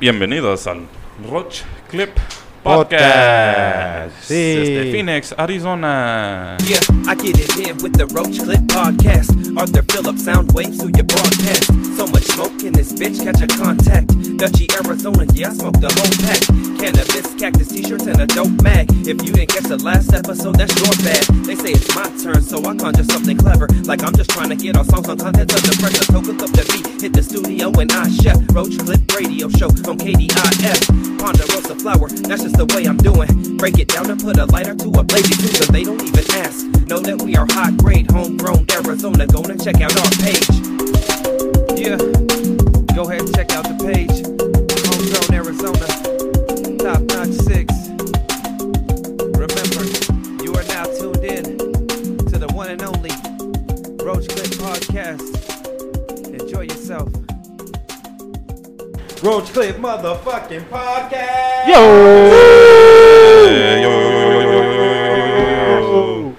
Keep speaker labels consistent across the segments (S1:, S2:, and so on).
S1: Bienvenidos al Roach Clip
S2: Podcast.
S1: Podcast.
S2: Sí.
S1: Desde Phoenix, Arizona.
S3: Yeah, I get it in with the Roach Clip Podcast. Arthur Phillips sound waves through your broadcast. So much smoke in this bitch, catch a contact. Dutchy, Arizona, yeah, I smoke the whole pack. Cannabis, cactus, t-shirts, and a dope mag. If you didn't catch the last episode, that's your bad. They say it's my turn, so I conjure something clever. Like I'm just trying to get our songs on content under pressure. So cook up the beat, hit the studio, and I chef. Roach Clip Radio Show on KDIF. Ponderosa flower, that's just the way I'm doing. Break it down and put a lighter to a blazing too, so they don't even ask. Know that we are high grade, homegrown Arizona. Go and check out our page. Yeah, go ahead and check out the page. Homegrown Arizona, top notch six. Remember, you are now tuned in to the one and only Roach Clip Podcast. Enjoy yourself.
S2: Roach Clip motherfucking podcast.
S1: Eh, yo, yo, yo, yo, yo, yo, yo, yo.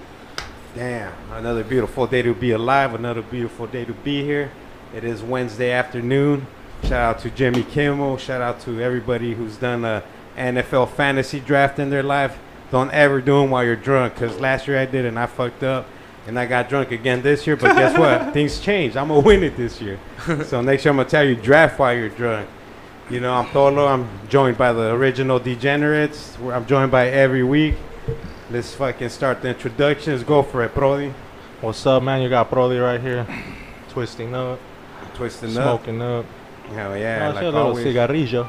S2: Damn, another beautiful day to be alive. Another beautiful day to be here. It is Wednesday afternoon. Shout out to Jimmy Kimmel. Shout out to everybody who's done a NFL fantasy draft in their life. Don't ever do them while you're drunk, because last year I did and I fucked up. And I got drunk again this year, but guess what? Things changed. I'm gonna win it this year. So next year I'm gonna tell you draft while you're drunk. You know, I'm Tolo. I'm joined by the original Degenerates. We're- I'm joined by every week. Let's fucking start the introductions. Go for it, Brody.
S4: What's up, man? You got Broly right here, twisting up,
S2: Twisting up.
S4: smoking up.
S2: Hell
S4: Yeah,
S2: yeah. like
S4: a little
S2: always.
S4: cigarrillo.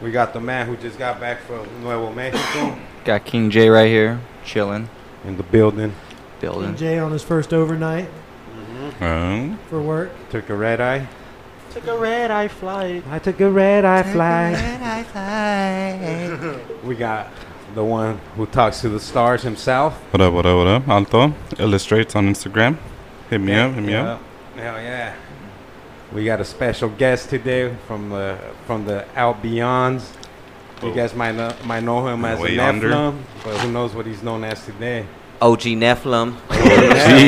S2: We got the man who just got back from Nuevo Mexico
S5: Got King J right here, chilling,
S2: in the building.
S5: building.
S6: Jay on his first overnight
S1: Oh.
S6: for work.
S2: Took a red eye.
S4: Took a red eye flight.
S2: I took a red eye fly. we got the one who talks to the stars himself.
S1: What up, what up, what up? Alto illustrates on Instagram. Hit me up, hit me up.
S2: Hell yeah. We got a special guest today from the from the Out Beyonds. You
S1: Oh.
S2: guys might know, might know him as a
S1: Way under.
S2: Nephilim, but who knows what he's known as today.
S5: OG Nephilim.
S1: OG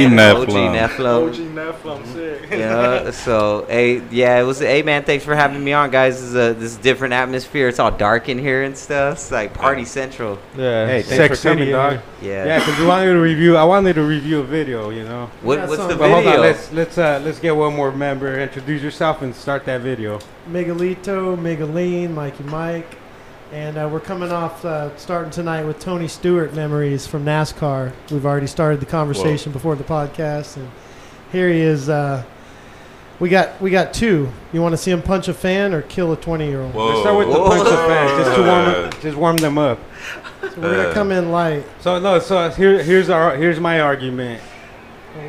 S1: Nephilim.
S4: Oh,
S5: Nephilim.
S4: Nephilim, sick.
S5: Yeah. So, hey, yeah, it was. Hey, man, thanks for having me on, guys. This is a this is a different atmosphere. It's all dark in here and stuff. It's like party central.
S4: Yeah.
S2: Hey, thanks
S4: Sex
S2: for coming,
S4: City in
S2: dog.
S4: here.
S5: Yeah.
S2: Yeah, because we wanted to review. I wanted to review a video, you know.
S5: What,
S6: Yeah,
S5: what's
S6: so-
S5: the
S2: But hold on,
S5: video?
S2: let's let's uh, let's get one more member. Introduce yourself and start that video.
S6: Megalito, Megaline, Mikey Mike. And uh, we're coming off uh, starting tonight with Tony Stewart memories from NASCAR. We've already started the conversation before the podcast, and here he is. Uh, we got we got two. You want to see him punch a fan or kill a twenty year old?
S2: Let's start with the punch
S5: Whoa.
S2: effect, just to warm just warm them up.
S6: So we're gonna come in light.
S2: So no, so here here's our here's my argument.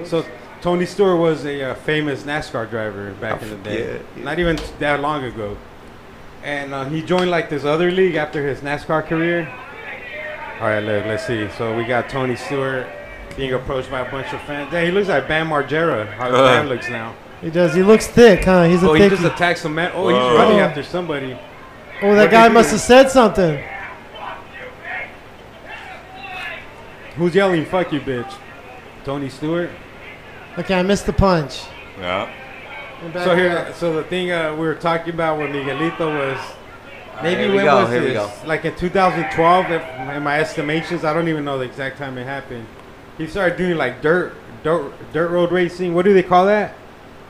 S2: So Tony Stewart was a uh, famous NASCAR driver back in the day, not even that long ago, and uh, he joined like this other league after his NASCAR career. All right, look, let's see. So we got Tony Stewart being approached by a bunch of fans. Yeah, he looks like Bam Margera. How Bam looks now.
S6: He does. He looks thick, huh? He's a
S2: Oh, he
S6: thick.
S2: just attacked some man. Oh, he's running after somebody.
S6: Oh,
S2: what
S6: that
S2: did
S6: guy
S2: he
S6: must
S2: do?
S6: have said something.
S2: Who's yelling? Fuck you, bitch. Tony Stewart.
S6: Okay, I missed the punch.
S1: Yeah.
S6: And back
S2: So
S6: up.
S2: here, so the thing uh, we were talking about with Miguelito was maybe
S5: here we
S2: when
S5: go,
S2: was
S5: here we
S2: this? Like in 2012, if, in my estimations, I don't even know the exact time it happened. He started doing like dirt, dirt, dirt road racing. What do they call that?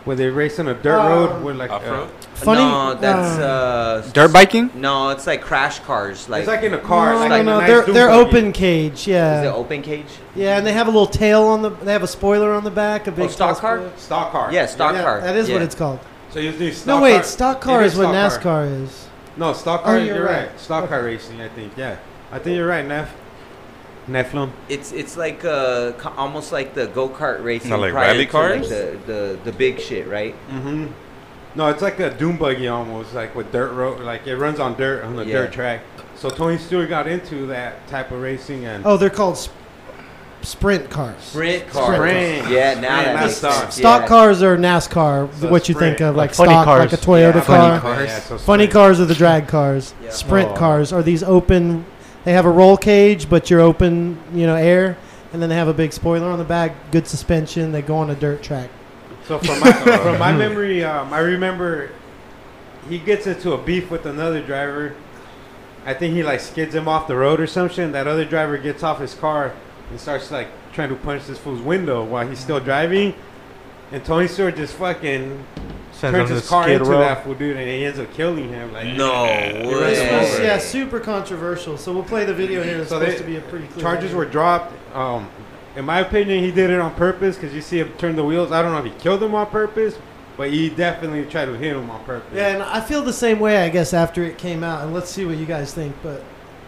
S2: Where they race on a dirt road
S6: Um,
S2: with like uh,
S6: Funny-
S5: No, that's
S6: uh,
S5: uh,
S4: Dirt biking?
S5: No, it's like crash cars. Like,
S2: it's like in a car.
S6: no,
S2: like
S6: no,
S2: a
S6: no,
S2: nice
S6: they're
S2: dune
S6: they're
S2: buggy.
S6: open cage. Yeah.
S5: is it open cage?
S6: Yeah, and they have a little tail on the. They have a spoiler on the back. A big
S5: stock
S6: tall
S5: car?
S6: spoiler.
S2: Oh, stock car.
S5: Yeah, stock
S6: Yeah,
S5: car.
S6: that is what
S5: Yeah.
S6: it's called.
S2: So he was doing stock
S6: No,
S2: car.
S6: wait, stock car
S2: It
S6: is what NASCAR
S2: stock car.
S6: is.
S2: No, stock car.
S6: Oh,
S2: you're,
S6: you're
S2: right.
S6: right.
S2: Stock car racing. I think. Yeah, I think you're right, Nef. Nephilim.
S5: It's it's like uh, co- almost like the go kart racing.
S1: Not like
S5: prior
S1: rally
S5: to, like,
S1: cars?
S5: the, the the big shit, right?
S2: hmm No, it's like a doom buggy almost, like with dirt road. Like it runs on dirt on the
S5: Yeah.
S2: dirt track. So Tony Stewart got into that type of racing and
S6: Oh, they're called sp- sprint cars.
S5: Sprint cars.
S2: Sprint.
S5: Yeah, now
S2: Sprint,
S5: that
S2: not
S5: makes
S2: stock.
S5: sense.
S6: Stock
S5: yeah.
S6: cars are NASCAR,
S2: So
S6: what you
S2: sprint,
S6: think of,
S4: like
S6: like,
S4: funny
S6: stock,
S4: cars.
S6: like a Toyota
S2: Yeah,
S6: car.
S2: funny cars. Yeah, so
S6: Funny
S2: sprint.
S6: cars are the drag cars.
S5: Yeah.
S6: Sprint
S2: Oh.
S6: cars are these open. They have a roll cage, but you're open, you know, air, and then they have a big spoiler on the back. Good suspension. They go on a dirt track.
S2: So from my from my memory, um, I remember he gets into a beef with another driver. I think he like skids him off the road or something. That other driver gets off his car and starts like trying to punch this fool's window while he's still driving. And Tony Stewart just fucking
S4: Sends
S2: turns
S4: him
S2: his
S4: to
S2: car
S4: Skid
S2: into
S4: Row.
S2: that fool dude, and he ends up killing him. Like
S5: No
S2: runs him
S6: This was,
S2: over.
S5: way.
S6: yeah, super controversial. So we'll play the video here. It's
S2: So
S6: supposed
S2: they-
S6: to be a pretty clear
S2: charges
S6: video.
S2: were dropped. Um, in my opinion, he did it on purpose because you see him turn the wheels. I don't know if he killed him on purpose, but he definitely tried to hit him on purpose.
S6: Yeah, and I feel the same way, I guess, after it came out. And let's see what you guys think. But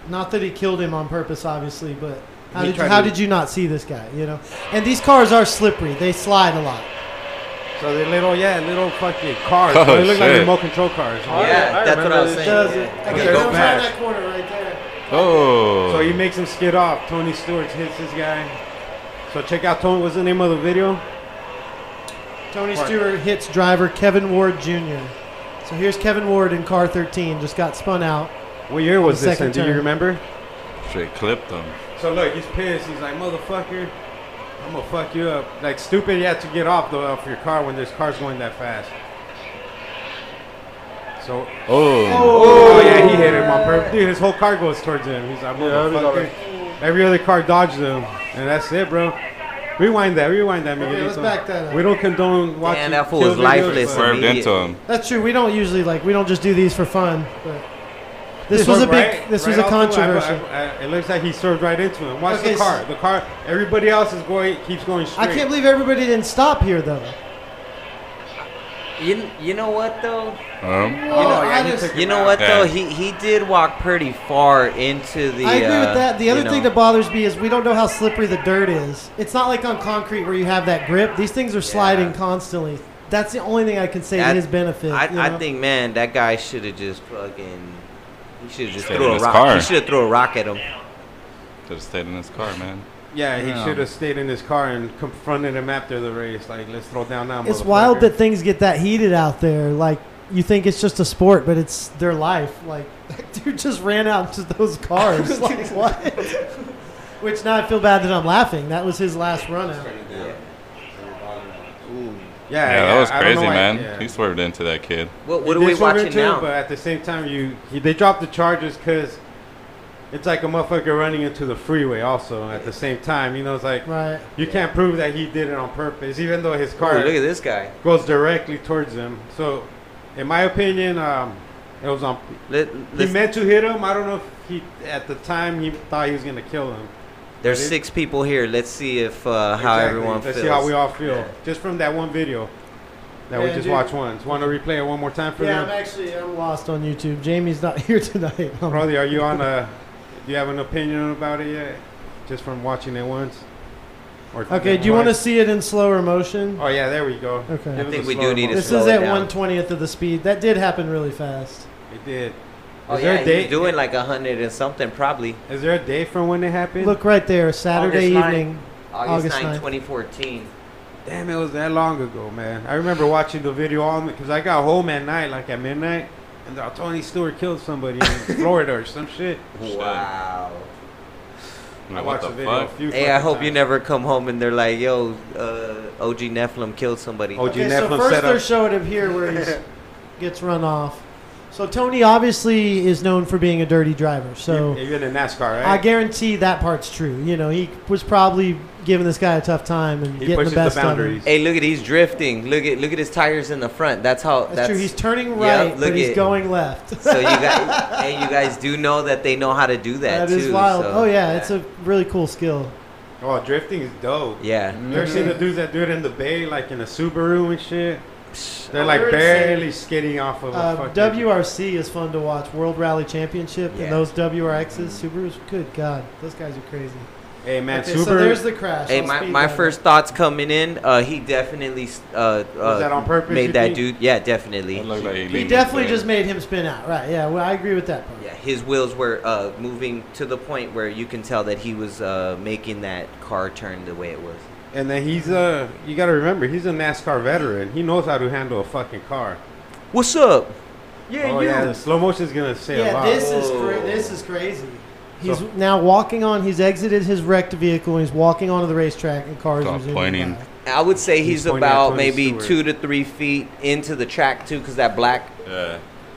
S6: not that he killed him on purpose, obviously. But how,
S2: He
S6: did,
S2: tried
S6: how
S2: to-
S6: did you not see this guy? You know, and these cars are slippery; they slide a lot.
S2: So they little, yeah, little fucking cars.
S1: Oh,
S2: so they look like
S1: shit.
S2: remote control cars.
S5: Oh, Yeah,
S4: I
S5: that's what I was
S4: remember
S5: saying.
S6: Does it?
S5: yeah.
S2: Okay,
S6: Okay,
S2: go
S6: go
S2: back.
S6: that corner right there.
S1: Oh.
S2: So he makes him skid off. Tony Stewart hits this guy. So check out Tony. What's the name of the video?
S6: Tony Stewart hits driver Kevin Ward Jr. So here's Kevin Ward in car 13, just got spun out.
S2: What year was
S6: The
S2: this?
S6: second
S2: And do you
S6: term.
S2: remember?
S1: Shit, clipped him.
S2: So look, he's pissed. He's like, motherfucker, I'm gonna fuck you up. Like stupid, you have to get off the off your car when there's cars going that fast. So
S1: Oh.
S2: Oh, yeah, he hit him on purpose. Dude, his whole car goes towards him. He's like, motherfucker. Every other car dodges him, and that's it, bro. Rewind that. Rewind that, Miguelito.
S6: let's back that up.
S2: We don't condone watching.
S5: that fool
S2: kill
S5: was
S2: videos,
S5: lifeless.
S2: but-
S1: Swerved into him.
S6: That's true. We don't usually like we don't just do these for fun. But this
S2: He
S6: was a
S2: swerved
S6: big.
S2: right-
S6: This was
S2: right
S6: a
S2: off the- I- I-
S6: controversy.
S2: I- It looks like he served right into him. Watch
S6: Okay,
S2: the car.
S6: s-
S2: The car. Everybody else is going. Keeps going straight.
S6: I can't believe everybody didn't stop here though.
S5: You, you know what though?
S1: Um,
S6: You
S5: know,
S2: Oh, yeah,
S6: I
S2: he
S6: just,
S2: took
S5: You know what though? He he did walk pretty far into the.
S6: I agree
S5: uh,
S6: with that. The
S5: you
S6: other
S5: know.
S6: thing that bothers me is we don't know how slippery the dirt is. It's not like on concrete where you have that grip. These things are sliding constantly. That's the only thing I can say
S5: That-
S6: to his benefit.
S5: I,
S6: you know?
S5: I think man, that guy should have just fucking. He should have just
S1: Hit
S5: threw
S1: him in
S5: a
S1: his
S5: rock.
S1: car.
S5: He should have threw a rock at him.
S1: should have stayed in his car, man.
S2: Yeah, he
S1: Yeah.
S2: should have stayed in his car and confronted him after the race. Like, let's throw down now.
S6: it's wild
S2: motherfucker.
S6: that things get that heated out there. Like you think it's just a sport, but it's their life. Like that dude just ran out to those cars. like what? Which now I feel bad that I'm laughing. That was his last run out.
S2: Yeah,
S1: Yeah, that was
S2: I don't know
S1: crazy,
S2: why-
S1: man.
S2: yeah.
S1: He swerved into that kid.
S5: What, what
S2: It
S5: are
S2: did
S5: we
S2: swerve
S5: watching
S2: into it,
S5: now?
S2: But at the same time, you he, they dropped the charges because it's like a motherfucker running into the freeway. Also, at the same time, you know, it's like
S6: Right.
S2: you can't prove that he did it on purpose, even though his
S5: Oh,
S2: car
S5: look at this guy.
S2: goes directly towards him. So, in my opinion, um, it was on.
S5: Let,
S2: He
S5: let's-
S2: meant to hit him. I don't know if he at the time he thought he was gonna kill him.
S5: there's
S2: it-
S5: six people here. Let's see if uh, how
S2: Exactly.
S5: everyone
S2: Let's
S5: feels.
S2: see how we all feel just from that one video that we
S6: Yeah,
S2: just
S6: dude.
S2: watched once. Want to replay it one more time for
S6: Yeah,
S2: them?
S6: I'm actually I'm lost on YouTube. Jamie's not here tonight.
S2: Brother, are you on a? Do you have an opinion about it yet? Just from watching it once. Or
S6: Okay, do you want to see it in slower motion?
S5: Uh,
S2: Oh yeah, there we go.
S6: Okay.
S2: Give
S5: I think
S2: us a
S5: we
S2: slower
S5: do need to
S6: This
S5: slow
S6: is
S5: it
S6: at
S5: down.
S6: one twentieth of the speed. That did happen really fast.
S2: It did.
S5: Oh
S2: Is there a
S5: yeah,
S2: date?
S5: he's doing like a hundred and something probably.
S2: Is there a day from when it happened?
S6: Look right there, Saturday
S5: August ninth.
S6: evening.
S5: August,
S6: August
S5: 9,
S6: 9th.
S5: 2014.
S2: damn, it was that long ago, man. I remember watching the video all because I got home at night, like at midnight, and thought Tony Stewart killed somebody in Florida or some shit.
S5: Wow.
S2: I
S1: Like, what
S2: watched
S1: the
S2: the video. A
S1: fuck?
S2: few
S5: Hey, I
S2: fucking
S5: hope you
S2: times.
S5: never come home and they're like, "Yo, uh, OG Nephilim killed somebody."
S2: OG
S6: Okay, so
S2: Nephilim
S6: first
S2: set
S6: they're
S2: up.
S6: showing him here where he gets run off. So Tony obviously is known for being a dirty driver. So
S5: eh,
S2: Even in NASCAR, right?
S6: I guarantee that part's true. You know, he was probably giving this guy a tough time and
S2: he
S6: getting the
S2: pushes the,
S6: best of him.
S2: boundaries.
S5: Hey, look at he's drifting. Look at look at his tires in the front. That's how.
S6: That's,
S5: That's,
S6: true. He's turning
S5: Yeah,
S6: right,
S5: look
S6: but he's
S5: at-
S6: going left.
S5: so you guys. hey, you guys do know that they know how to do that.
S6: that is
S5: too,
S6: wild.
S5: so-
S6: oh yeah, it's a really cool skill.
S2: Oh, drifting is dope.
S5: Yeah.
S2: You ever seen the dudes that do it in the bay, like in a Subaru and shit? They're
S6: Oh,
S2: like
S6: they're
S2: barely skidding off of a
S6: Uh,
S2: fucking-
S6: WRC is fun to watch. World Rally Championship
S5: Yeah.
S6: and those WRXs, Subarus. Good God, those guys are crazy.
S2: Hey man,
S6: okay,
S2: Subaru.
S6: so there's the crash.
S5: Hey,
S6: I'll
S5: my,
S6: speed
S5: my
S6: that.
S5: first thoughts coming in. Uh, he definitely uh, uh,
S2: Was that on purpose, you
S5: made that
S2: think?
S5: dude. Yeah, definitely.
S1: It looked like
S6: He
S1: leaned
S6: definitely
S1: into it.
S6: just made him spin out. Right? Yeah. Well, I agree with that part.
S5: Yeah, his wheels were uh, moving to the point where you can tell that he was uh, making that car turn the way it was.
S2: and then he's a. You gotta remember, he's a NASCAR veteran. He knows how to handle a fucking car.
S5: What's up?
S2: oh yeah, the slow motion's gonna say a
S6: Yeah,
S2: lot.
S6: this is
S5: Whoa.
S6: cra- this is crazy. He's
S2: So-
S6: now walking on. He's exited his wrecked vehicle. and He's walking onto the racetrack, and cars
S1: Stop
S6: are zooming
S1: pointing.
S6: by.
S5: I would say
S2: He's
S5: he's,
S2: pointing at
S5: about
S2: Tony
S5: maybe
S2: Stewart.
S5: two to three feet into the track too, because that black
S1: Yeah.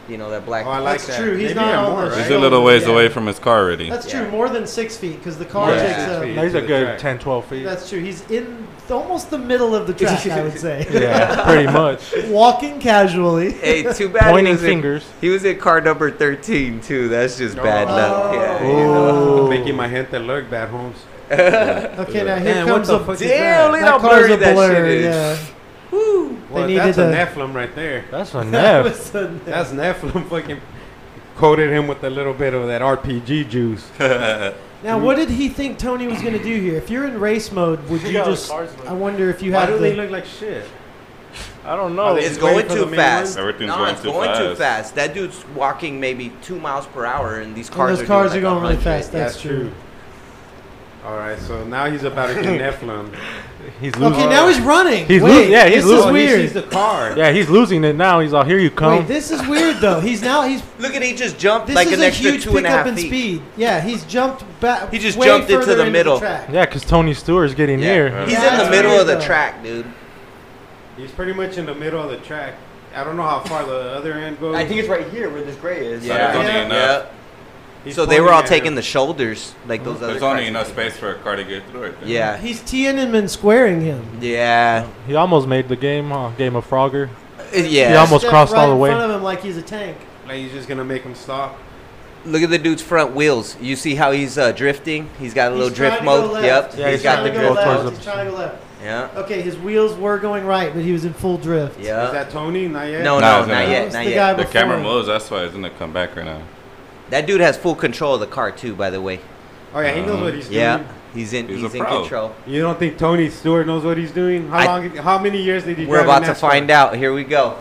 S5: you know, that black.
S2: Oh, I like
S6: That's
S2: that.
S6: true. He's
S2: Maybe
S6: not
S2: I'm
S6: on
S2: more,
S6: the
S2: right?
S1: He's
S6: show.
S1: a little ways
S6: Yeah.
S1: away from his car already.
S6: That's
S5: Yeah.
S6: true. More than six feet because the car
S5: Yeah.
S6: takes
S5: Six
S6: up.
S2: feet.
S4: He's
S2: the
S4: a good
S2: track.
S4: 10, 12 feet.
S6: That's true. He's in th- almost the middle of the track, I would say.
S4: yeah, pretty much.
S6: Walking casually.
S5: Hey, too bad. he
S4: Pointing
S5: was in-
S4: fingers.
S5: He was in car number 13 too. That's just bad
S2: Oh.
S5: luck. Yeah. you know.
S6: Oh.
S2: Making my gente look bad, Holmes.
S6: Okay, now here
S2: Man, what
S6: comes
S2: the
S6: a
S2: fuck is
S5: Damn,
S2: that?
S5: look
S6: that
S5: how
S6: car's
S5: blurry
S6: a
S5: that
S6: blur,
S5: shit is.
S6: yeah.
S2: Well,
S6: needed
S2: that's a
S6: to-
S2: Nephilim right there.
S4: That's a nef.
S6: That was a nef.
S2: That's Nephilim fucking coated him with a little bit of that RPG juice.
S6: Now, what did he think Tony was going to do here? If you're in race mode, would you
S4: Yeah, the
S6: just?
S4: car's
S6: I wonder if you
S2: Why
S6: had
S2: do
S6: the.
S2: they look like shit?
S4: I don't
S2: Are
S4: know.
S2: they-
S5: It's
S2: He's
S5: going
S2: waiting for the
S5: too
S2: main
S5: fast.
S2: one?
S1: Everything's
S5: no,
S1: going
S5: it's
S1: too
S5: going too
S1: fast.
S5: fast. That dude's walking maybe two miles per hour, and these
S6: And
S5: cars
S6: those
S5: are
S6: cars
S5: doing
S6: are
S5: like
S6: going really
S5: 100.
S6: fast. That's true.
S2: All right, so now he's about to get Nephilim.
S4: he's losing.
S6: Okay, now he's running.
S4: He's
S6: Wait,
S4: lo- yeah, he's
S6: this
S4: lo-
S6: is
S2: Oh,
S6: weird.
S2: He sees the car.
S4: Yeah, he's losing it now. He's like, here you come.
S6: Wait, this is weird though. He's now he's
S5: Look at he just jumped
S6: this
S5: like
S6: is
S5: an
S6: a
S5: extra
S6: huge
S5: two and a
S6: pickup
S5: half
S6: in
S5: feet.
S6: speed. Yeah, he's jumped back.
S5: He just
S6: way
S5: jumped into
S6: further
S5: the middle.
S6: track.
S4: yeah, because Tony Stewart's getting
S5: Yeah.
S4: near.
S5: He's
S6: Yeah,
S5: in the
S6: that's
S5: middle
S6: weird,
S5: of the
S6: though.
S5: track, dude.
S2: He's pretty much in the middle of the track. I don't know how far the other end goes.
S5: it's right here where this gray is.
S1: Yeah.
S5: Yeah.
S1: There's only enough-
S2: He's
S5: So they were all
S2: pointing at
S5: taking
S2: him.
S5: the shoulders like those other
S1: There's
S5: cars.
S1: only enough space for a car to get through it.
S5: Yeah.
S6: He's Tiananmen squaring him.
S5: Yeah. Uh,
S4: He almost made the game, huh? Game of Frogger.
S5: Yeah.
S4: He almost
S6: Stepped
S4: crossed
S6: right
S4: all the way.
S6: in front of him like he's a tank.
S2: Like he's just gonna make him stop.
S5: Look at the dude's front wheels. You see how he's uh, drifting? He's got a little
S6: He's
S5: drift
S6: trying to go
S5: mode.
S6: left.
S5: Yep.
S4: Yeah,
S5: he's
S4: he's
S5: got
S6: trying
S5: the
S6: to go
S5: drift
S6: left.
S5: mode.
S4: towards
S6: He's trying to go left.
S5: Yeah.
S6: Okay, his wheels were going right, but he was in full drift.
S2: Is
S5: Yeah.
S2: that Tony? Not yet.
S1: Nah,
S5: No, no,
S1: it's
S5: not
S1: not.
S5: yet,
S6: That's
S5: not
S6: the
S5: yet.
S6: guy
S1: The camera
S6: before.
S1: moves. That's why it doesn't come back right now.
S5: That dude has full control of the car too, by the way.
S2: Oh yeah, he knows what he's
S5: Yeah,
S2: doing.
S5: he's in. He's,
S1: He's a
S5: in
S1: pro.
S5: control.
S2: You don't think Tony Stewart knows what he's doing? How
S5: I-
S2: long? How many years did he?
S5: We're
S2: drive
S5: about
S2: in
S5: to
S2: NASCAR?
S5: find out. Here we go.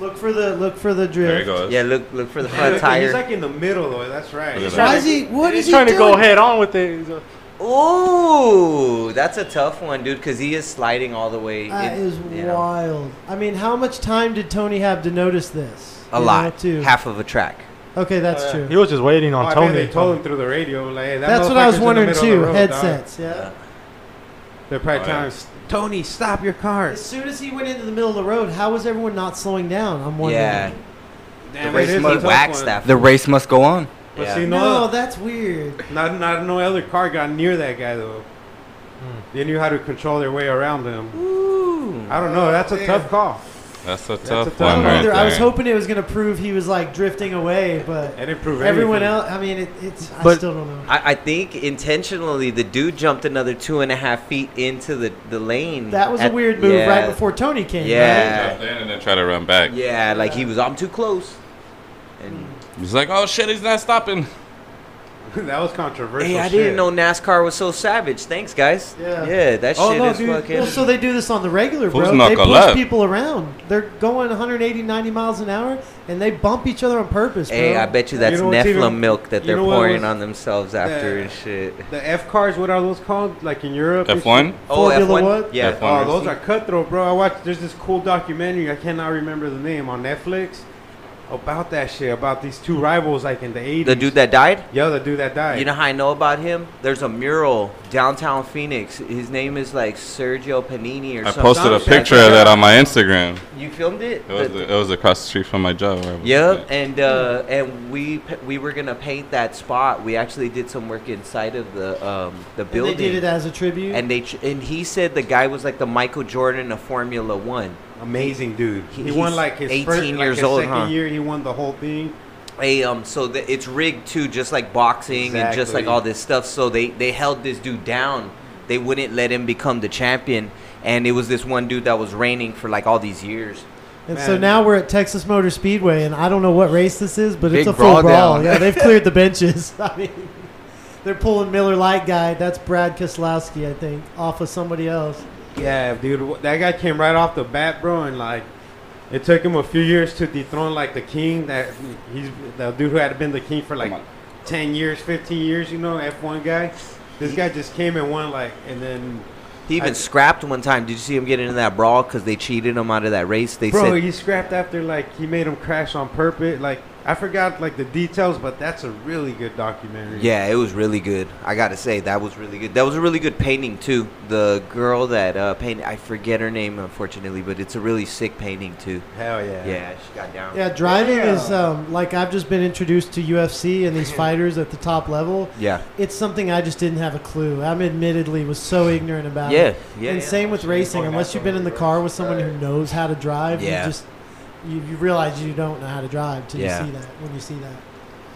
S6: Look for the look for the drift.
S1: There he goes.
S5: Yeah, look, look for the
S2: Hey,
S5: front
S2: look, He's
S5: tire.
S2: like in the middle though. That's right.
S1: Look at
S6: Why is he? What
S4: he's
S6: is he
S4: trying to go
S6: doing?
S4: head on with it. He's a-
S5: Ooh, that's a tough one, dude, because he is sliding all the way.
S6: That
S5: in,
S6: is
S5: you know,
S6: wild. I mean, how much time did Tony have to notice this?
S5: A
S6: You know,
S5: lot.
S6: too.
S5: Half of a track.
S6: Okay, that's
S2: Oh, yeah.
S6: true.
S4: He was just waiting
S2: Oh,
S4: on
S2: I bet
S4: Tony.
S2: they told him through the radio. Like, hey, that
S6: That's what
S2: motherfucker's
S6: I was
S2: in the
S6: wondering
S2: middle of the
S6: too.
S2: road, dog.
S6: Headsets, yeah.
S2: They're probably
S1: Oh,
S2: telling
S1: yeah.
S2: us, Tony, stop your car.
S6: As soon as he went into the middle of the road, how was everyone not slowing down? I'm wondering.
S5: Yeah,
S2: Damn,
S5: the
S2: it is
S5: race
S2: a
S5: must
S2: tough
S5: wax
S2: one.
S5: that.
S7: The race must go on.
S2: But
S5: Yeah.
S2: see,
S6: No,
S2: no,
S6: that's weird.
S2: not, not no other car got near that guy though.
S6: Hmm.
S2: They knew how to control their way around him.
S5: Ooh.
S2: I don't know. That's a tough call.
S1: That's a tough
S2: a tough
S1: one
S6: I, don't
S1: right
S6: either.
S1: there.
S6: I was hoping it was going to prove he was like drifting away, but
S2: It didn't prove
S6: everyone
S2: anything.
S6: else. I mean, it, it's. I
S4: But-
S6: still don't know.
S5: I, I think intentionally the dude jumped another two and a half feet into the, the lane.
S6: That was
S5: at-
S6: a weird move
S5: yeah.
S6: right before Tony came. right?
S5: Yeah.
S1: Jumped in and then try to run back.
S5: Yeah, like he was. I'm too close. And
S1: He's like, oh shit, he's not stopping.
S2: that was controversial.
S5: hey, I
S2: shit.
S5: didn't know NASCAR was so savage. Thanks, guys.
S6: Yeah.
S5: Yeah, that
S2: Oh,
S5: shit
S2: no,
S5: is
S2: dude.
S5: fucking.
S6: Well, so they do this on the regular,
S1: Who's
S6: bro.
S1: not
S6: They push
S1: gonna laugh?
S6: people around. They're going 180, 90 miles an hour, and they bump each other on purpose, bro.
S5: Hey, I bet you that's
S2: You know what's
S5: Nephilim
S2: even-
S5: milk that
S2: you
S5: they're
S2: know what
S5: pouring
S2: was-
S5: on themselves after
S2: Yeah.
S5: and shit.
S2: The F cars, what are those called? Like in Europe? and
S1: F1?
S2: shit?
S5: Oh,
S6: Formula
S5: F1?
S6: One?
S5: Yeah.
S1: F1.
S2: Oh, those are cutthroat, bro. I watched. There's this cool documentary. I cannot remember the name on Netflix about that shit. About these two rivals, like in the 80s.
S5: The dude that died?
S2: Yeah, the dude that died.
S5: You know how I know about him? There's a mural downtown Phoenix. His name is like Sergio Panini or
S1: I
S5: something.
S1: posted a picture of that on my Instagram.
S5: You filmed it?
S1: It was,
S5: The-
S1: it was across the street from my job. Where I was
S5: Yep,
S1: at.
S5: and uh, and we pa- we were gonna paint that spot. We actually did some work inside of the um, the
S6: And
S5: building.
S6: they did it as a tribute.
S5: and they ch- and he said the guy was like the Michael Jordan of Formula One.
S2: amazing dude.
S5: He-
S2: He, won
S5: he's
S2: like his
S5: 18
S2: first, like,
S5: years
S2: his
S5: old,
S2: second
S5: huh?
S2: year. He won the whole thing.
S5: Hey, um, so the, it's rigged too, just like boxing and just like
S2: Exactly.
S5: all this stuff. So they they held this dude down. They wouldn't let him become the champion, and it was this one dude that was reigning for like all these years.
S6: And so
S2: Man.
S6: now we're at Texas Motor Speedway, and I don't know what race this is, but
S5: Big
S6: it's a
S5: brawl
S6: full brawl.
S5: down.
S6: Yeah, they've cleared the benches. I mean, they're pulling Miller Light guy. That's Brad Keselowski, I think, off of somebody else.
S2: Yeah, dude, that guy came right off the bat, bro, and like it took him a few years to dethrone like the king that he's the dude who had been the king for like
S1: Come on.
S2: ten years, fifteen years, you know, F one guy. This guy just came and won like, and then
S5: He even
S2: I-
S5: scrapped one time. Did you see him get into that brawl because they cheated him out of that race? They
S2: bro,
S5: said
S2: he scrapped after like he made him crash on purpose. Like I forgot like the details, but that's a really good documentary.
S5: Yeah, it was really good. I gotta say that was really good. That was a really good painting too. The girl that uh, painted, I forget her name unfortunately, but it's a really sick painting too.
S2: Hell yeah.
S5: Yeah, she got down.
S6: Yeah, driving
S2: Yeah.
S6: is um, like I've just been introduced to UFC and these fighters at the top level.
S5: Yeah.
S6: It's something I just didn't have a clue. I'm admittedly was so ignorant about.
S5: Yeah,
S6: It.
S5: yeah,
S6: and
S5: yeah.
S6: same with racing. Unless you've been in the car with someone who knows how to drive,
S5: Yeah.
S6: you just you, you realize you don't know how to drive till
S5: Yeah.
S6: you see that when you see that.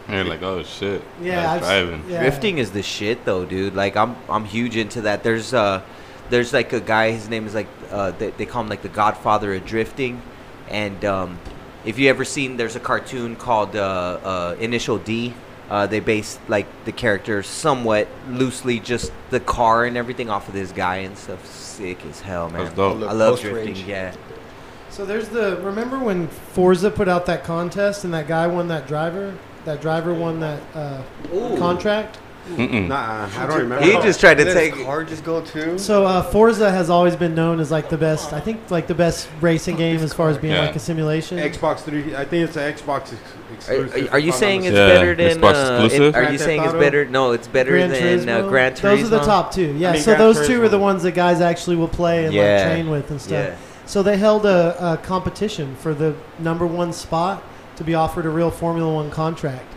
S7: And you're like, oh shit.
S6: Yeah,
S7: Nice
S6: I've s-
S7: driving.
S6: yeah.
S5: Drifting is the shit though, dude. Like I'm I'm huge into that. There's uh there's like a guy his name is like uh they, they call him like the godfather of drifting and um if you ever seen there's a cartoon called uh, uh Initial D uh, they based like the character somewhat loosely, just the car and everything off of this guy and stuff. Sick as hell, man.
S1: That's dope.
S5: I love
S7: Close
S5: drifting.
S7: range.
S5: Yeah,
S6: So there's the remember when Forza put out that contest and that guy won that driver. That driver won that uh, contract.
S1: Mm-mm.
S2: Nah, I don't remember.
S5: he just tried to
S8: Did
S5: take.
S8: his car just go too?
S6: So uh, Forza has always been known as like the best. I think like the best racing game as far as being
S1: Yeah.
S6: like a simulation.
S2: Xbox 3. I think it's an Xbox ex-
S5: uh, Are,
S2: exclusive.
S5: are,
S2: if
S5: are you
S2: I'm not
S5: saying it's
S2: mistaken.
S1: Yeah,
S5: better than?
S1: Xbox
S5: uh,
S1: exclusive?
S5: Are you
S2: Grand
S5: saying
S2: Theft
S5: it's
S2: Auto?
S5: better? No, it's better
S6: Gran
S5: than uh,
S6: Turismo?
S5: Gran Turismo.
S6: Those are the top two. Yeah.
S2: I mean,
S6: so
S2: Gran
S6: those two are the
S2: Turismo.
S6: ones that guys actually will play and
S5: Yeah.
S6: like train with and stuff.
S5: Yeah.
S6: So they held a, a competition for the number one spot to be offered a real Formula One contract.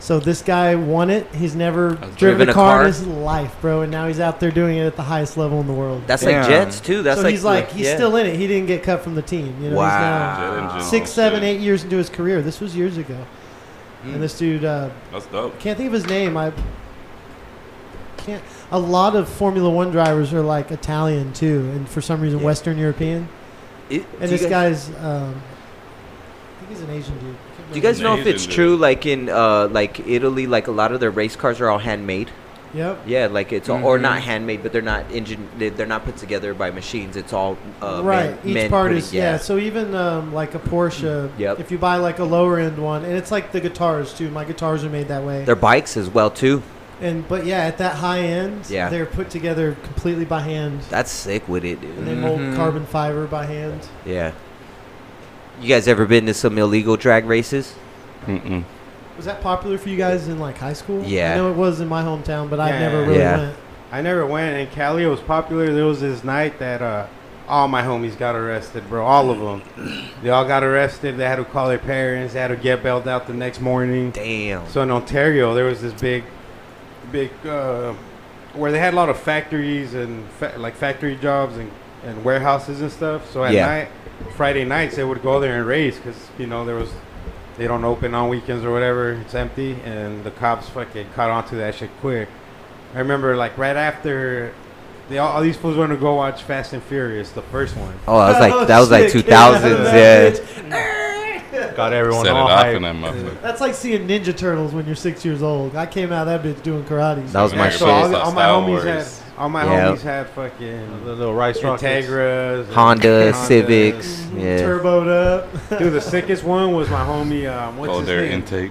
S6: So this guy won it. He's never driven,
S5: driven
S6: a
S5: a
S6: car,
S5: car?
S6: in his life, bro, and now he's out there doing it at the highest level in the world.
S5: That's like
S1: Damn.
S5: Jets too. That's
S6: so
S5: like
S6: he's like he's
S5: yeah.
S6: still in it. He didn't get cut from the team. You know, he's
S5: wow.
S7: Jet
S6: now
S7: engine.
S6: six,
S7: Oh,
S6: seven, eight
S7: shit.
S6: years into his career. This was years ago,
S5: Hmm.
S6: and this dude uh,
S7: That's dope.
S6: can't think of his name. I can't. A lot of Formula One drivers are like Italian too, and for some reason
S5: Yeah.
S6: Western European.
S5: It- do
S6: And
S5: you
S6: this
S5: guys-
S6: guy's, um, I think he's an Asian dude.
S5: Do you guys know if
S7: Amazing,
S5: it's
S7: dude.
S5: true? Like in uh, like Italy, like a lot of their race cars are all handmade.
S6: Yep.
S5: Yeah, like it's all, or
S6: Mm-hmm.
S5: not handmade, but they're not engine. they- They're not put together by machines. It's all uh,
S6: right.
S5: Men,
S6: Each
S5: men
S6: part
S5: putting-
S6: is yeah. So even um, like a Porsche,
S5: Yep.
S6: if you buy like a lower end one, and it's like the guitars too. My guitars are made that way.
S5: Their bikes as well too.
S6: and but yeah, at that high end,
S5: Yeah.
S6: they're put together completely by hand,
S5: That's sick with it,
S6: and
S5: dude.
S6: they mold carbon fiber by hand.
S5: Yeah. You guys ever been to some illegal drag races?
S1: Mm-mm.
S6: Was that popular for you guys in like high school?
S5: Yeah.
S6: I know it was in my hometown, but I
S2: Yeah.
S6: never really
S5: Yeah.
S6: went.
S2: I never went, and Cali was popular. There was this night that uh, all my homies got arrested, bro. All of them. They all got arrested. They had to call their parents. They had to get bailed out the next morning.
S5: Damn.
S2: So in Ontario, there was this big, big, uh, where they had a lot of factories and fa- like factory jobs and, and warehouses and stuff. So at
S5: Yeah.
S2: night, Friday nights, they would go there and race because you know there was, they don't open on weekends or whatever. It's empty, and the cops fucking caught onto that shit quick. I remember like right after, they all, all these fools wanted to go watch Fast and Furious, the first one.
S5: Oh, that was
S6: Oh,
S5: like that was like
S6: shit,
S5: two
S6: came out of
S5: thousands.
S6: that
S5: Yeah.
S6: bitch.
S4: Got everyone
S1: Set it
S4: all
S1: off
S4: hyped.
S1: in that motherfucker.
S6: That's like seeing Ninja Turtles when you're six years old. I came out of that bitch doing karate.
S5: That was my
S7: Yeah,
S5: shit.
S2: So all,
S7: Based off
S2: all my
S7: Star
S2: homies had,
S7: Wars.
S2: all my
S5: Yeah.
S2: homies had fucking
S4: The little rice rockets.
S2: Integras, and
S5: Honda,
S2: Hondas.
S5: Civics. Yeah.
S6: Mm-hmm. Turboed up.
S2: Dude, the sickest one was my homie. Um, what's
S1: Oh,
S2: his
S1: their
S2: name?
S1: intake.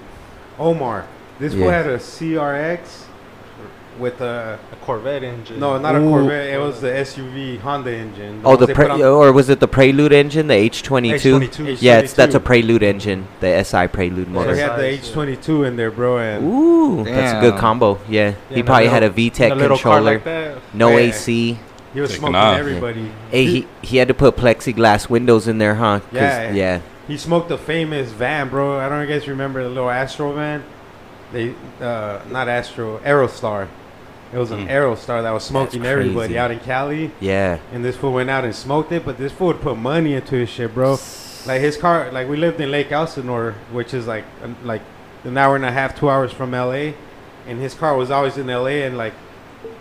S2: Omar. This fool
S5: Yeah.
S2: had a CRX with a
S4: A Corvette engine.
S2: no, not a
S5: Ooh.
S2: Corvette. It was the SUV Honda engine.
S5: Oh,
S2: ones
S5: the
S2: they
S5: pre-
S2: put on-
S5: or was it the Prelude engine, the H twenty two?
S2: H22.
S5: Yeah, it's, that's a Prelude engine, the SI Prelude
S2: So he
S5: motor.
S2: had the H twenty two in there, bro, and
S5: Ooh, that's a good
S8: Damn.
S5: combo. Yeah,
S4: Yeah,
S5: he probably
S4: no,
S5: had a
S4: no, And a
S5: VTEC
S4: little car
S5: controller,
S4: like that.
S5: no
S2: Yeah.
S5: AC.
S2: he was
S1: Taking
S2: smoking
S1: off.
S2: everybody.
S5: Hey, he, he had to put plexiglass windows in there, huh? 'Cause-
S2: Yeah.
S5: yeah.
S2: He smoked a famous van, bro. I don't know if you guys remember the little Astro van. They uh, not Astro, Aerostar. It was an
S1: Mm.
S2: Aerostar that was smoking
S5: crazy.
S2: everybody out in Cali.
S5: Yeah.
S2: And this fool went out and smoked it, but this fool would put money into his shit, bro. Like his car, like we lived in Lake Elsinore, which is like an- like an hour and a half, two hours from L.A. And his car was always in L.A. And like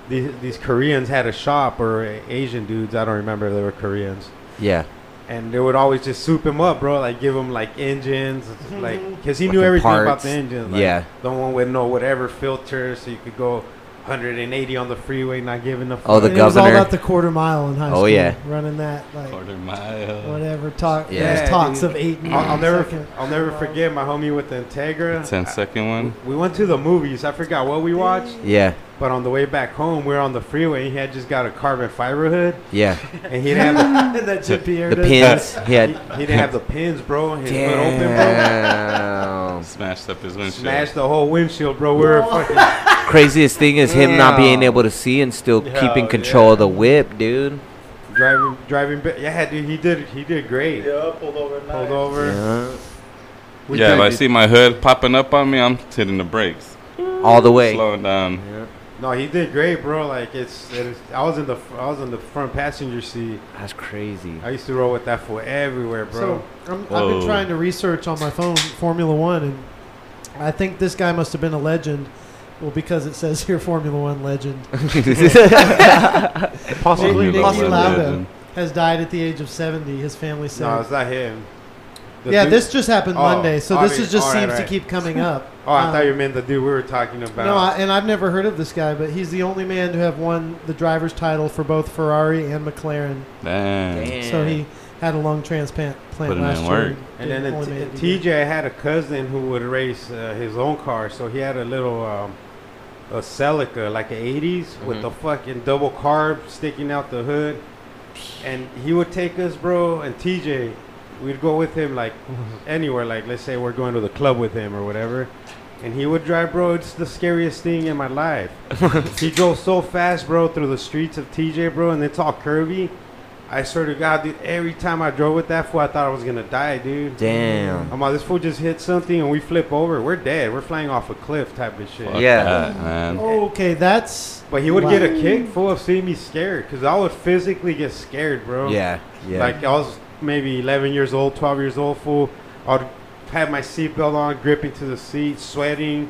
S2: these these Koreans had a shop or Asian dudes, I don't remember, if they were Koreans,
S5: Yeah.
S2: and they would always just soup him up, bro. Like give him like engines, like because he knew
S5: Fucking
S2: everything about
S5: parts.
S2: the engines. Like,
S5: Yeah.
S2: the one with no whatever filter, so you could go 180 on the freeway, not giving a
S5: Oh, the
S6: And it was all
S5: governor.
S6: about the quarter mile in
S5: Oh,
S6: high school.
S5: yeah.
S6: running that like
S7: Quarter mile.
S6: whatever talk.
S5: Yeah.
S6: those talks
S2: dude.
S6: of eight. And
S2: I'll, I'll never,
S6: second.
S2: I'll never forget my homie with the Integra.
S1: 10 second one.
S2: We went to the movies. I forgot what we watched,
S5: Yeah.
S2: but on the way back home, we were on the freeway. He had just got a carbon fiber hood,
S5: Yeah.
S2: and he didn't have
S6: that Jim Pierre
S5: The
S6: does.
S5: pins. He
S2: the, he,
S5: had.
S2: he didn't have the pins, bro. His hood open, bro.
S5: Damn.
S7: smashed up his windshield.
S2: Smashed the whole windshield, bro. We're fucking.
S5: Craziest thing is him not being
S2: Yeah.
S5: able to see and still
S2: Yeah,
S5: keeping control
S2: yeah.
S5: of the whip, dude.
S2: driving driving ba- yeah dude he did he did great
S4: Yeah, pulled over.
S2: pulled over
S5: Yeah.
S2: We
S7: yeah, if I
S2: did-
S7: see my hood popping up on me, I'm hitting the brakes,
S5: All the way.
S7: slowing down.
S2: no he did great bro like it's, it's i was in the fr- i was in the front passenger seat
S5: That's crazy.
S2: i used to roll with that for everywhere bro
S6: So I'm, I've been
S7: Whoa.
S6: trying to research on my phone Formula One, and I think this guy must have been a legend. Well, because it says here Formula One legend
S7: Formula
S6: Nicky
S7: One
S6: Lauda.
S7: legend.
S6: has died at the age of 70. His family said.
S2: no it's not him The
S6: yeah,
S2: dude-
S6: this just happened
S2: Oh,
S6: Monday, so
S2: I
S6: this
S2: mean,
S6: is just
S2: all right,
S6: seems to
S2: right.
S6: keep coming up.
S2: oh i
S6: Um,
S2: thought you meant the dude we were talking about
S6: No, I, and I've never heard of this guy, but he's the only man to have won the driver's title for both Ferrari and McLaren.
S7: Damn.
S6: So he had a lung transplant plant
S7: Put in
S6: last
S7: that
S6: year.
S7: work.
S2: and
S6: Did-
S2: then
S6: only made
S2: the
S6: it
S2: T-
S6: to
S2: tj had a cousin who would race uh, his own car so he had a little um a Celica, like an 80s, with
S5: Mhm.
S2: the fucking double carb sticking out the hood. And he would take us, bro, and TJ, we'd go with him, like, anywhere. Like, let's say we're going to the club with him or whatever. And he would drive, bro. It's the scariest thing in my life. he drove so fast, bro, through the streets of TJ, bro, and it's all curvy. I swear to God, dude, every time I drove with that fool, I thought I was going to die, dude.
S5: Damn.
S2: I'm like, this fool just hit something and we flip over. We're dead. We're flying off a cliff type of shit.
S7: Fuck
S5: Yeah.
S7: that, man.
S6: Oh, Okay, that's
S2: But he would
S6: Wow.
S2: get a kick full of seeing me scared because I would physically get scared, bro.
S5: Yeah. Yeah.
S2: Like I was maybe 11 years old, 12 years old, fool. I'd have my seatbelt on, gripping to the seat, sweating,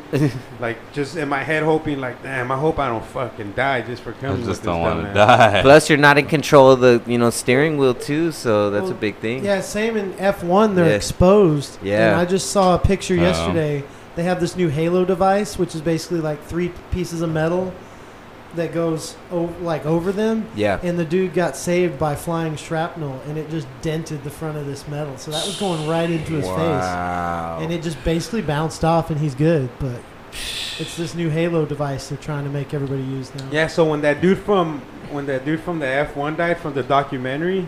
S2: like just in my head, hoping, like, damn, I hope I don't fucking die just for
S7: I
S2: coming. with
S7: just
S2: this
S7: don't want to
S2: dumbass."
S7: die.
S5: Plus, you're not in control of the you know steering wheel too, so that's
S6: Well,
S5: a big thing.
S6: yeah, same in F1. They're
S5: Yeah.
S6: exposed.
S5: Yeah.
S6: And I just saw a picture
S7: Oh.
S6: yesterday. They have this new Halo device, which is basically like three pieces of metal that goes o- like over them.
S5: Yeah.
S6: And the dude got saved by flying shrapnel, and it just dented the front of this metal. So that was going right into his face,
S5: Wow.
S6: and it just basically bounced off, and he's good. But it's this new Halo device they're trying to make everybody use now.
S2: Yeah, so when that dude from when that dude from the F1 died from the documentary,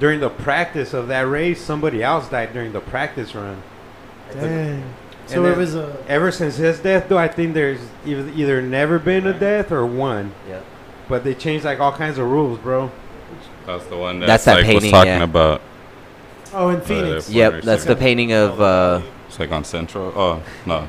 S2: during the practice of that race, somebody else died during the practice run.
S6: Dang. So
S2: And
S6: it
S2: then-
S6: was a
S2: Ever since his death, though, I think there's either, either never been a death or one.
S5: Yeah.
S2: But they changed like all kinds of rules, bro.
S7: That's the one that
S5: That's that
S7: Psych was
S5: painting,
S7: talking
S5: yeah.
S7: about.
S6: oh in
S7: uh,
S6: Phoenix.
S7: Flannery
S5: Yep, that's the
S7: Circle.
S5: painting of uh,
S7: It's like on Central. Oh no,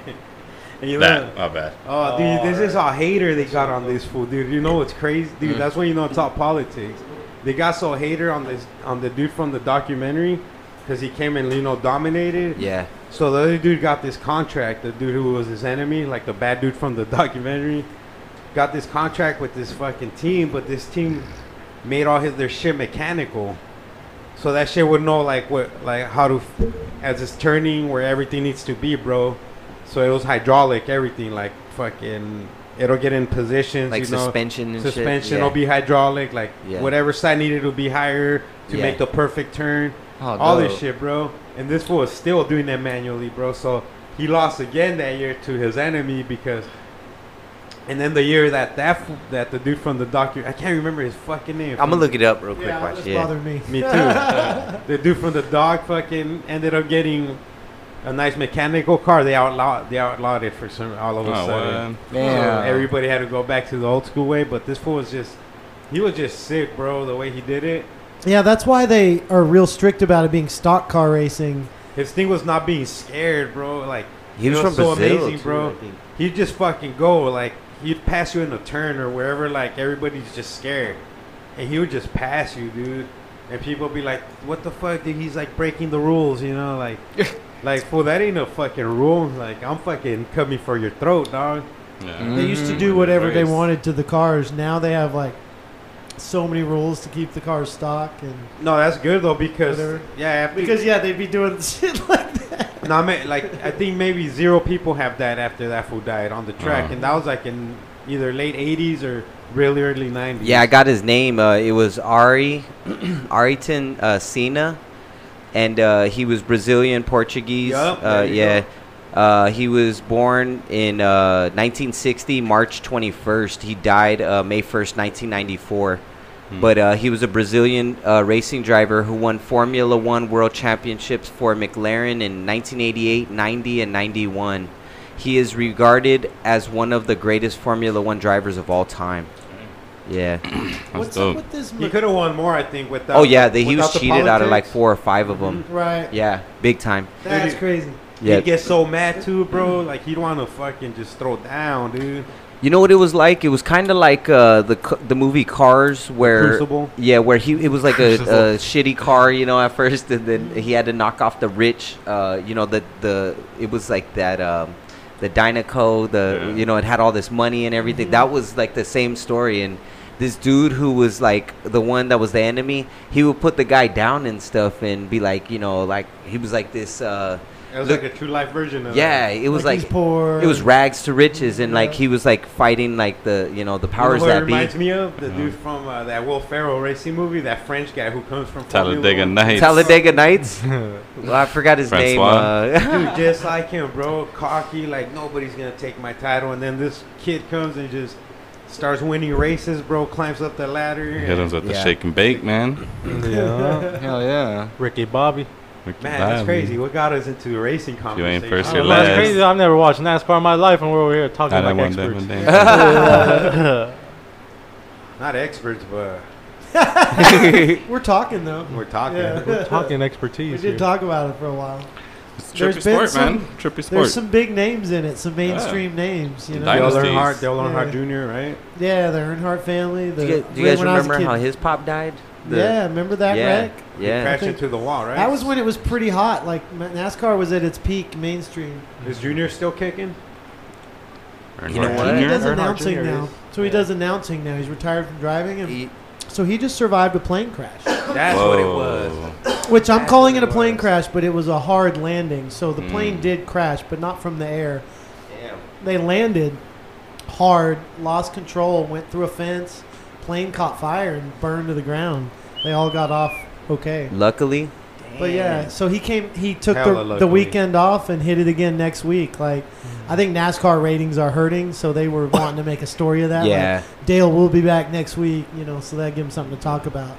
S2: And you learn-
S7: that. My bad.
S2: Oh, dude, this is all hater they got on this fool, dude. You know what's crazy, dude? That's when you know it's all politics. They got so hater on this on the dude from the documentary because he came and you know dominated.
S5: yeah.
S2: So the other dude got this contract. The dude who was his enemy, like the bad dude from the documentary, got this contract with this fucking team. But this team made all his their shit mechanical, so that shit would know like what like how to f- as it's turning where everything needs to be, bro. So it was hydraulic, everything like fucking. It'll get in positions,
S5: Like
S2: you know.
S5: suspension and
S2: suspension
S5: shit.
S2: will be hydraulic, like
S5: Yeah.
S2: whatever side needed will be higher to
S5: Yeah.
S2: make the perfect turn
S5: Oh,
S2: all this
S5: dope.
S2: shit, bro. And this fool is still doing that manually, bro. So he lost again that year to his enemy because. And then the year that that fool- that the dude from the docu I can't remember his fucking name.
S5: I'm gonna look it up real quick.
S6: Yeah,
S5: watch.
S6: that's
S5: Yeah.
S6: bothering me.
S2: Me too. the dude from the dog fucking ended up getting a nice mechanical car. They outlawed they outlawed it for some all of a
S7: Oh,
S2: sudden.
S7: man.
S5: Damn.
S2: So everybody had to go back to the old school way, but this fool was just he was just sick, bro. The way he did it,
S6: Yeah, that's why they are real strict about it being stock car racing.
S2: his thing was not being scared, bro. Like
S5: He was
S2: It
S5: from
S2: was so
S5: Brazil,
S2: amazing,
S5: too,
S2: bro.
S5: I think.
S2: he'd just fucking go like he'd pass you in a turn or wherever like everybody's just scared and he would just pass you dude and people be like what the fuck dude he's like breaking the rules you know like like fool that ain't a fucking rule like i'm fucking coming for your throat dog
S7: Yeah.
S6: They used to do whatever they
S7: Nice.
S6: wanted to the cars. Now they have like so many rules to keep the cars stock and
S2: no that's good though because
S6: Whatever.
S2: yeah after,
S6: because yeah, they'd be doing shit like
S2: no, I mean, like i think maybe zero people have that after that fool died on the track
S7: Uh-huh.
S2: and that was like in either late 80s or really early 90s
S5: Yeah, I got his name. Uh, it was Ari, Ariton uh, Cena, and uh, he was Brazilian Portuguese.
S2: Yup, there
S5: uh,
S2: you
S5: yeah, uh, he was born in uh, 1960, March 21st. He died uh, May 1st, 1994.
S2: Hmm.
S5: But uh, he was a Brazilian uh, racing driver who won Formula One World Championships for McLaren in 1988, 90, and 91. He is regarded as one of the greatest Formula One drivers of all time. Yeah.
S7: That's
S6: What's
S7: dope.
S6: up with this?
S2: He
S6: Mc-
S2: could have won more, I think. Without
S5: Oh yeah, the, he
S2: without
S5: was
S2: the
S5: cheated out of like
S2: politics.
S5: four or five of them.
S6: right.
S5: Yeah, big time.
S6: That's
S2: Dude.
S6: crazy.
S5: Yeah.
S2: He gets so mad too, bro. Like he'd want to fucking just throw down, dude.
S5: You know what it was like? It was kind of like uh, the c- the movie Cars, where
S2: Crucible.
S5: yeah, where he it was like a, a shitty car, you know, at first, and then he had to knock off the rich. Uh, you know, the the it was like that. Um, the Dynaco, the
S7: Yeah.
S5: you know, it had all this money and everything. That was like the same story. And this dude who was like the one that was the enemy, he would put the guy down and stuff, and be like, you know, like he was like this. Uh,
S2: It was
S5: Look-
S2: like a true life version of
S5: yeah, it was like
S6: he's poor.
S5: it was rags to riches, and like he
S6: Yeah.
S5: was like fighting like the you know the powers
S2: you know who it
S5: that
S2: reminds
S5: be.
S2: me of the dude from uh, that Will Ferrell racing movie, that French guy who comes from Formula
S7: Talladega
S2: One.
S7: Nights.
S5: Talladega Nights. well, I forgot his name. Uh,
S7: Francois.
S2: Dude, just like him, bro. Cocky, like nobody's gonna take my title. And then this kid comes and just starts winning races, bro. Climbs up the ladder.
S7: Hit him with the
S5: Yeah.
S7: shake and bake, man.
S4: yeah.
S7: Hell yeah.
S4: Ricky Bobby.
S7: Ricky
S2: Man,
S7: Bobby.
S2: that's crazy. What got us into racing
S7: you
S2: conversation?
S7: ain't
S4: I
S7: first, you're
S4: don't know, That's
S7: last.
S4: crazy. I've never watched NASCAR in my life, and we're over here talking
S7: Not that
S4: like
S7: one day,
S4: experts.
S7: one day.
S2: Not experts, but
S6: We're talking though.
S2: we're talking.
S6: Yeah.
S4: We're talking
S6: We
S4: expertise.
S6: did
S4: here.
S6: talk about it for a while.
S7: It's a
S6: There's
S7: trippy
S6: been
S7: sport, man.
S6: some-
S7: Trippy sport.
S6: There's some big names in it, some mainstream names. You know,
S2: Dale
S7: Dino- Dynasties.
S2: Earnhardt, Dale Earnhardt
S6: Yeah.
S2: Jr. Right?
S6: yeah, the Earnhardt family. The
S5: do you, guys- do you
S6: when-
S5: guys
S6: when I was a
S5: remember
S6: kid-
S5: how his pop died? The-
S6: yeah, remember that
S5: yeah,
S6: wreck?
S2: He
S5: Yeah.
S2: crashed into the wall, right?
S6: That was when it was pretty hot. Like ma- NASCAR was at its peak mainstream.
S2: Is Junior still kicking?
S5: You know
S7: Earnhardt
S5: what?
S7: Jr.
S6: He does
S4: Earnhardt
S6: announcing
S4: Jr.
S6: now.
S4: is-
S6: So he does announcing now. He's retired from driving, and
S5: He-
S6: so he just survived a plane crash,
S2: That's what it was.
S7: Whoa.
S6: which I'm
S2: That's
S6: calling
S2: what
S6: it a
S2: it
S6: plane
S2: was.
S6: crash, but it was a hard landing. So the plane
S7: Mm.
S6: did crash, but not from the air.
S2: Damn.
S6: They landed hard, lost control, went through a fence. Plane caught fire and burned to the ground. They all got off okay.
S5: Luckily,
S6: But yeah, so he came. He took
S2: Hella
S6: the, the
S2: luckily.
S6: weekend off and hit it again next week. Like, I think NASCAR ratings are hurting, so they were wanting to make a story of that. Like,
S5: Yeah.
S6: Dale will be back next week. You know, so that give him something to talk about.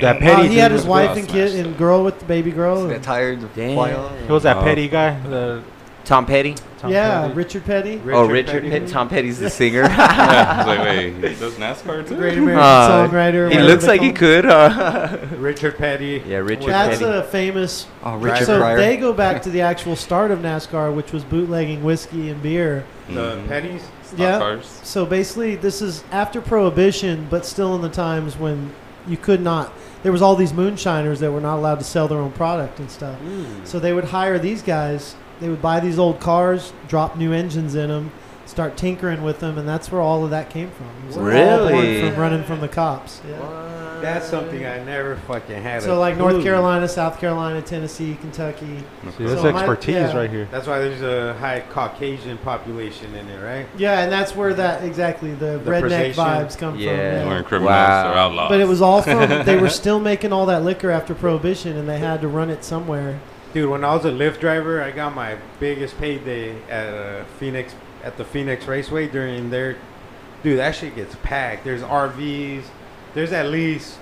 S4: That
S6: Uh,
S4: petty.
S6: he had
S4: dude
S6: his
S4: was
S6: wife
S4: good.
S6: and kid and girl with the baby girl. and-
S8: tired
S5: Damn.
S4: Who was
S1: Oh.
S4: that petty guy? The
S5: Tom Petty.
S4: Tom
S6: yeah,
S4: Petty?
S6: Richard Petty.
S5: oh, Richard
S2: Petty.
S5: Pitt. Tom Petty's the singer.
S7: yeah, I was like, wait, he does NASCAR too?
S6: Great American
S5: Uh,
S6: songwriter.
S5: he
S6: whatever
S5: looks
S6: they
S5: like he
S6: call him.
S5: could. huh?
S2: Richard Petty.
S5: yeah, Richard
S6: That's
S5: Petty.
S6: a famous.
S8: Oh,
S2: Richard
S6: so
S8: Pryor.
S6: they go back to the actual start of NASCAR, which was bootlegging whiskey and beer.
S2: The
S1: Mm-hmm.
S2: Petties.
S7: Mm-hmm. Stock
S6: yeah.
S7: cars.
S6: So basically, this is after Prohibition, but still in the times when you could not. There was all these moonshiners that were not allowed to sell their own product and stuff. So they would hire these guys. They would buy these old cars, drop new engines in them, start tinkering with them, and that's where all of that came from. It was all born
S5: Really?
S6: From running from the cops. Yeah.
S2: That's something I never fucking had.
S6: So
S2: a
S6: like North
S2: clue.
S6: Carolina, South Carolina, Tennessee, Kentucky.
S4: See, that's
S6: So my-
S4: expertise
S6: yeah.
S4: right here.
S2: That's why there's a high Caucasian population in there, right?
S6: Yeah, and that's where that exactly the,
S2: The
S6: redneck
S2: precision.
S6: vibes come
S5: Yeah.
S6: from.
S7: They
S6: yeah.
S7: weren't criminals,
S5: Wow.
S7: they're outlaws.
S6: But it was all from they were still making all that liquor after prohibition, and they had to run it somewhere.
S2: Dude, when I was a Lyft driver, I got my biggest payday at uh, Phoenix at the Phoenix Raceway during their. Dude, that shit gets packed. There's RVs. There's at least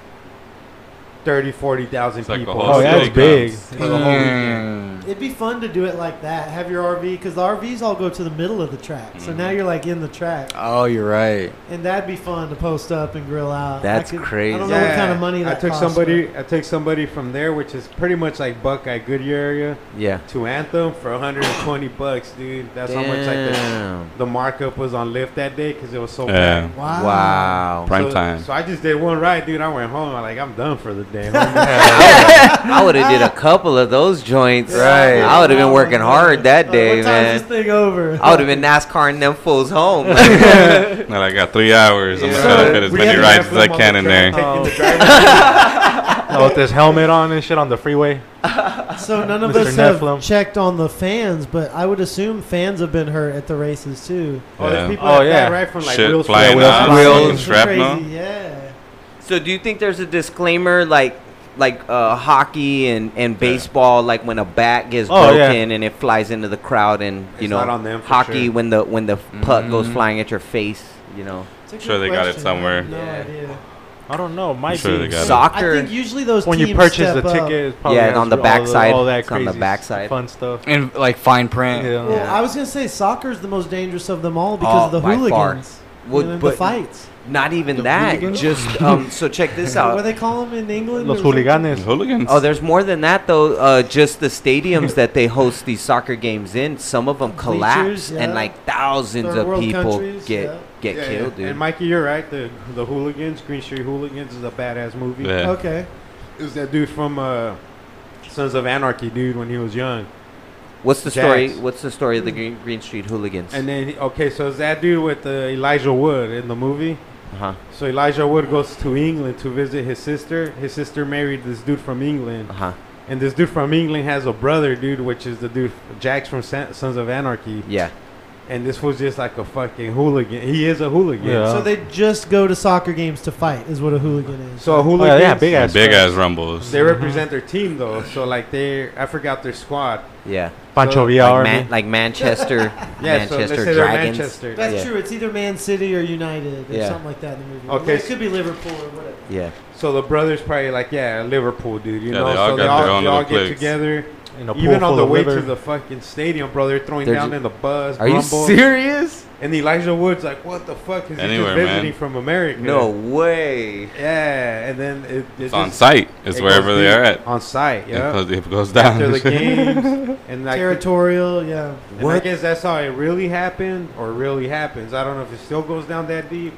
S2: 30, 40,000
S7: It's like a
S2: people.
S7: whole
S4: Oh, yeah,
S7: city
S4: it's
S7: comes.
S4: big.
S2: For the whole weekend.
S6: It'd be fun to do it like that. Have your RV because the RVs all go to the middle of the track, so
S5: Mm-hmm.
S6: now you're like in the track,
S5: Ah.
S8: Oh, you're right.
S6: and that'd be fun to post up and grill out. I
S5: That's
S6: I
S5: crazy.
S6: don't know what kind of money that
S2: I took
S6: costs,
S2: somebody. I took somebody from there, which is pretty much like Buckeye Goodyear area,
S5: yeah.
S2: to Anthem for 120 bucks, dude. That's how much like the,
S5: Damn.
S2: the markup was on Lyft that day because it was so
S7: Yeah.
S6: but-
S2: packed.
S6: Wow.
S5: Wow.
S7: Prime
S2: so,
S7: time.
S2: So I just did one ride, dude. I went home. I'm like, I'm done for the day. homie.
S5: I would have did a couple of those joints.
S8: Right.
S5: I would have been working
S6: Wow.
S5: hard that
S6: Like,
S5: day,
S6: Uh, what
S5: man.
S6: time's this thing over?
S5: I would have been NASCARing them fools home.
S7: Now I got three hours. I'm
S2: Yeah.
S7: gonna try to fit as
S2: We
S7: many
S2: had to
S7: rides
S2: have
S7: as I
S2: them on the
S7: can in
S2: trail,
S7: there.
S2: taking the
S4: Oh.
S2: driver-
S4: Oh, with this helmet on and shit on the freeway.
S5: Uh,
S6: So none of
S4: Mr.
S6: us have
S4: Nephilim.
S6: checked on the fans, but I would assume fans have been hurt at the races too.
S2: Oh, there's
S7: Yeah.
S2: people
S4: Oh,
S2: that
S4: yeah.
S2: died right from like
S7: Shit
S2: wheels
S7: flying
S2: flying
S7: out,
S2: off.
S7: fucking
S6: It's
S7: shrapnel.
S6: crazy, yeah.
S5: so, do you think there's a disclaimer like, like uh, hockey and, and baseball, like when a bat gets
S4: Oh, yeah.
S5: broken and it flies into the crowd, and you
S2: It's
S5: know,
S2: not on them for
S5: hockey
S2: sure. Mm-hmm.
S5: when the when the puck goes flying at your face, you know.
S6: It's a
S7: Sure
S6: good
S7: they got it
S6: question. I
S7: somewhere.
S6: have No
S5: Yeah.
S6: idea.
S4: I I don't know. Might
S1: sure
S4: be
S1: they got it.
S5: Soccer.
S6: I think usually those
S4: when
S6: teams
S4: you purchase the
S6: step up.
S4: ticket. It's probably
S5: Yeah, and
S4: has
S5: on the
S4: all
S5: backside,
S4: all that
S5: it's on the
S4: crazy
S5: backside.
S4: fun stuff.
S7: and like fine print.
S4: Yeah.
S6: Well,
S5: Yeah.
S6: I was gonna say soccer's the most dangerous of them all because
S5: Oh,
S6: of the
S5: by far.
S6: hooligans.
S5: Well,
S6: and the
S5: but-
S6: fights.
S5: Not even that. Just um. So check this
S6: what do
S5: out.
S6: they call them in England?
S4: Los
S6: or something?
S4: hooliganes.
S1: Hooligans.
S5: Oh, there's more than that though. Uh, just the stadiums that they host these soccer games in, some of them collapse,
S6: Bleachers, yeah.
S5: and like thousands
S6: Third
S5: of
S6: world
S5: people
S6: countries,
S5: get
S6: yeah.
S5: get
S2: Yeah,
S5: killed,
S2: yeah.
S5: dude.
S2: And Mikey, you're right. The the hooligans, Green Street Hooligans, is a badass movie.
S1: Yeah.
S6: Okay.
S2: It was that dude from uh, Sons of Anarchy, dude, when he was young.
S5: What's the
S2: Jags.
S5: story? What's the story of the Green, Green Street Hooligans?
S2: And then he- okay, so it's that dude with uh, Elijah Wood in the movie.
S5: uh-huh.
S2: So Elijah Wood goes to England to visit his sister. His sister married this dude from England,
S5: Uh-huh.
S2: and this dude from England has a brother, dude, which is the dude Jax from San- Sons of Anarchy.
S5: Yeah.
S2: And this was just like a fucking hooligan. He is a hooligan.
S4: Yeah.
S6: So they just go to soccer games to fight, is what a hooligan is.
S2: So a
S4: Oh,
S2: hooligan.
S4: yeah, big ass.
S1: Big
S4: crowd.
S1: ass rumbles.
S2: They represent their team though, so like they, I forgot their squad.
S5: Yeah.
S4: Pancho Villa
S5: Like,
S4: Army.
S5: Man- like Manchester,
S2: Yeah, so let's
S5: Manchester
S2: say they're
S5: Dragons.
S2: Manchester.
S6: That's
S5: Yeah.
S6: true. It's either Man City or United or
S5: Yeah.
S6: something like that in the movie.
S2: Okay,
S6: It could be Liverpool or whatever.
S5: Yeah.
S2: So the brothers probably like, yeah, Liverpool, dude. You
S1: Yeah,
S2: know,
S1: they all
S2: so
S1: got
S2: they all,
S1: their own
S2: they all
S1: little
S2: get
S1: cliques.
S2: together.
S4: in a pool
S2: Even on
S4: full
S2: the
S4: of
S2: way
S4: liver.
S2: to the fucking stadium, bro, they're throwing
S5: They're
S2: down
S5: ju-
S2: in the bus.
S5: Are you
S2: rumble.
S5: serious?
S2: And Elijah Woods like, what the fuck? Is
S1: Anywhere,
S2: he just visiting
S1: man.
S2: from America?
S5: No way.
S2: Yeah, and then it, it
S1: It's
S2: just-
S1: on site. It's
S2: it
S1: wherever
S2: goes
S1: they are
S2: deep.
S1: at.
S2: On site,
S1: It
S2: yeah.
S1: goes, it goes down.
S2: After the games, and like
S6: Territorial, yeah.
S2: and I guess that's how it really happened, or really happens. I don't know if it still goes down that deep,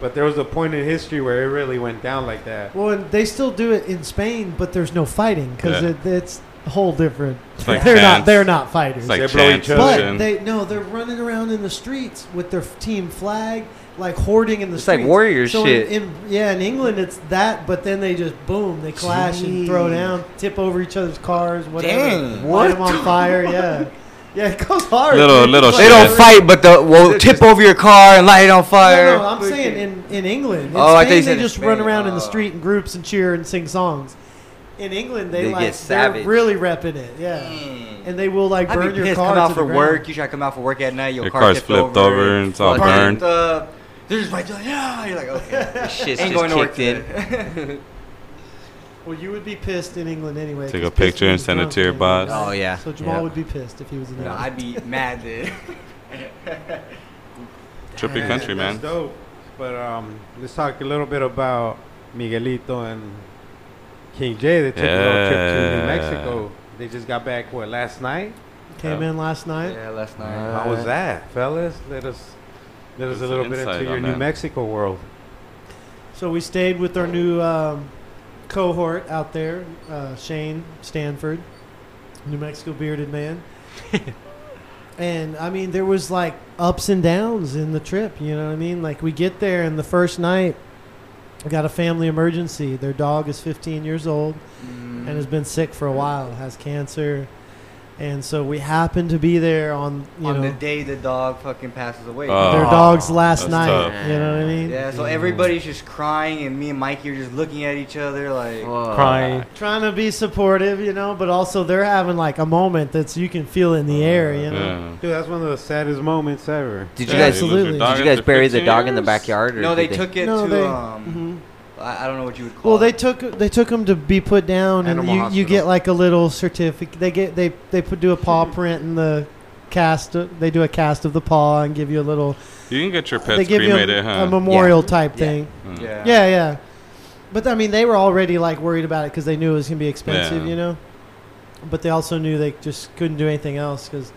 S2: but there was a point in history where it really went down like that.
S6: Well, and they still do it in Spain, but there's no fighting because
S1: Yeah.
S6: it, it's a whole different.
S1: It's like
S6: they're
S1: chance.
S6: not. They're not fighters.
S1: It's like
S2: They blow
S1: chance.
S2: each other.
S6: but
S1: and-
S6: they no, they're running around in the streets with their f- team flag, like hoarding in the
S5: It's like
S6: streets.
S5: warrior
S6: so
S5: shit.
S6: In, in, yeah, in England it's that, but then they just boom, they clash and throw
S5: Jeez.
S6: down, tip over each other's cars, whatever.
S7: Dang.
S6: Light them on fire, yeah, yeah. It goes hard.
S1: Little-
S6: dude.
S1: little
S6: It's
S1: shit.
S7: They don't fight, but the well tip over your car and light it on fire.
S6: No, no, I'm saying in, in England. In
S5: Oh, I thought
S6: Spain,
S5: you said in
S6: they just run
S5: Spain.
S6: around in the
S5: Oh.
S6: street in groups and cheer and sing songs. In England, they,
S5: They
S6: like
S5: get savage. Mm.
S6: they're really repping it, yeah. And they will like
S7: I'd
S6: burn
S7: be
S6: your
S7: pissed
S6: car
S7: coming
S6: to
S7: out
S6: the
S7: for
S6: ground.
S7: work. You try to come out for work at night, your,
S1: Your
S7: car
S1: car's
S7: tipped
S1: flipped over and it's all
S7: fucking,
S1: burned.
S7: uh, they're just right there, like, yeah. You're like, okay.
S5: This shit's
S7: Ain't
S5: just
S7: going to work
S5: kicked in.
S7: today.
S6: Well, you would be pissed in England anyway.
S1: Take
S6: 'cause
S1: a picture
S6: Piston
S1: and
S6: was
S1: send it
S6: drunk
S1: to your
S6: in England.
S5: boss. Oh, yeah.
S6: So Jamal
S5: Yeah.
S6: would be pissed if he was in
S7: No,
S6: England.
S7: I'd be mad then.
S1: Trippy
S2: Yeah,
S1: country, man.
S2: That's dope. But um, let's talk a little bit about Miguelito and King Jay. They took a little trip to New
S1: Yeah.
S2: Mexico. They just got back what last night.
S6: Came
S5: uh,
S6: in last night.
S7: yeah, last night.
S2: How was that, fellas? Let us let us
S1: Give us
S2: a little
S1: an
S2: bit into
S1: insight
S2: your
S1: on
S2: New
S1: that.
S2: Mexico world.
S6: So we stayed with our new um, cohort out there, uh, Shane Stanford, New Mexico bearded man. and I mean, there was like ups and downs in the trip. You know what I mean? Like we get there, and the first night, we got a family emergency. Their dog is 15 years old
S7: Mm.
S6: and has been sick for a while, has cancer. And so we happened to be there on you
S7: on
S6: know
S7: the day the dog fucking passes away.
S1: Oh.
S6: their dog's last
S1: that's
S6: night.
S1: tough.
S6: You know what I mean?
S7: Oh, Yeah, so everybody's just crying, and me and Mikey are just looking at each other like,
S4: crying.
S6: trying to be supportive, you know, but also they're having like a moment that's you can feel in the air, you know.
S1: Yeah.
S2: Dude, that's one of the saddest moments ever.
S5: Did
S1: Yeah,
S5: you
S1: you
S5: guys
S1: lose your
S6: Absolutely.
S1: dog
S5: did you
S1: after
S5: guys bury the
S1: 15
S5: dog in the
S1: years?
S5: backyard? Or
S7: no, they
S5: did
S7: took it
S6: No,
S7: to
S6: they-
S7: um,
S6: Mhm.
S7: I I don't know what you would call.
S6: Well, they
S7: it.
S6: took they took them to be put down, and
S2: Animal
S6: you, you
S2: hospital.
S6: get like a little certificate. They get they they put do a paw print in the cast. They do a cast of the paw and give you a little.
S1: You can get your
S6: they
S1: pets
S6: give you a,
S1: cremated, huh?
S6: a memorial type
S5: Yeah.
S6: thing.
S1: Mm.
S7: yeah,
S6: Yeah, yeah. But I mean, they were already like worried about it because they knew it was gonna be expensive,
S1: Yeah.
S6: you know. But they also knew they just couldn't do anything else because.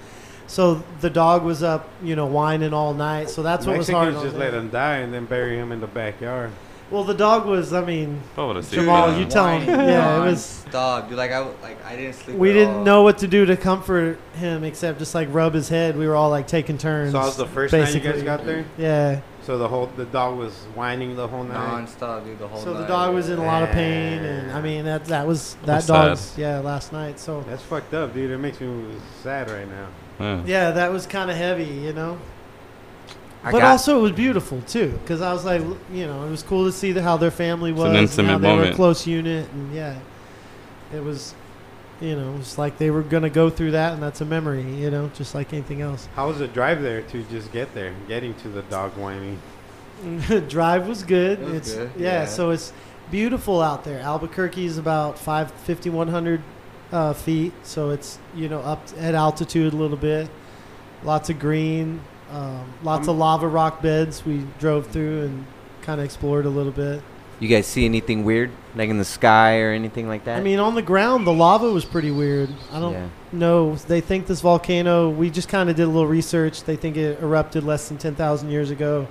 S6: So the dog was up, you know, whining all night. So that's what was hard.
S2: Mexicans
S6: on
S2: just let
S6: them.
S2: him die and then bury him in the backyard.
S6: Well, the dog was. I mean,
S1: I would've seen
S6: Jamal,
S1: that.
S6: you tell him.
S7: Whining,
S6: Yeah, it
S7: yawn,
S6: was.
S7: Stop, dude. Like I, like I didn't sleep.
S6: We
S7: at
S6: didn't
S7: all.
S6: know what to do to comfort him except just like rub his head. We were all like taking turns.
S2: So that was the first night you guys
S6: basically.
S2: got there.
S6: yeah.
S2: So the whole the dog was whining the whole night.
S7: Non-stop, dude. The whole.
S6: So the
S7: night.
S6: dog was in a lot of pain, and I mean that that was that
S1: That's
S6: dog's
S1: sad.
S6: yeah last night. So
S2: That's fucked up, dude. It makes me sad right now.
S1: Yeah.
S6: yeah, that was kind of heavy, you know.
S5: I
S6: but
S5: got-
S6: also it was beautiful too, because I was like, l- you know, it was cool to see the, how their family was,
S1: an
S6: and how
S1: intimate
S6: they were a
S1: moment.
S6: close unit, and yeah, it was, you know, it was like they were gonna go through that, and that's a memory, you know, just like anything else.
S2: How was the drive there to just get there, getting to the dog whining?
S6: drive was good.
S7: It was
S6: it's
S7: good,
S6: Yeah,
S7: yeah.
S6: so it's beautiful out there. Albuquerque is about five fifty one hundred uh, feet, so it's you know up at altitude a little bit. Lots of green, um, lots of lava rock beds. We drove through and kind of explored a little bit.
S5: You guys see anything weird, like in the sky or anything like that?
S6: I mean, on the ground, the lava was pretty weird. I don't
S5: Yeah.
S6: know. They think this volcano. We just kind of did a little research. They think it erupted less than ten thousand years ago,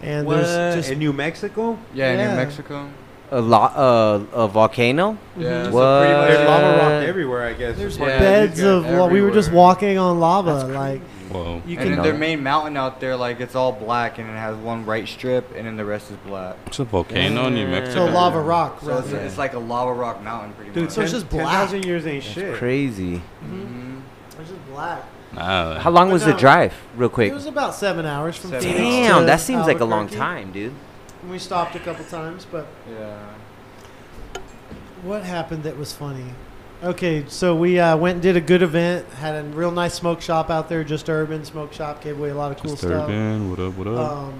S6: and there's just
S2: in New Mexico?
S7: Yeah, in
S6: Yeah. Mm-hmm.
S7: New Mexico.
S5: a lot, uh, a volcano.
S7: Yeah.
S5: What?
S7: So pretty much
S2: There's lava rock
S5: Uh,
S2: everywhere, I guess.
S6: There's
S7: Yeah,
S6: beds
S7: you got
S6: of lava. We were just
S7: everywhere.
S6: walking on lava. Like
S1: Whoa.
S6: you
S7: and
S6: can.
S7: then
S5: know
S7: their
S5: that.
S7: main mountain out there, like it's all black, and it has one right strip, and then the rest is black.
S1: It's a volcano in New
S5: Yeah.
S6: So
S1: Mexico.
S5: Yeah.
S6: lava rock.
S7: So it's,
S6: rather.
S7: it's like a lava rock mountain, pretty
S2: Dude,
S7: much.
S6: So it's
S2: ten-
S6: just black.
S2: 10,000 years ain't
S5: That's
S2: shit.
S5: crazy.
S3: Mm-hmm.
S6: Mm-hmm.
S7: Mhm.
S6: It's just black.
S1: Nah.
S5: How long
S6: But
S5: was
S6: no.
S5: the drive, real quick?
S6: It was about seven hours from
S7: Seven
S6: Phoenix.
S7: hours.
S5: Damn,
S6: to
S5: that seems like a long
S6: Albuquerque.
S5: time, dude.
S6: We stopped a couple times, but
S7: Yeah.
S6: What happened that was funny? Okay, so we uh, went and did a good event. Had a real nice smoke shop out there, just urban smoke shop. Gave away a lot of cool
S1: Just urban. What up? What
S6: stuff.
S1: up?
S6: Um,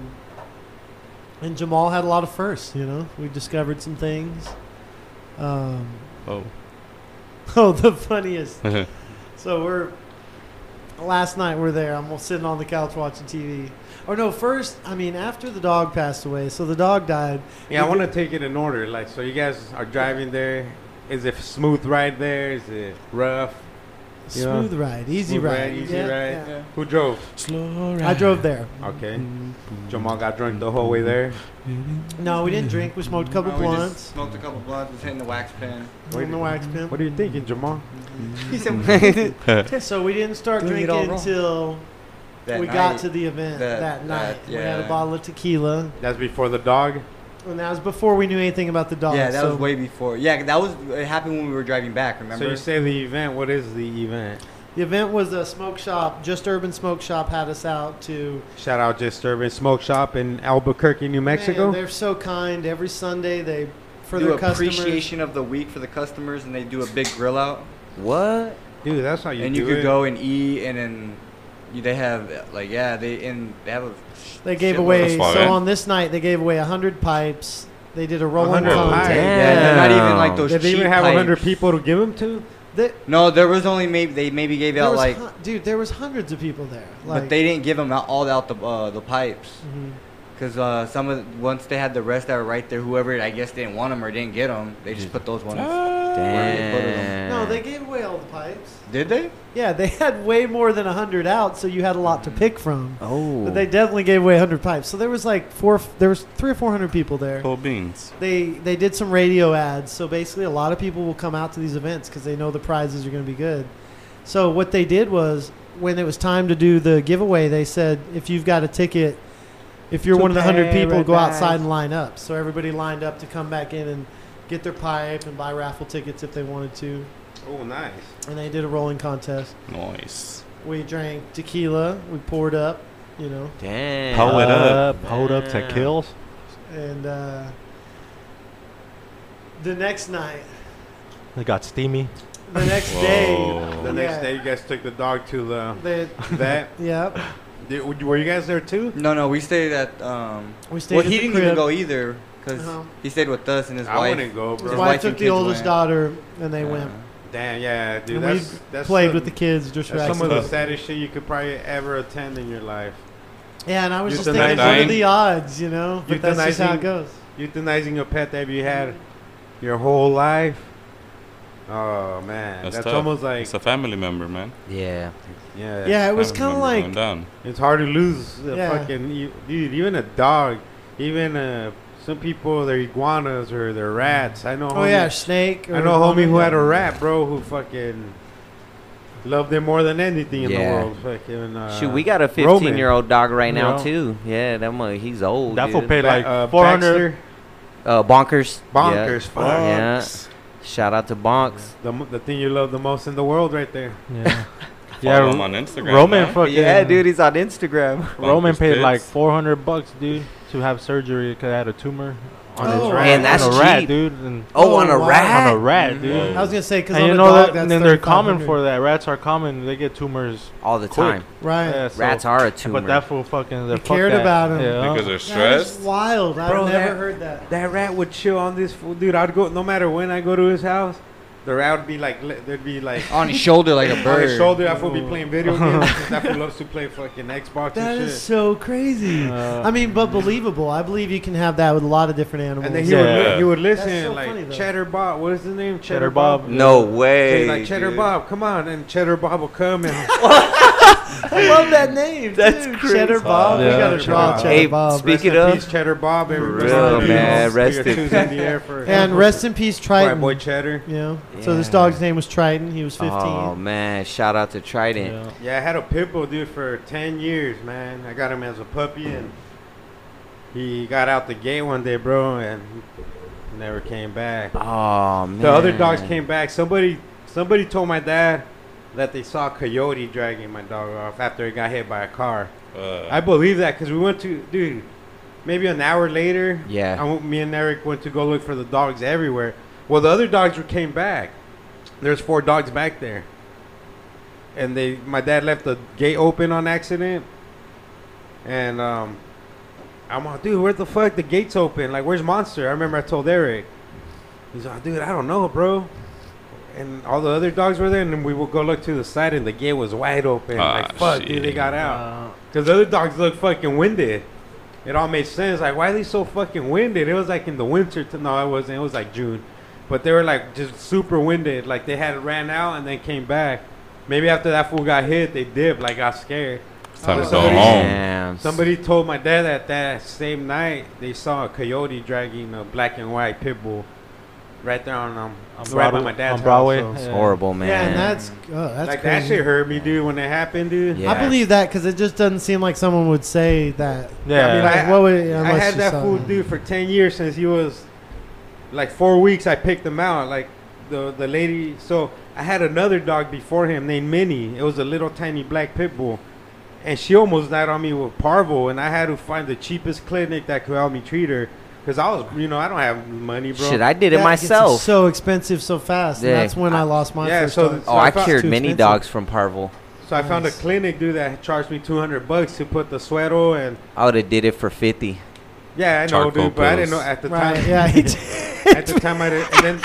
S6: and Jamal had a lot of firsts. You know, we discovered some things. Um, oh, the funniest.
S1: oh.
S6: So we're last night we're there. I'm sitting on the couch watching TV. Or no, first I mean after the dog passed away. So the dog died.
S2: Yeah, I
S6: We
S2: want to take it in order. Like, so you guys are driving there. Is it smooth ride there? Is it rough?
S6: did-
S2: yeah.
S6: smooth ride, easy
S2: Smooth
S6: ride,
S2: easy
S6: Yeah,
S2: ride.
S6: yeah.
S2: Who drove?
S1: Slow
S6: I drove there.
S2: Okay. Jamal got drunk the whole way there.
S6: No, we didn't drink. We smoked a couple
S7: Mm-hmm. No, we just
S6: blunts.
S7: smoked a couple blunts. Was hitting the wax pen.
S2: Wait
S6: on the
S2: a-
S6: wax pen.
S2: What are you thinking, Jamal?
S7: He said
S6: So we didn't start
S7: Doing it all
S6: drinking
S7: wrong.
S6: until
S7: That
S6: we
S7: night,
S6: got to the event that,
S7: that- that-
S6: night. We had a
S7: yeah.
S6: bottle of tequila,
S2: That's before the dog.
S6: and that was before we knew anything about the dog.
S7: Yeah, that
S6: so
S7: was way before. Yeah, that was it happened when we were driving back. Remember?
S2: So you say the event. What is the event?
S6: the event was a smoke shop. Just Urban Smoke Shop had us out to
S2: Shout out Just Urban Smoke Shop in Albuquerque, New Mexico.
S6: Man, they're so kind. Every Sunday they for
S7: do
S6: their customers.
S7: appreciation of the week for the customers, and they do a big grill out,
S5: What?
S2: Dude, that's how you
S7: and
S2: do
S7: you could
S2: it.
S7: go and eat, and then you, they have uh, like yeah, they and they have a. sh-
S6: They gave
S7: shitload
S6: away.
S1: That's
S7: of-
S1: fine.
S6: So on this night they gave away hundred pipes. They did a rolling
S2: 100
S6: contest.
S2: pipes?
S7: Yeah, they're not even like
S5: Damn.
S7: those.
S2: Did they even
S7: cheap
S2: have
S7: pipes.
S2: 100 people to give them to?
S6: They-
S7: Oh. No, there was only maybe they maybe gave
S6: there
S7: out
S6: was
S7: like,
S6: hun- dude, there was hundreds of people there. Like,
S7: but they didn't give them out all out the uh, the pipes.
S6: Mhm.
S7: Cause uh, some of once they had the rest that were right there, whoever I guess didn't want them or didn't get them, they just put those ones.
S5: Damn.
S6: No, they gave away all the pipes.
S7: Did they?
S6: Yeah, they had way more than 100 out, so you had a lot to pick from.
S5: Oh.
S6: But they definitely gave away 100 pipes. So there was like four there was 3 or 400 people there.
S1: Whole beans.
S6: They they did some radio ads, so basically a lot of people will come out to these events cuz they know the prizes are going to be good. So what they did was when it was time to do the giveaway, they said if you've got a ticket, if you're
S5: To
S6: one of the 100 people, go
S5: paradise.
S6: outside and line up. So everybody lined up to come back in and get their pipe and buy raffle tickets if they wanted to.
S2: Oh, nice.
S6: And they did a rolling contest.
S1: Nice.
S6: We drank tequila. We poured up, you know,
S2: Oh,
S5: Damn.
S1: Pull it up.
S4: Hold up to
S5: Yeah.
S4: kills.
S6: and uh, the next night,
S4: It got steamy.
S6: the next
S1: Whoa.
S6: day,
S2: The next day, you guys took the dog to the
S6: They,
S2: that.
S6: yep,
S2: Did, were you guys there too?
S7: No, no, we stayed at. Um,
S6: we stayed
S7: well,
S6: at
S7: he
S6: the
S7: didn't
S6: crib.
S7: even go either, cause
S6: Uh-huh.
S7: he stayed with us and his
S2: I
S7: wife.
S2: wouldn't go,
S6: His
S2: bro.
S7: His
S6: wife
S7: wife
S6: took
S7: and
S6: the
S7: kids
S6: oldest
S7: went.
S6: daughter, and they
S7: Yeah.
S6: went.
S2: Damn, yeah, dude.
S6: And
S2: that's,
S6: we
S2: that's
S6: played
S2: some-
S6: with the kids, just
S2: That's some
S6: relaxing.
S2: of the
S1: up.
S2: saddest shit you could probably ever attend in your life.
S6: Yeah, and I was
S2: Just
S6: just
S2: a
S6: thinking,
S1: nice
S6: what are
S1: thing.
S6: the odds, you know? But that's just how
S2: Euthanizing-
S6: it goes.
S2: Euthanizing a pet that you had your whole life. Oh man,
S1: That's
S2: that's,
S1: tough.
S2: almost like
S1: It's a family member, man.
S5: Yeah.
S2: yeah,
S6: Yeah, it was
S1: Family
S6: kind of
S1: member
S6: like
S1: going down.
S2: It's hard to lose a
S6: Yeah.
S2: fucking e- dude. Even a dog, even uh, some people they're iguanas or they're rats. I know.
S6: Oh yeah, snake.
S2: I know a homie who had a rat, bro, who fucking loved it more than anything in
S5: Yeah.
S2: the world. Fucking, uh,
S5: Shoot, we got a 15
S2: Roman.
S5: year old dog right now,
S2: No.
S5: too. Yeah, that one, he's old.
S4: That fool
S5: dude.
S4: paid
S2: Ba-
S4: like
S2: uh,
S4: 400.
S2: Baxter,
S5: Uh, bonkers.
S2: bonkers. Fuck.
S5: Yeah. yeah. Shout out to Bonks.
S2: The, mo- the thing you love the most in the world, right there.
S4: Yeah.
S1: Follow
S4: yeah.
S1: him on Instagram.
S4: Roman
S1: man.
S4: fucking
S5: he's on Instagram.
S1: Bonkers
S4: Roman paid like
S1: Pits.
S4: 400 bucks, dude, to have surgery because I had a tumor
S2: on his
S6: Oh,
S2: rat.
S5: man, that's
S4: on a rat,
S5: cheap.
S4: dude. And
S5: Oh, on a
S6: Oh, wow.
S5: rat.
S4: on a
S2: Mm-hmm.
S4: rat, dude.
S6: I was gonna say because
S4: And
S6: on
S4: you
S6: a
S4: know
S6: dog,
S4: that,
S6: that's
S4: and they're common
S6: 3,500.
S4: for that. Rats are common. They get tumors.
S5: all the
S4: Quick.
S5: time.
S6: right.
S4: Yeah, so-
S5: Rats are a tumor.
S4: But that fool fucking.
S6: He
S4: the fuck
S6: cared
S4: that.
S6: about 'em.
S4: Yeah.
S1: Because they're
S6: That is
S1: stressed.
S6: wild. I've
S2: Bro,
S6: never
S2: that-
S6: heard that.
S2: That rat would chill on this fool, dude. I'd go no matter when I go to his house. The rat would be like, le- there'd be like
S7: on his shoulder like a
S2: on
S7: bird.
S2: his shoulder. That fool be playing video games. 'cause that fool loves to play fucking Xbox
S6: That
S2: and shit.
S6: is so crazy.
S4: Uh,
S6: I mean, but believable. I believe you can have that with a lot of different animals.
S2: and then he would
S1: Yeah.
S2: li- he would
S6: That's
S2: listen
S6: so
S2: like
S6: funny, though.
S2: Cheddar Bob. What is his name?
S4: Cheddar Bob.
S5: no
S2: He'd be
S5: way.
S2: like Cheddar
S5: dude.
S2: Bob, come on, and Cheddar Bob will come and
S6: I love that name.
S5: That's
S6: dude.
S5: crazy.
S6: Cheddar Bob.
S4: Yeah.
S6: We gotta
S2: Cheddar
S6: draw
S2: Bob.
S6: Cheddar
S5: Hey,
S6: Bob.
S5: speak- Speaking
S2: Rest in
S5: of-
S2: peace, Cheddar Bob, everybody.
S5: real,
S2: Rest in
S5: man,
S2: peace.
S5: rest
S2: Bigger
S5: in
S2: twos in the air for
S6: and rest in peace,
S2: my
S6: Triton.
S2: boy Cheddar.
S6: You know. So this
S5: Yeah.
S6: dog's name was Triton. He was 15.
S5: Oh man! Shout out to Trident.
S4: yeah.
S2: Yeah, I had a pit bull dude for ten years, man. I got him as a puppy, and he got out the gate one day, bro, and he never came back.
S5: Oh man.
S2: The other dogs came back. Somebody, somebody told my dad that they saw a coyote dragging my dog off after he got hit by a car. I
S1: Uh,
S2: believe that because we went to, dude, maybe an hour later.
S5: Yeah.
S2: I went- me and Eric went to go look for the dogs everywhere. Well, the other dogs were- came back. There's four dogs back there, and they. My dad left the gate open on accident, and um, I'm like, dude, where the fuck the gates open? Like, where's Monster? I remember I told Eric. He's like, dude, I don't know, bro. And all the other dogs were there, and then we would go look to the side, and the gate was wide open.
S1: Ah,
S2: like, fuck,
S1: shit.
S2: dude, they got out.
S4: Uh,
S2: Because the other dogs look fucking winded. It all made sense. Like, why are they so fucking winded? It was like in the winter. To, no, it wasn't. It was like June. But they were like just super winded. Like they had ran out and then came back. Maybe after that fool got hit, they dipped. Like got scared.
S1: it's time to go
S2: somebody-
S1: home.
S5: Damn.
S2: Somebody told my dad that that same night they saw a coyote dragging a black and white pit bull right there on um
S4: On
S2: right by
S4: Broadway-
S2: my dad's
S4: on Broadway.
S2: house.
S5: It's
S2: so-
S4: Yeah.
S5: horrible, man.
S6: yeah, and that's oh, that's
S2: like
S6: crazy.
S2: that shit hurt me, dude, when it happened, dude.
S5: Yeah.
S6: I believe that because it just doesn't seem like someone would say that.
S4: Yeah.
S2: I mean,
S6: Like,
S2: I,
S6: what would- yeah,
S2: I
S6: unless
S2: had
S6: you
S2: that
S6: saw
S2: fool
S6: him.
S2: dude for ten years since he was like four weeks. I picked him out. Like the the lady. So I had another dog before him named Minnie. It was a little tiny black pit bull, and she almost died on me with parvo. And I had to find the cheapest clinic that could help me treat her because I was, you know, I don't have money, bro.
S5: Shit, I did it
S6: That gets
S5: myself.
S6: So expensive, so fast. and
S5: Yeah.
S6: that's when I, lost my
S2: Yeah,
S6: first
S2: so
S6: dog.
S2: th-
S5: oh, I
S2: far-
S5: cured
S6: too
S5: many
S6: expensive.
S5: dogs from parvo.
S2: so I found a
S6: Nice.
S2: clinic, dude, that charged me two hundred bucks to put the suero and
S5: I would have did it for fifty.
S2: yeah, I know,
S1: Charcoal
S2: dude, but I didn't know
S1: pills.
S2: at the
S6: Right,
S2: time.
S6: yeah, he did.
S2: at the time I did, and then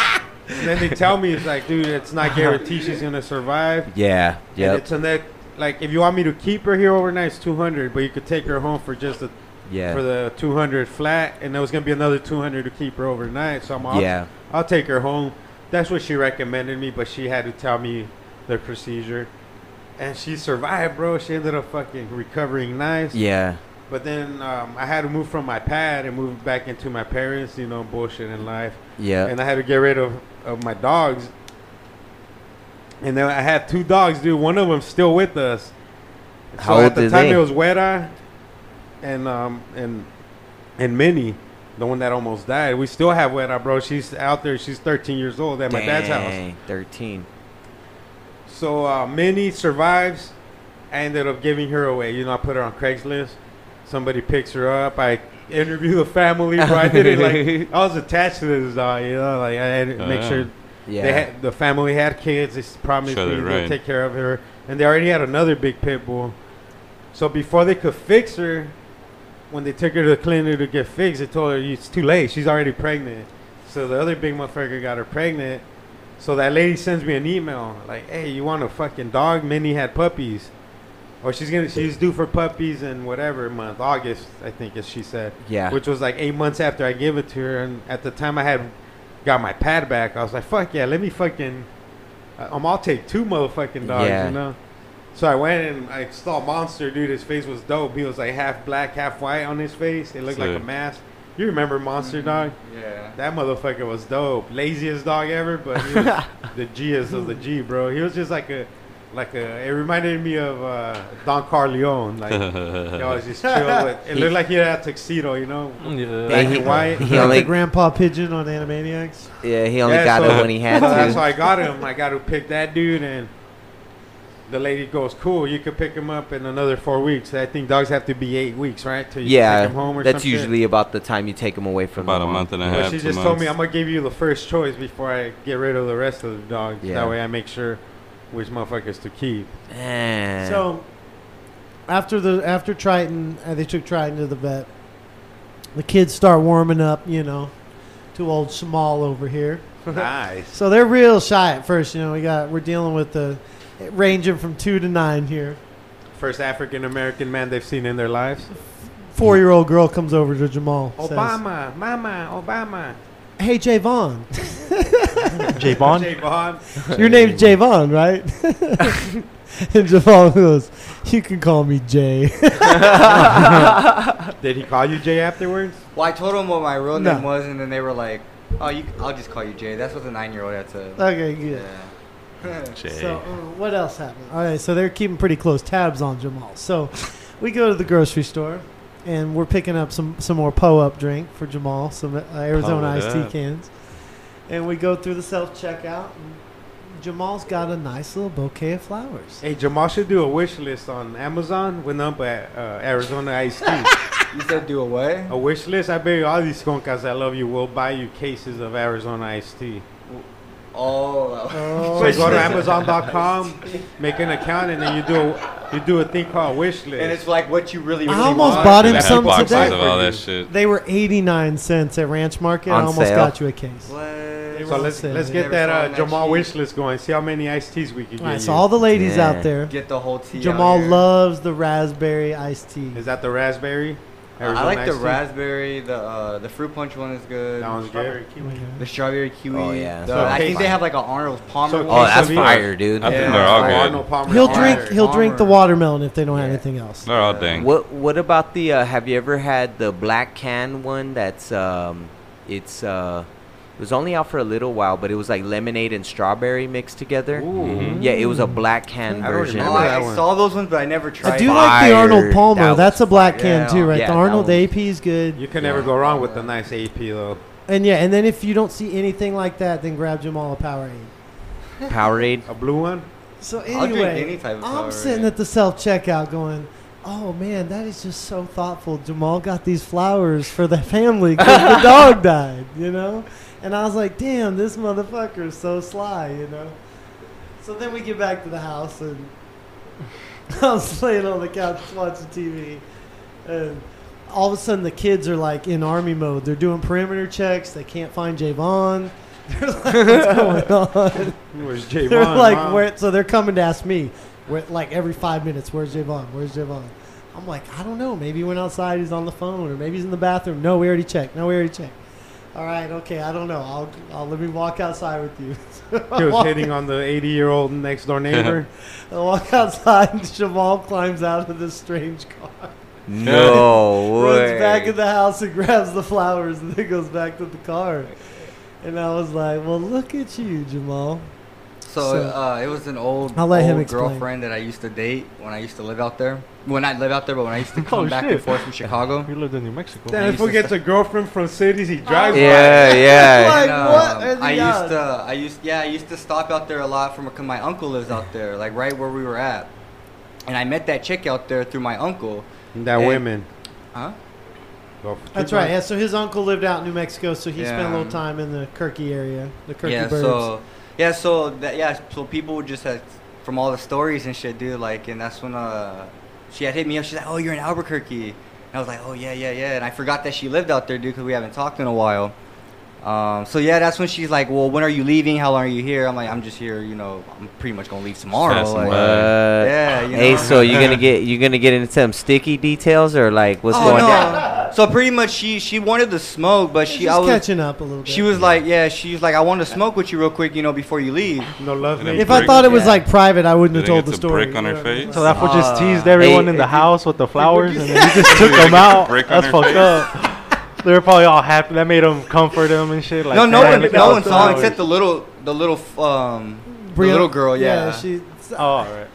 S2: and then they tell me it's like, dude, it's not guaranteed she's gonna survive.
S5: Yeah.
S2: Yeah.
S5: Yep.
S2: It's a neck. Like, if you want me to keep her here overnight, it's two hundred, but you could take her home for just the for
S5: Yeah.
S2: the two hundred flat, and there was gonna be another two hundred to keep her overnight. So I'm I'll,
S5: Yeah.
S2: I'll take her home. That's what she recommended me, but she had to tell me the procedure. And she survived, bro. She ended up fucking recovering nice.
S5: Yeah.
S2: But then um, I had to move from my pad and move back into my parents, you know, bullshit in life
S5: Yeah.
S2: and I had to get rid of, of my dogs. And then I had two dogs, dude. One of them's still with us. So
S5: How old
S2: at the
S5: is
S2: time
S5: they?
S2: it was Weta and um and and Minnie, the one that almost died. We still have Weta, bro. She's out there. She's 13 years old at my dad's house.
S5: Dang, Thirteen.
S2: So uh, Minnie survives. I ended up giving her away. You know, I put her on Craigslist. Somebody picks her up. I interview the family. Bro, I did it like I was attached to this dog. You know, like I had to make
S5: Uh-huh.
S1: Yeah.
S2: sure
S5: Yeah.
S2: they had, the family had kids. They s- promised
S1: Sure,
S2: me
S1: they're
S2: they'd
S1: right.
S2: take care of her, and they already had another big pit bull. So before they could fix her, when they took her to the clinic to get fixed, they told her it's too late. She's already pregnant. So the other big motherfucker got her pregnant. So that lady sends me an email like, "Hey, you want a fucking dog? Minnie had puppies, or she's gonna she's due for puppies in whatever month, August, I think, as she said."
S5: yeah.
S2: which was like eight months after I gave it to her. And at the time, I had got my pad back. I was like, "Fuck yeah, let me fucking, I- I'm I'll take two motherfucking dogs,"
S5: Yeah.
S2: you know. So I went and I saw Monster, dude. His face was dope. He was like half black, half white on his face. It looked like
S1: Sick.
S2: a mask. You remember Monster Dog?
S7: Yeah.
S2: That motherfucker was dope. Laziest dog ever, but he was the G's of the G, bro. He was just like a, like a. It reminded me of uh, Don Carleone. Like he always just chill. With, it looked like he had a tuxedo, you know,
S5: Hey,
S4: Yeah.
S2: Black
S5: he-
S2: and white.
S5: He
S6: Like
S5: only
S6: the grandpa pigeon on Animaniacs.
S5: yeah he only
S2: Yeah,
S5: got
S2: so-
S5: it when he had
S2: So that's
S5: to.
S2: why I got him. I got to pick that dude, and the lady goes, "Cool, you could pick him up in another four weeks." I think dogs have to be eight weeks, right? Till you
S5: yeah,
S2: take 'em home or
S5: that's
S2: some shit.
S5: usually about the time you take them away from
S1: About
S5: the
S1: a
S5: mom.
S1: month and a
S2: But
S1: half.
S2: she
S1: two
S2: just told me
S1: months.
S2: I'm gonna give you the first choice before I get rid of the rest of the dogs.
S5: Yeah.
S2: That way I make sure which motherfuckers to keep.
S5: Man.
S6: So after the after Triton, uh, they took Triton to the vet. The kids start warming up, you know, to old Shamal over here.
S2: nice.
S6: So they're real shy at first. You know, we got we're dealing with the ranging from two to nine here.
S2: First African American man they've seen in their lives.
S6: Four year old girl comes over to Jamal. says,
S2: Obama, Mama, Obama.
S6: hey Jay Vaughn,
S4: J Bond.
S2: Jay Vaughn.
S6: your name's Jay Vaughn, right? and Jamal goes, you can call me Jay.
S2: Did he call you Jay afterwards?
S7: Well, I told them what my real
S6: No.
S7: name was, and then they were like, "Oh, you, I'll just call you Jay." That's what the nine-year-old had to.
S6: okay, good. So uh, what else happened? All right, so they're keeping pretty close tabs on Jamal. So we go to the grocery store, and we're picking up some some more Po Up drink for Jamal, some uh, Arizona
S1: Po'd
S6: iced tea
S1: up.
S6: cans, and we go through the self checkout. and Jamal's got a nice little bouquet of flowers.
S2: Hey, Jamal should do a wish list on Amazon with number uh, Arizona Ice Tea.
S7: You said do away.
S2: a wish list? I bet you all these skunkas I love you will buy you cases of Arizona Ice Tea.
S7: Oh,
S2: So you go to Amazon.com, make an account, and then you do a, you do a thing called wish list.
S7: and it's like what you really.
S6: I
S7: really
S6: almost
S7: want.
S6: bought him
S1: They
S6: Them
S1: had
S6: some
S1: boxes
S6: today.
S1: of all that shit.
S6: They were eighty nine cents at Ranch Market. I
S5: On
S6: almost
S5: sale.
S6: got you a case.
S7: What?
S2: so let's
S6: Sale.
S2: let's
S6: They
S2: get
S7: were
S2: that uh,
S7: selling that
S2: Jamal
S7: shit.
S2: wish list going. See how many iced teas we can get.
S6: All right, so
S2: you.
S6: all the ladies
S5: Yeah.
S6: out there,
S7: Get the whole tea.
S6: Jamal
S7: out here.
S6: loves the raspberry iced tea.
S2: Is that the raspberry?
S7: Uh, I like the
S2: iced tea?
S7: raspberry. The uh, the fruit punch one is good.
S2: That one's good.
S7: The strawberry kiwi.
S5: Oh, yeah.
S7: the-
S2: So
S7: I think
S2: case-
S7: they have like an Arnold Palmer.
S2: So
S5: oh,
S7: one.
S2: case-
S5: that's
S2: Quesadilla.
S5: fire, dude.
S1: I think
S7: Yeah.
S1: they're all good.
S2: Arnold Palmer.
S6: He'll
S2: Palmer.
S6: drink. He'll drink the
S7: Palmer.
S6: watermelon if they don't have
S7: Yeah.
S6: anything else.
S1: They're all dang.
S5: What What about the? Uh, have you ever had the black can one? That's um, it's uh, it was only out for a little while, but it was like lemonade and strawberry mixed together.
S2: Ooh.
S5: Yeah, it was a black can
S2: I don't
S5: version.
S7: Oh,
S2: remember that
S7: I,
S2: one.
S7: I saw those ones, but I never tried.
S6: I do
S7: them.
S6: like the Arnold
S5: Fire.
S6: Palmer.
S5: That
S6: That's a black can
S7: yeah,
S6: too, right?
S5: yeah,
S6: the
S5: that
S6: Arnold
S5: one.
S6: AP is good.
S2: You can never go wrong with the nice AP though.
S6: And yeah, and then if you don't see anything like that, then grab Jamal a Powerade.
S5: Powerade.
S2: A blue one.
S6: So
S7: I'll drink
S6: anyway,
S7: any type of
S6: I'm
S7: Powerade.
S6: sitting at the self checkout going, "Oh man, that is just so thoughtful." Jamal got these flowers for the family because the dog died, you know. And I was like, "Damn, this motherfucker is so sly," you know. So then we get back to the house, and I was laying on the couch watching TV, and all of a sudden the kids are like in army mode. They're doing perimeter checks. They can't find Javon. They're like, "What's going on?"
S2: Where's J.
S6: They're
S2: Von,
S6: like,
S2: Mom?
S6: where, so they're coming to ask me, where, like every five minutes, where's Javon? Where's Javon? I'm like, I don't know. Maybe he went outside. He's on the phone, or maybe he's in the bathroom. No, we already checked. No, we already checked. All right, okay. I don't know. I'll, I'll let me walk outside with you. So I
S2: He was
S6: walk-
S2: hitting on the 80 year old next door neighbor.
S6: I walk outside, and Jamal climbs out of this strange car,
S5: No way.
S6: runs back in the house, and grabs the flowers, and then goes back to the car. And I was like, well, look at you, Jamal.
S7: So,
S6: So-
S7: uh, it was an old,
S6: I'll let him
S7: old
S6: explain.
S7: girlfriend that I used to date when I used to live out there. When I live out there, but when I used to come back and
S4: shit.
S7: forth from Chicago.
S4: You lived in New Mexico.
S2: Then if we get a girlfriend from cities, he drives.
S5: Oh. Yeah, yeah.
S6: Like,
S7: And, um,
S6: what are the
S7: I
S6: odds?
S7: used to, I used, yeah, I used to stop out there a lot from cause my uncle lives out there, like right where we were at. And I met that chick out there through my uncle.
S2: And that
S7: Hey.
S2: women.
S7: Huh?
S2: Go for-
S6: That's
S2: keep
S6: right.
S2: on.
S6: Yeah, so his uncle lived out in New Mexico, so he spent a
S7: Yeah.
S6: little time in the Kirky area, the Kirky
S7: yeah,
S6: Birds.
S7: so yeah, so that, yeah, so people would just have, from all the stories and shit, dude. Like, and that's when uh, she had hit me up. She's like, "Oh, you're in Albuquerque," and I was like, "Oh yeah, yeah, yeah." And I forgot that she lived out there, dude, because we haven't talked in a while. Um, so yeah, that's when she's like, "Well, when are you leaving? How long are you here?" I'm like, "I'm just here, you know. I'm pretty much gonna leave tomorrow."
S1: That's
S7: like,
S5: What?
S7: Yeah, you
S5: Uh, Hey,
S7: know.
S5: so you gonna get you gonna get into some sticky details or like what's
S7: oh,
S5: going
S7: no.
S5: on?
S7: So pretty much, she she wanted to smoke, but she
S6: she's
S7: I was,
S6: catching up a little bit.
S7: she was like, yeah, she was like, I want to smoke with you real quick, you know, before you leave.
S2: No love
S1: And then
S2: me.
S6: if I thought it was
S7: Yeah.
S6: like private, I wouldn't
S1: Did
S6: have
S1: it get
S6: told the
S1: the
S6: story.
S1: brick on her
S6: you know what I mean?
S1: face?
S4: So that fool just
S7: Ah.
S4: teased everyone
S5: Hey,
S4: in the house with the flowers, and then he just
S1: Dude,
S4: took them
S1: you
S4: out.
S1: brick on
S4: That's
S1: her
S4: fucked up. They were probably all happy. That made them comfort them and shit. Like,
S7: no, no
S4: "Man,
S7: one,
S4: look
S7: no
S4: at
S7: one
S4: the
S7: saw
S4: flowers."
S7: except the little, the little, f- um, the
S6: Bri-
S7: little girl. Yeah.
S6: she.
S4: Oh, all right.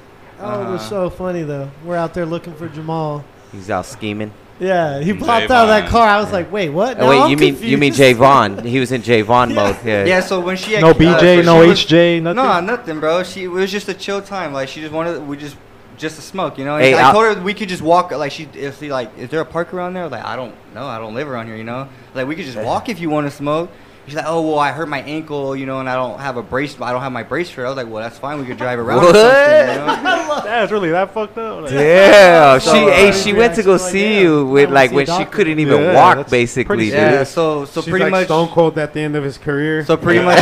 S6: Oh, it was
S7: Uh-huh.
S6: so funny though. We're out there looking for Jamal,
S5: He's out scheming.
S6: Yeah, he
S1: Mm-hmm. Jay
S6: popped out of that
S1: Vaughn.
S6: car. I was like, wait,
S7: Uh,
S6: what?
S5: Oh,
S6: Now
S5: wait,
S6: I'm
S5: you mean you mean
S6: confused.
S5: Jay Vaughn? He was in Jay Vaughn mode. Yeah.
S7: Yeah, so when she
S4: No
S7: uh,
S4: BJ,
S7: she
S4: no
S7: was-
S4: HJ, nothing.
S7: No, nothing, bro. She it was just a chill time. Like she just wanted we just just to smoke, you know. And
S5: Hey,
S7: I
S5: I-
S7: told her we could just walk. Like she, if she like, is there a park around there? Like I don't know. I don't live around here, you know. Like we could just walk if you want to smoke. She's like, oh well, I hurt my ankle, you know, and I don't have a brace. I don't have my brace for. it. I was like, well, that's fine. We could drive around. Or
S5: What?
S7: something, you know?
S4: That's really that fucked up. Like,
S5: Damn,
S7: So,
S5: she
S7: uh,
S5: hey, she went to go
S6: reaction, like,
S5: see
S6: yeah,
S5: you with
S6: I
S5: like
S6: wanna
S5: when
S6: see a
S5: she
S6: doctor.
S5: couldn't even
S2: Yeah,
S5: walk,
S2: that's
S5: basically,
S4: pretty
S5: dude.
S7: Yeah. So so
S2: She's
S7: pretty
S2: like
S7: much.
S2: Stone Cold at the end of his career.
S7: So pretty much.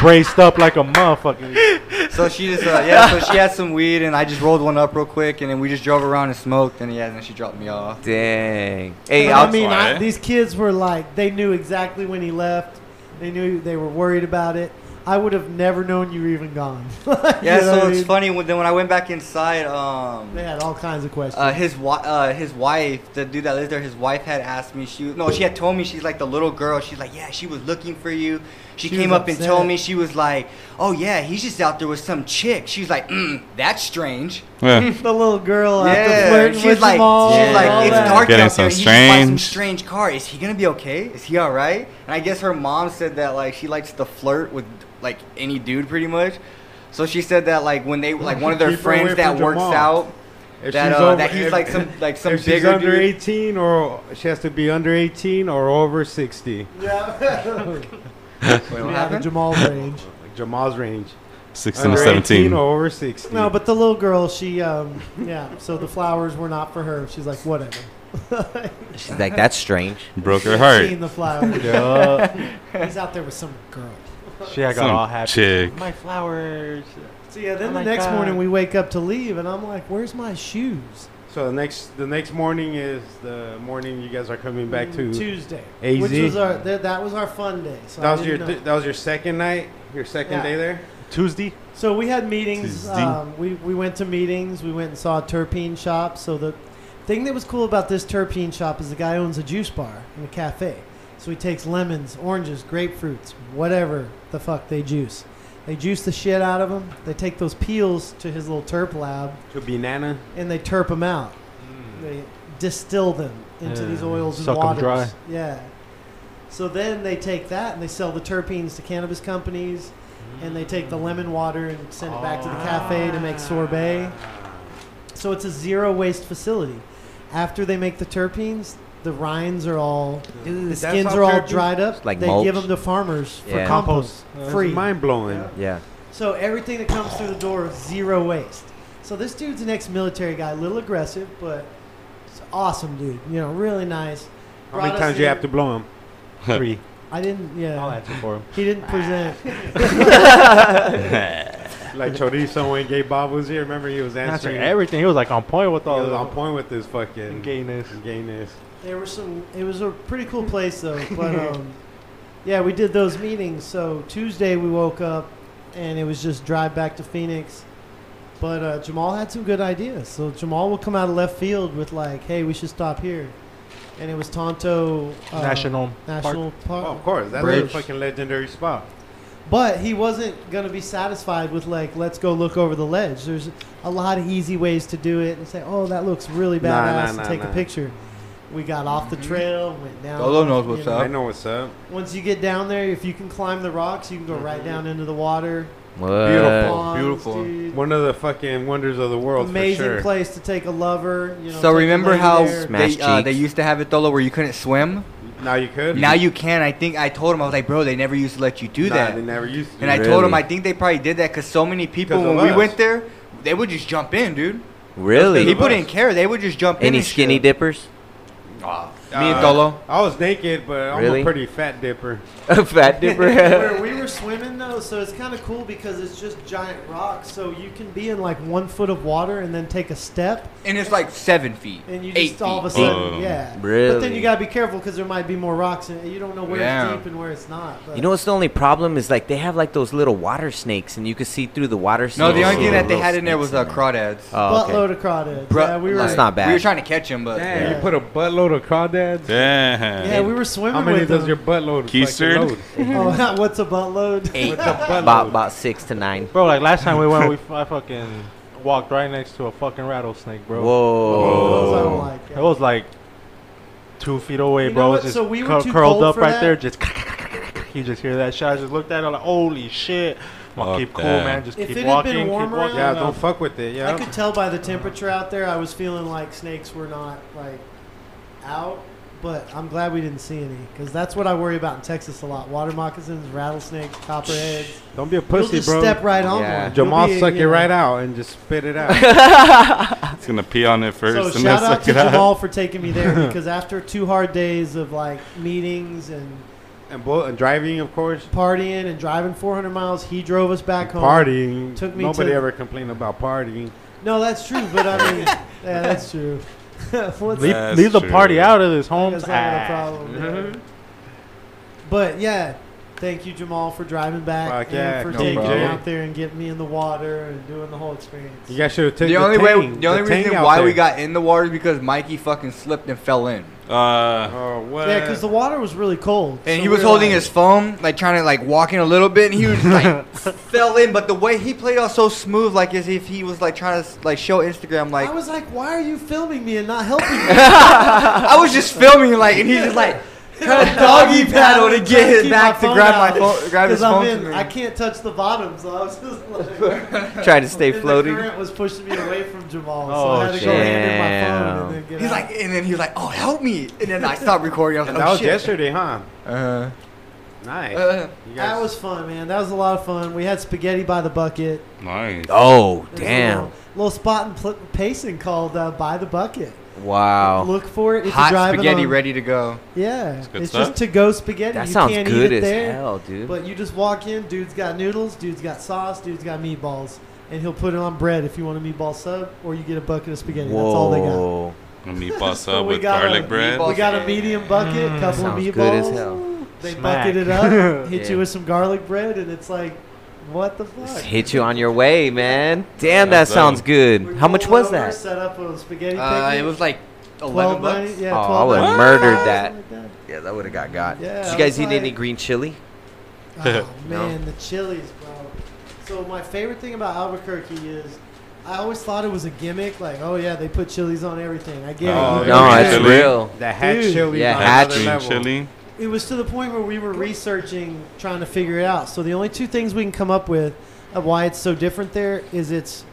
S4: braced up like a motherfucker.
S7: So she just uh, yeah. So she had some weed, and I just rolled one up real quick, and then we just drove around and smoked, and yeah, and then she dropped me off.
S5: Dang. Hey,
S6: But
S5: I'll,
S6: I mean, I,
S1: why.
S6: these kids were like, they knew exactly when he left. They knew they were worried about it. I would have never known you were even gone.
S7: Yeah,
S6: You know what
S7: so
S6: I
S7: it's
S6: mean?
S7: funny when then when I went back inside, um,
S6: They had all kinds of questions.
S7: uh, his wi- uh, his wife, the dude that lived there, his wife had asked me. She no, she had told me she's like the little girl. She's like, yeah, she was looking for you. She,
S6: She
S7: came
S6: was
S7: up and
S6: upset.
S7: told me she was like, oh yeah, he's just out there with some chick. She's like, mm, that's strange.
S1: Yeah.
S6: the little girl after
S7: Yeah,
S6: flirting
S7: she's
S6: with
S7: like,
S6: them all.
S7: she's
S6: and
S7: like,
S6: all
S7: it's
S6: that.
S7: dark
S1: Getting
S7: out
S1: some
S7: there. He just buy some
S1: strange.
S7: strange car. Is he gonna be okay? Is he all right? And I guess her mom said that like she likes to flirt with like any dude pretty much. So she said that like when they like one of their
S2: Keep her away
S7: friends that
S2: from your
S7: works
S2: mom.
S7: out.
S2: If
S7: That,
S2: she's
S7: uh,
S2: over-
S7: that he's
S2: if-
S7: like some like some
S2: if she's
S7: bigger
S2: under
S7: dude.
S2: 18 or she has to be under 18 or over 60.
S7: Wait, what
S6: Yeah, the
S7: happened?
S6: Jamal range.
S2: Like Jamal's range.
S1: 16 or
S2: Under 18
S1: 17.
S2: or over 60.
S6: No, but the little girl, she, um, yeah. So the flowers were not for her. She's like, whatever.
S5: she's like, that's strange.
S1: Broke her
S6: Seeing
S1: heart.
S6: the flowers.
S4: Yeah.
S6: He's out there with some girl.
S4: She had got all
S1: Some
S4: happy.
S1: chick.
S4: My flowers.
S6: So yeah, then
S4: Oh
S6: the
S4: my
S6: next
S4: God.
S6: morning we wake up to leave, and I'm like, "Where's my shoes?"
S2: so the next the next morning is the morning you guys are coming back to.
S6: Tuesday,
S2: AZ.
S6: which was our th- that was our fun day. So
S2: That
S6: I
S2: was your
S6: didn't know.
S2: th- that was your second night, your second
S6: Yeah.
S2: day there.
S4: Tuesday.
S6: So we had meetings.
S1: Tuesday.
S6: Um, we we went to meetings. We went and saw a terpene shop. So the thing that was cool about this terpene shop is the guy owns a juice bar and a cafe. So he takes lemons, oranges, grapefruits, whatever the fuck they juice. They juice the shit out of them. They take those peels to his little terp lab
S2: To banana.
S6: and they turp them out. They distill them
S4: Mm.
S6: into
S4: Yeah,
S6: these oils and
S4: suck 'em
S6: waters.
S4: dry.
S6: Yeah. So then they take that and they sell the terpenes to cannabis companies, and they take the
S4: Mm.
S6: lemon water and send it back to the cafe to make sorbet.
S4: Ah.
S6: So it's a zero waste facility. After they make the terpenes, the rinds are all, the
S2: that's
S6: skins
S2: how
S6: are all
S2: terpenes-
S6: dried up.
S5: It's like
S6: they give
S5: mulch.
S6: them to farmers for
S5: Yeah.
S6: compost, free.
S2: Mind blowing.
S5: Yeah.
S6: So everything that comes through the door is zero waste. So this dude's an ex-military guy, a little aggressive, but it's awesome dude. You know, really nice.
S2: How many
S6: Brought us
S2: times you
S6: in-
S2: have to blow him?
S4: Three.
S6: I didn't.
S4: I'll
S6: Yeah,
S4: answer for him.
S6: he didn't present.
S2: Like Chorizo when Gay Bob was here. Remember he was
S4: Answer
S2: answering.
S4: everything. He was like on point with
S2: he
S4: all
S2: was on
S4: the
S2: point with this fucking
S4: gayness.
S2: gayness.
S6: There were some. It was a pretty cool place though. But um, yeah, we did those meetings. So Tuesday we woke up, and it was just drive back to Phoenix. But uh, Jamal had some good ideas. So Jamal will come out of left field with like, "Hey, we should stop here," and it was Tonto uh,
S4: National
S6: National Park.
S2: Oh, of course, that's a
S6: Bridge.
S2: fucking legendary spot.
S6: But he wasn't going to be satisfied with like, let's go look over the ledge. There's a lot of easy ways to do it and say, oh, that looks really badass,
S2: Nah, nah,
S6: and
S2: nah,
S6: take a
S2: nah. Mm-hmm.
S6: picture. We got off the trail, went down.
S7: Dolo knows what's
S6: know.
S7: up.
S2: I know what's up.
S6: Once you get down there, if you can climb the rocks, you can go
S2: Mm-hmm.
S6: right down into the water.
S7: Uh,
S5: What?
S6: Ponds,
S7: beautiful.
S6: dude.
S2: One of the fucking wonders of the world.
S6: Amazing
S2: for sure.
S6: place to take a lover. You know, take
S7: So
S6: a
S7: remember
S6: lady
S7: how
S6: there.
S5: Smash
S7: they, uh, they
S5: cheeks.
S7: used to have it Dolo where you couldn't swim?
S2: Now you could.
S7: Now you can. I think I told him I was like, bro, they never used to let you do
S2: Nah,
S7: that.
S2: They never used to.
S7: And I told him
S5: Really?
S7: I think they probably did that because so many people
S2: 'Cause of
S7: when we
S2: us.
S7: went there, they would just jump in, dude.
S5: Really?
S7: People
S2: us.
S7: didn't care. They would just jump in.
S5: Any
S7: and
S5: skinny
S7: shit. Ah.
S5: dippers?
S7: Aw,
S2: Uh,
S7: me and Dolo.
S2: I was naked, but I'm
S5: Really?
S2: a pretty fat dipper.
S5: Fat dipper.
S6: Where we were swimming though, so it's kind of cool because it's just giant rocks. So you can be in like one foot of water and then take a step,
S7: And it's like seven feet.
S6: and you
S7: eight
S6: just all of a
S7: feet.
S6: sudden,
S1: Oh,
S6: yeah. But then
S5: really?
S6: you gotta be careful because there might be more rocks, and you don't know where
S7: Yeah.
S6: it's deep and where it's not. But
S5: You know what's the only problem is like they have like those little water snakes and you can see through the water snakes.
S7: No, the only
S5: Little
S7: thing that they
S5: snakes
S7: had in there was uh,
S5: there.
S7: crawdads.
S5: Oh, okay.
S6: buttload of crawdads.
S7: Bru-
S6: yeah, we were.
S5: That's not bad.
S7: We were trying to catch him, but
S2: Damn,
S6: Yeah.
S2: you put a buttload of crawdads.
S1: Damn.
S6: yeah, we were swimming
S2: How many
S6: with
S2: does
S6: them.
S2: your buttload fucking
S1: Keystone?
S2: load?
S6: oh, what's a buttload?
S5: eight,
S2: What's a buttload?
S5: about about six to nine.
S4: Bro, like last time we went, we f- I fucking walked right next to a fucking rattlesnake, bro.
S5: Whoa.
S6: Those I don't like.
S4: It
S6: yeah.
S4: was was like two feet away,
S6: You know
S4: bro. It was
S6: what?
S4: just
S6: So we were
S4: cur-
S6: too
S4: curled
S6: cold
S4: up
S6: for
S4: right
S6: that?
S4: there. Just you just hear that shot. I just looked at it. I'm like, holy shit. I'm gonna
S1: Fuck
S4: keep cool,
S1: that.
S4: man. Just
S6: If it
S4: keep
S6: had been
S4: walking, keep
S6: warmer,
S4: walking.
S2: Yeah,
S6: I
S2: don't fuck with it.
S6: I
S2: Yeah.
S6: could tell by the temperature out there. I was feeling like snakes were not like out, but I'm glad we didn't see any because that's what I worry about in Texas a lot: water moccasins, rattlesnakes, copperheads.
S2: Don't be a
S6: You'll
S2: pussy,
S6: just
S2: bro.
S6: step right on
S5: Yeah.
S6: one.
S2: Jamal
S6: You'll be,
S2: suck
S6: you
S2: it
S6: know.
S2: right out and just spit it out.
S1: It's gonna pee on it first
S6: So
S1: and then
S6: shout out
S1: suck
S6: to
S1: it out.
S6: Jamal for taking me there because after two hard days of like meetings and
S2: and, bull- and driving, of course.
S6: partying and driving 400 miles, he drove us back home.
S2: Partying.
S6: Took me
S2: Nobody
S6: to-
S2: ever complained about partying.
S6: No, that's true, but I mean, yeah, that's true. What's
S4: Leave,
S1: That's
S4: leave the party
S1: true.
S4: out of this home.
S6: That's not a problem.
S1: Mm-hmm.
S6: yeah. But yeah, thank you, Jamal, for driving back
S2: Fuck
S6: and
S2: yeah,
S6: for
S2: no
S6: taking me
S2: problem.
S6: out there and getting me in the water and doing the whole experience.
S2: You guys should have
S7: The,
S2: taken the
S7: only way,
S2: tang-
S7: the only
S2: tang
S7: reason
S2: out
S7: why we
S2: there.
S7: got in the water is because Mikey fucking slipped and fell in,
S1: Uh,
S2: Oh, what?
S6: yeah, because the water was really cold.
S7: and
S6: so
S7: he
S6: we
S7: was
S6: were
S7: holding
S6: like-
S7: his phone, like trying to like walk in a little bit, and he was like fell in. But the way he played out so smooth, like as if he was like trying to like show Instagram, like
S6: I was like, "Why are you filming me and not helping me?"
S7: I was just filming, like, and he's just like trying to doggy paddle to get his
S6: Keep
S7: back
S6: my
S7: to
S6: phone
S7: grab
S6: out.
S7: my phone, grab his
S6: 'Cause I'm
S7: phone.
S6: in-
S7: from me.
S6: I can't touch the bottom, so I was just like,
S5: Try to stay
S6: and
S5: floating.
S6: The current was pushing me away from Jamal, so
S4: Oh,
S6: I had to go hand in my phone
S5: damn.
S6: and then get
S7: He's
S6: out.
S7: like, and then he was like, "Oh, help me!" And then I stopped recording. I was
S2: And
S7: like,
S2: that
S7: "Oh
S2: was
S7: shit!"
S2: yesterday, huh?
S7: Uh-huh.
S2: Nice.
S7: Uh,
S2: You guys-
S6: That was fun, man. That was a lot of fun. We had spaghetti by the bucket.
S1: nice.
S5: Oh,
S6: There's a
S5: damn.
S6: little, little spot in Pl- Payson called uh, By the Bucket.
S5: Wow.
S6: Look for it. If you're
S7: hot
S6: driving
S7: spaghetti
S6: on-
S7: ready to go.
S6: Yeah,
S1: good
S6: it's
S1: stuff.
S6: just to go spaghetti.
S5: That
S6: you
S5: sounds
S6: can't
S5: good
S6: eat it
S5: as
S6: there,
S5: hell, dude.
S6: But you just walk in. Dude's got noodles. Dude's got sauce. Dude's got meatballs, and he'll put it on bread if you want a meatball sub, or you get a bucket of spaghetti. That's all they got.
S5: Whoa.
S1: A meatball
S6: So
S1: sub
S6: we
S1: with
S6: got
S1: garlic
S6: a
S1: bread.
S7: meatball-
S6: We got a medium bucket, couple of
S5: Mm-hmm. Sounds
S6: meatballs.
S5: good as hell.
S6: They
S4: Smack.
S6: bucket it up, hit
S5: Yeah.
S6: you with some garlic bread, and it's like, what the fuck?
S5: Just hit you on your way, man. Damn, that
S1: That's
S5: sounds
S1: dope.
S5: good.
S6: We
S5: How much
S6: rolled
S5: was
S6: over,
S5: that?
S6: Set up a spaghetti
S7: Uh,
S6: picnic.
S7: it was like
S6: twelve
S7: eleven
S6: ninety.
S7: bucks.
S6: Yeah,
S5: Oh, I
S6: twelve
S5: would've
S6: ninety,
S5: murdered
S6: something
S5: that.
S6: like that.
S5: Yeah, that would have got got.
S6: Yeah,
S5: Did
S6: I
S5: you guys
S6: was
S5: eat any
S6: like-
S5: green chili?
S6: Oh
S5: No.
S6: man, the chilies, bro. So my favorite thing about Albuquerque is I always thought it was a gimmick, like, oh yeah, they put chilies on everything. I get
S2: Oh,
S6: it.
S2: No,
S5: No,
S2: green
S5: it's
S6: it's
S2: chili.
S5: real.
S2: That hat
S6: Dude.
S2: chili.
S5: Yeah,
S2: on
S5: hat
S2: another
S5: chili.
S1: Green
S2: level.
S1: chili.
S6: it was to the point where we were researching, trying to figure it out. So the only two things we can come up with of why it's so different there is it's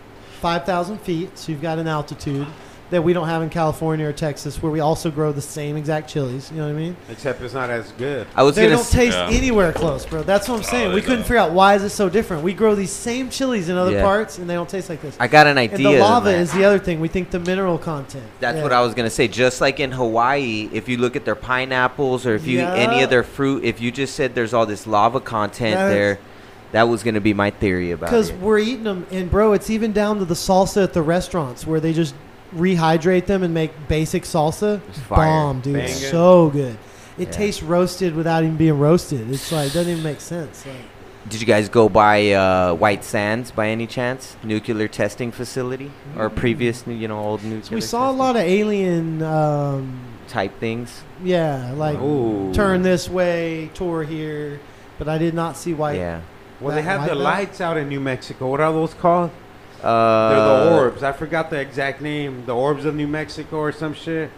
S6: 5,000 feet, so you've got an altitude that we don't have in California or Texas, where we also grow the same exact chilies. You know what I mean?
S2: Except it's not as good.
S5: I was
S6: They
S5: gonna.
S6: don't
S5: s-
S6: taste
S1: Yeah.
S6: anywhere close, bro. That's what I'm saying.
S1: they
S6: we couldn't
S1: don't.
S6: figure out why is it so different. We grow these same chilies in other
S5: Yeah.
S6: parts, and they don't taste like this.
S5: I got an
S6: and
S5: idea.
S6: the
S5: in
S6: lava
S5: that.
S6: is the other thing. We think the mineral content.
S5: That's what I was gonna say. Just like in Hawaii, if you look at their pineapples or if you eat any
S6: Yeah.
S5: of their fruit, if you just said there's all this lava content
S6: Yes.
S5: there, that was gonna be my theory about
S6: Because
S5: it.
S6: we're eating them, and bro, it's even down to the salsa at the restaurants where they just rehydrate them and make basic salsa.
S5: It's fire.
S6: Bomb, dude. It's
S2: Banging.
S6: so good. It
S5: Yeah.
S6: tastes roasted without even being roasted. It's like doesn't even make sense. Like,
S5: Did you guys go by uh, White Sands by any chance? Nuclear testing facility or previous, nu- you know, old nuclear.
S6: so Mm-hmm. we saw a lot of alien, um,
S5: of type things.
S6: yeah, like
S2: Ooh.
S6: turn this way, tour here, but I did not see white.
S5: yeah.
S2: Well, they
S6: That
S2: have the
S6: white light?
S2: lights out in New Mexico. What are those called?
S5: Uh,
S2: They're the orbs. I forgot the exact name. The orbs of New Mexico or some shit.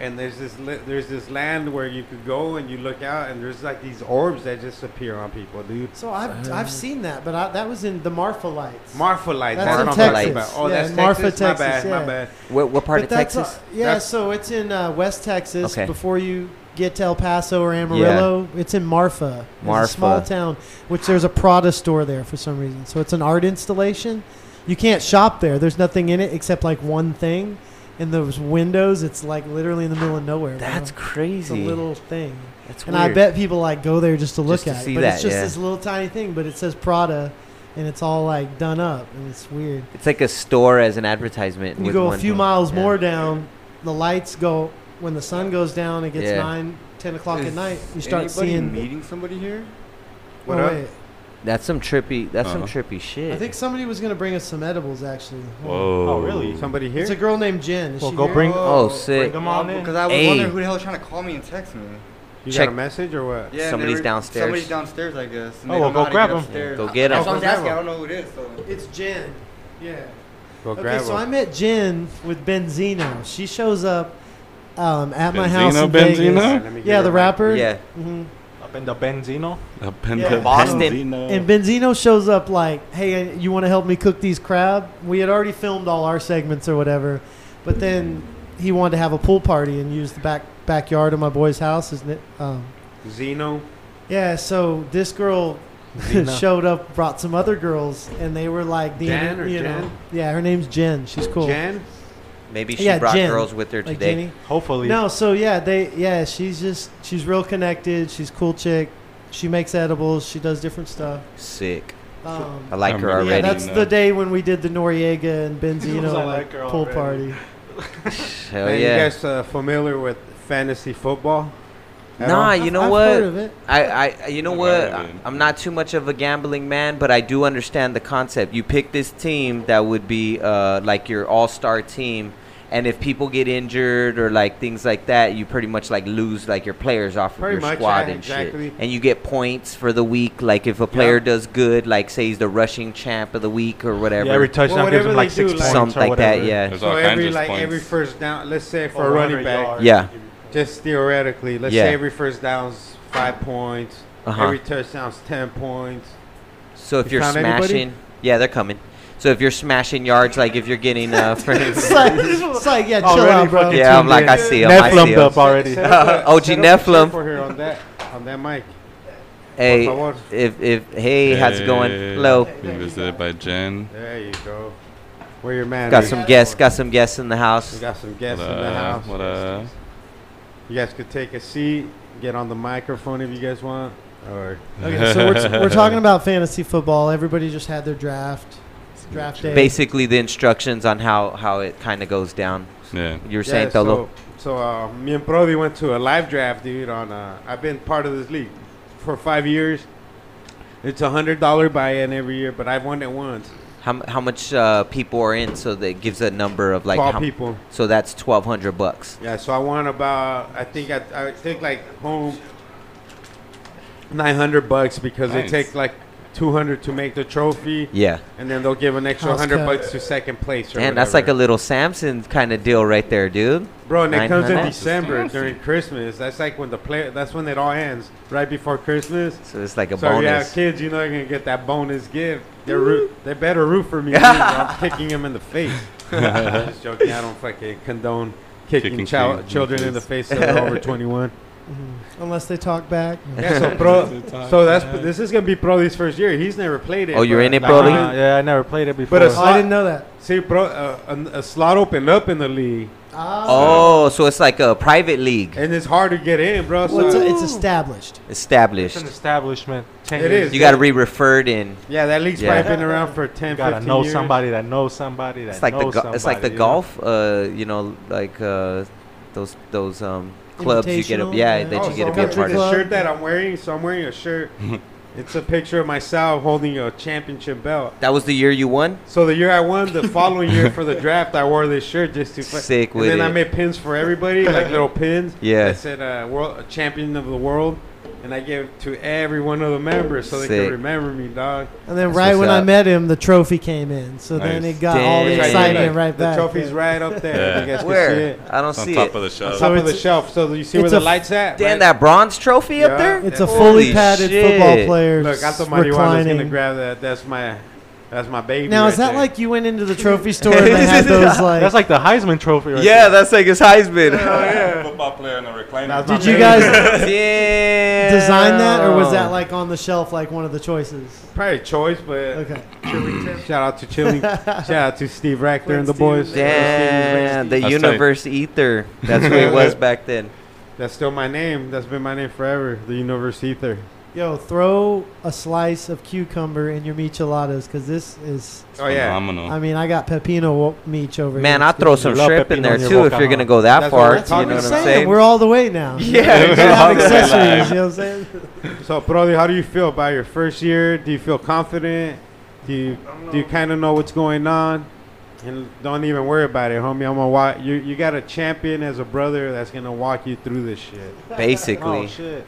S2: And there's this li- there's this land where you could go and you look out and there's like these orbs that just appear on people, dude.
S6: So I've, I've seen that, but I, that was in the Marfa lights.
S2: Marfa lights.
S6: That's
S2: That's,
S5: in
S2: what I'm talking
S5: Texas.
S2: about. Oh,
S6: Yeah,
S2: that's
S6: Marfa,
S2: Texas. My
S6: Texas,
S2: bad. My
S6: yeah.
S2: bad.
S5: What, what part
S6: But
S5: of
S6: that's
S5: Texas?
S6: a- yeah,
S2: That's-
S6: so it's in uh, West Texas
S5: Okay.
S6: before you get to El Paso or Amarillo. It's in Marfa. It's
S5: Marfa.
S6: a small town, which there's a Prada store there for some reason. So it's an art installation. You can't shop there. There's nothing in it except like one thing. And those windows, it's like literally in the middle of nowhere. bro.
S5: That's
S6: it's a
S5: crazy.
S6: little thing.
S5: That's
S6: And I
S5: weird.
S6: bet people like go there just to look
S5: Just to
S6: at
S5: see
S6: it. But
S5: that,
S6: it's just
S5: yeah.
S6: this little tiny thing, but it says Prada and it's all like done up and it's weird.
S5: It's like a store as an advertisement.
S6: And you
S5: with
S6: go a
S5: one
S6: few
S5: thing.
S6: miles
S5: Yeah.
S6: more down, the lights go when the sun goes down. It gets
S5: Yeah.
S6: nine, ten o'clock at
S7: Is
S6: night. You start
S7: anybody
S6: seeing.
S7: meeting somebody here.
S6: Oh,
S2: What up?
S6: wait.
S5: That's some trippy. That's
S1: Uh-huh.
S5: some trippy shit.
S6: I think somebody was gonna bring us some edibles. Actually, Hold on.
S1: Whoa.
S4: Oh, really?
S2: Somebody here?
S6: It's a girl named Jen. Is
S4: Well,
S6: she
S4: go
S6: here?
S4: bring.
S5: Oh, sick.
S4: Come on in.
S7: Because I was
S5: Hey.
S7: wondering who the hell was trying to call me and text me.
S2: you
S5: check-
S2: got a message or what?
S7: and they
S5: Somebody's
S7: were-
S5: downstairs.
S7: Somebody's downstairs, I guess. and
S4: Oh, well,
S7: they
S4: go
S7: don't know how to
S4: grab
S7: get
S4: 'em.
S7: upstairs.
S5: Yeah, go get
S7: That's
S5: 'em.
S7: what I
S2: Oh, Go
S7: was
S2: grab
S7: asking. I
S2: 'em.
S7: don't know who it is. So.
S6: It's Jen. Yeah.
S2: Go
S6: okay,
S2: grab
S6: so I
S2: him.
S6: met Jen with Benzino. She shows up um, at my house
S1: Benzino,
S6: in Vegas.
S1: Benzino?
S2: Let me get
S6: Yeah,
S2: it
S6: the
S2: right.
S6: rapper.
S5: Yeah.
S6: hmm
S4: Up in the Benzino.
S1: A pen-
S6: Yeah.
S5: Boston.
S1: Benzino.
S6: And Benzino shows up like, "Hey, you want to help me cook these crab?" We had already filmed all our segments or whatever, but then he wanted to have a pool party and use the back backyard of my boy's house, isn't it? Um,
S2: Zeno.
S6: yeah. So this girl showed up, brought some other girls, and they were like, the,
S2: Jan or
S6: you know,
S2: Jan?
S6: yeah, her name's Jen. She's cool.
S2: Jan.
S5: Maybe she
S6: Yeah,
S5: brought
S6: Jen.
S5: girls with her
S6: like
S5: today.
S6: Jenny.
S4: Hopefully.
S6: No, so yeah, they yeah, she's just she's real connected. She's cool chick. She makes edibles. She does different stuff.
S5: Sick.
S6: Um,
S5: I like
S1: I'm
S5: her
S1: really-
S5: already.
S6: yeah, that's
S1: no.
S6: the day when we did the Noriega and
S4: I
S6: Benzino
S4: like
S6: like,
S4: her
S6: pool
S4: already.
S6: party.
S5: Hell
S2: Man,
S5: yeah.
S2: You guys uh, familiar with fantasy football? at
S5: Nah,
S2: all?
S5: you know
S6: I've
S5: what?
S6: Heard of it.
S5: I, I, I- you know
S1: Yeah,
S5: what?
S1: I
S5: I-
S1: mean-
S5: I'm not too much of a gambling man, but I do understand the concept. You pick this team that would be uh, like your all-star team, and if people get injured or like things like that, you pretty much like lose like your players off of
S2: Pretty
S5: your
S2: much,
S5: squad
S2: yeah,
S5: and
S2: exactly.
S5: shit, and you get points for the week. Like if a player does good, like say he's the rushing champ of the week or whatever,
S4: Yeah, every touchdown
S2: Well,
S4: gives
S2: whatever
S4: him like
S2: they
S4: six
S2: do,
S4: points
S2: like-
S5: something
S4: or
S5: like that.
S4: whatever.
S5: Yeah,
S1: There's
S2: So
S1: all kinds
S2: every
S1: of
S2: like
S1: points.
S2: every first down, let's say for
S4: Or
S2: a running
S4: 100
S2: back,
S4: yards.
S5: Yeah.
S2: just theoretically, let's
S5: Yeah.
S2: say every first down's five points,
S5: Uh-huh.
S2: every touchdown's ten points.
S5: So if
S2: You
S5: you are
S2: found anybody?
S5: smashing, yeah, they're coming. So if you're smashing yards, like if you're getting, uh, for
S6: It's like, it's like yeah, chill
S4: Already
S6: out, bro.
S4: fucking-
S5: yeah, I'm like I see 'em, I see
S4: Nephilim
S5: 'em.
S4: up already.
S2: Set up a-
S5: OG
S2: set up a
S5: Nephilim.
S2: chip For her on that, on that mic. Por
S5: Hey,
S2: favor.
S5: if if hey, how's it going?
S1: Hey,
S5: Hello.
S1: Being visited by Jen.
S2: There you go. Where your man?
S5: Got
S2: is.
S5: some guests. Got some guests in the
S2: We
S5: house.
S2: got some guests
S1: What
S2: in the
S1: up?
S2: house.
S1: What up?
S2: You guys could take a seat, get on the microphone if you guys want, or
S6: Okay, so we're, we're talking about fantasy football. Everybody just had their draft, draft day.
S5: Basically, the instructions on how how it kind of goes down.
S1: Yeah.
S5: You were saying,
S2: so,
S5: Tolo.
S2: so uh, me and Brody went to a live draft, dude. On uh, I've been part of this league for five years. It's a hundred dollar buy-in every year, but I've won it once.
S5: How, mu- how much uh, people are in? So that gives a number of like.
S2: Twelve
S5: how-
S2: people.
S5: So that's twelve hundred bucks.
S2: Yeah, so I won about I think I, I think like home nine hundred bucks because
S1: Nice.
S2: they take like two hundred to make the trophy,
S5: Yeah,
S2: and then they'll give an extra
S6: House
S2: hundred
S6: cut.
S2: bucks to second place. Or
S5: and that's like
S2: whatever.
S5: a little Samson kind of deal right there, dude.
S2: Bro, and it comes in
S5: 900.
S2: December during Christmas. That's like when the play. That's when it all ends, right before Christmas.
S5: So it's like a
S2: So if you have
S5: bonus.
S2: kids, you know you're gonna get that bonus gift. They're root. They better root for me. dude, or I'm kicking them in the face. I'm just joking. I don't fucking condone kicking,
S1: Kicking
S2: chil-
S1: kids.
S2: children in the face if they're over 21.
S6: Unless they talk back.
S2: Yeah, so pro. So that's this is gonna be Brody's first year. He's never played it.
S5: Oh, you're
S2: but
S5: in it,
S2: like,
S5: Brody?
S4: Uh, yeah, I never played it before.
S2: But a
S6: Oh, I
S2: slot,
S6: didn't know that.
S2: see, bro, uh, a, a slot opened up in the league,
S6: Ah,
S5: Oh, so it's like a private league
S2: and it's hard to get in, bro. So
S6: well, it's, it's established.
S4: it's
S5: established.
S4: an establishment. 10
S2: It
S4: years.
S2: is.
S5: You got to be referred in.
S2: yeah, that league's
S5: Yeah.
S2: probably been around for 10,
S4: You gotta
S2: 15
S4: know
S2: years.
S4: somebody that knows somebody that
S5: It's like the
S4: knows
S5: go- it's like the
S4: somebody, you know?
S5: golf, uh, you know, like uh, those those um, clubs you get up,
S6: Invitational,
S5: yeah,
S6: yeah.
S5: that
S6: Oh,
S5: you get
S6: so
S5: to be a
S6: country
S5: part of.
S6: club.
S2: The shirt that I'm wearing, so I'm wearing a shirt. it's a picture of myself holding a championship belt.
S5: That was the year you won.
S2: So the year I won, the following year for the draft, I wore this shirt just to. fu-
S5: Sick
S2: and
S5: with
S2: then I
S5: it.
S2: made pins for everybody, like little pins.
S5: Yeah.
S2: That said, uh, world champion of the world, and I gave it to every one of the members so they
S5: Sick.
S2: could remember me, dog.
S6: And then
S5: That's
S6: right
S5: what's
S6: when I
S5: up.
S6: met him, the trophy came in. So then
S1: Nice.
S6: it got all the
S5: Dang.
S6: excitement right
S2: the
S6: back.
S2: trophy's right up there.
S1: Yeah.
S2: You guys
S5: Where?
S2: can see it.
S5: I don't
S1: It's on
S5: see
S1: top
S5: it.
S1: of the
S2: On
S1: shelf.
S2: top of the
S6: it's-
S2: shelf, so you see
S6: it's
S2: where the
S6: a-
S2: light's at.
S5: Damn
S2: right?
S5: that bronze trophy
S2: Yeah.
S5: up there.
S6: It's a
S5: Holy
S6: fully padded
S5: shit.
S6: football player.
S2: Look, I thought Marihuana was
S6: reclining.
S2: gonna grab that. That's my, that's my baby.
S6: Now
S2: right
S6: is that
S2: there.
S6: like you went into the trophy store and they had those like?
S4: That's like the Heisman trophy. Right
S5: Yeah,
S4: there.
S5: that's like his Heisman.
S2: Oh,
S1: Football player in a recliner.
S2: Now,
S6: did you guys
S5: yeah.
S6: design that or was that like on the shelf like one of the choices?
S2: Probably choice, but
S6: Okay.
S2: shout out to Chili. shout out to Steve Rackler and the boys.
S5: Damn, the
S1: That's tight.
S5: universe ether. That's what it was back then.
S2: That's still my name. That's been my name forever. The Universe Ether.
S6: Yo, throw a slice of cucumber in your micheladas because this is.
S2: Oh
S5: Um,
S2: yeah.
S1: Phenomenal.
S6: I mean, I got pepino wo- meech over here.
S5: Man, I
S6: It's
S5: throw
S6: good.
S5: some
S4: love
S5: shrimp in
S4: pepino
S5: there
S4: in your
S5: too if
S4: boca,
S5: you're
S4: huh?
S5: gonna go that
S2: That's what
S5: far.
S2: I'm talking
S5: You know what I'm
S2: about.
S5: saying?
S6: We're all the way now.
S5: Yeah,
S6: We should have accessories. You know what I'm saying?
S2: So, Brody, how do you feel about your first year? Do you feel confident? Do you do you kind of know what's going on? And don't even worry about it, homie. I'm gonna walk. You you got a champion as a brother that's gonna walk you through this shit. Oh,
S5: basically.
S4: Oh shit.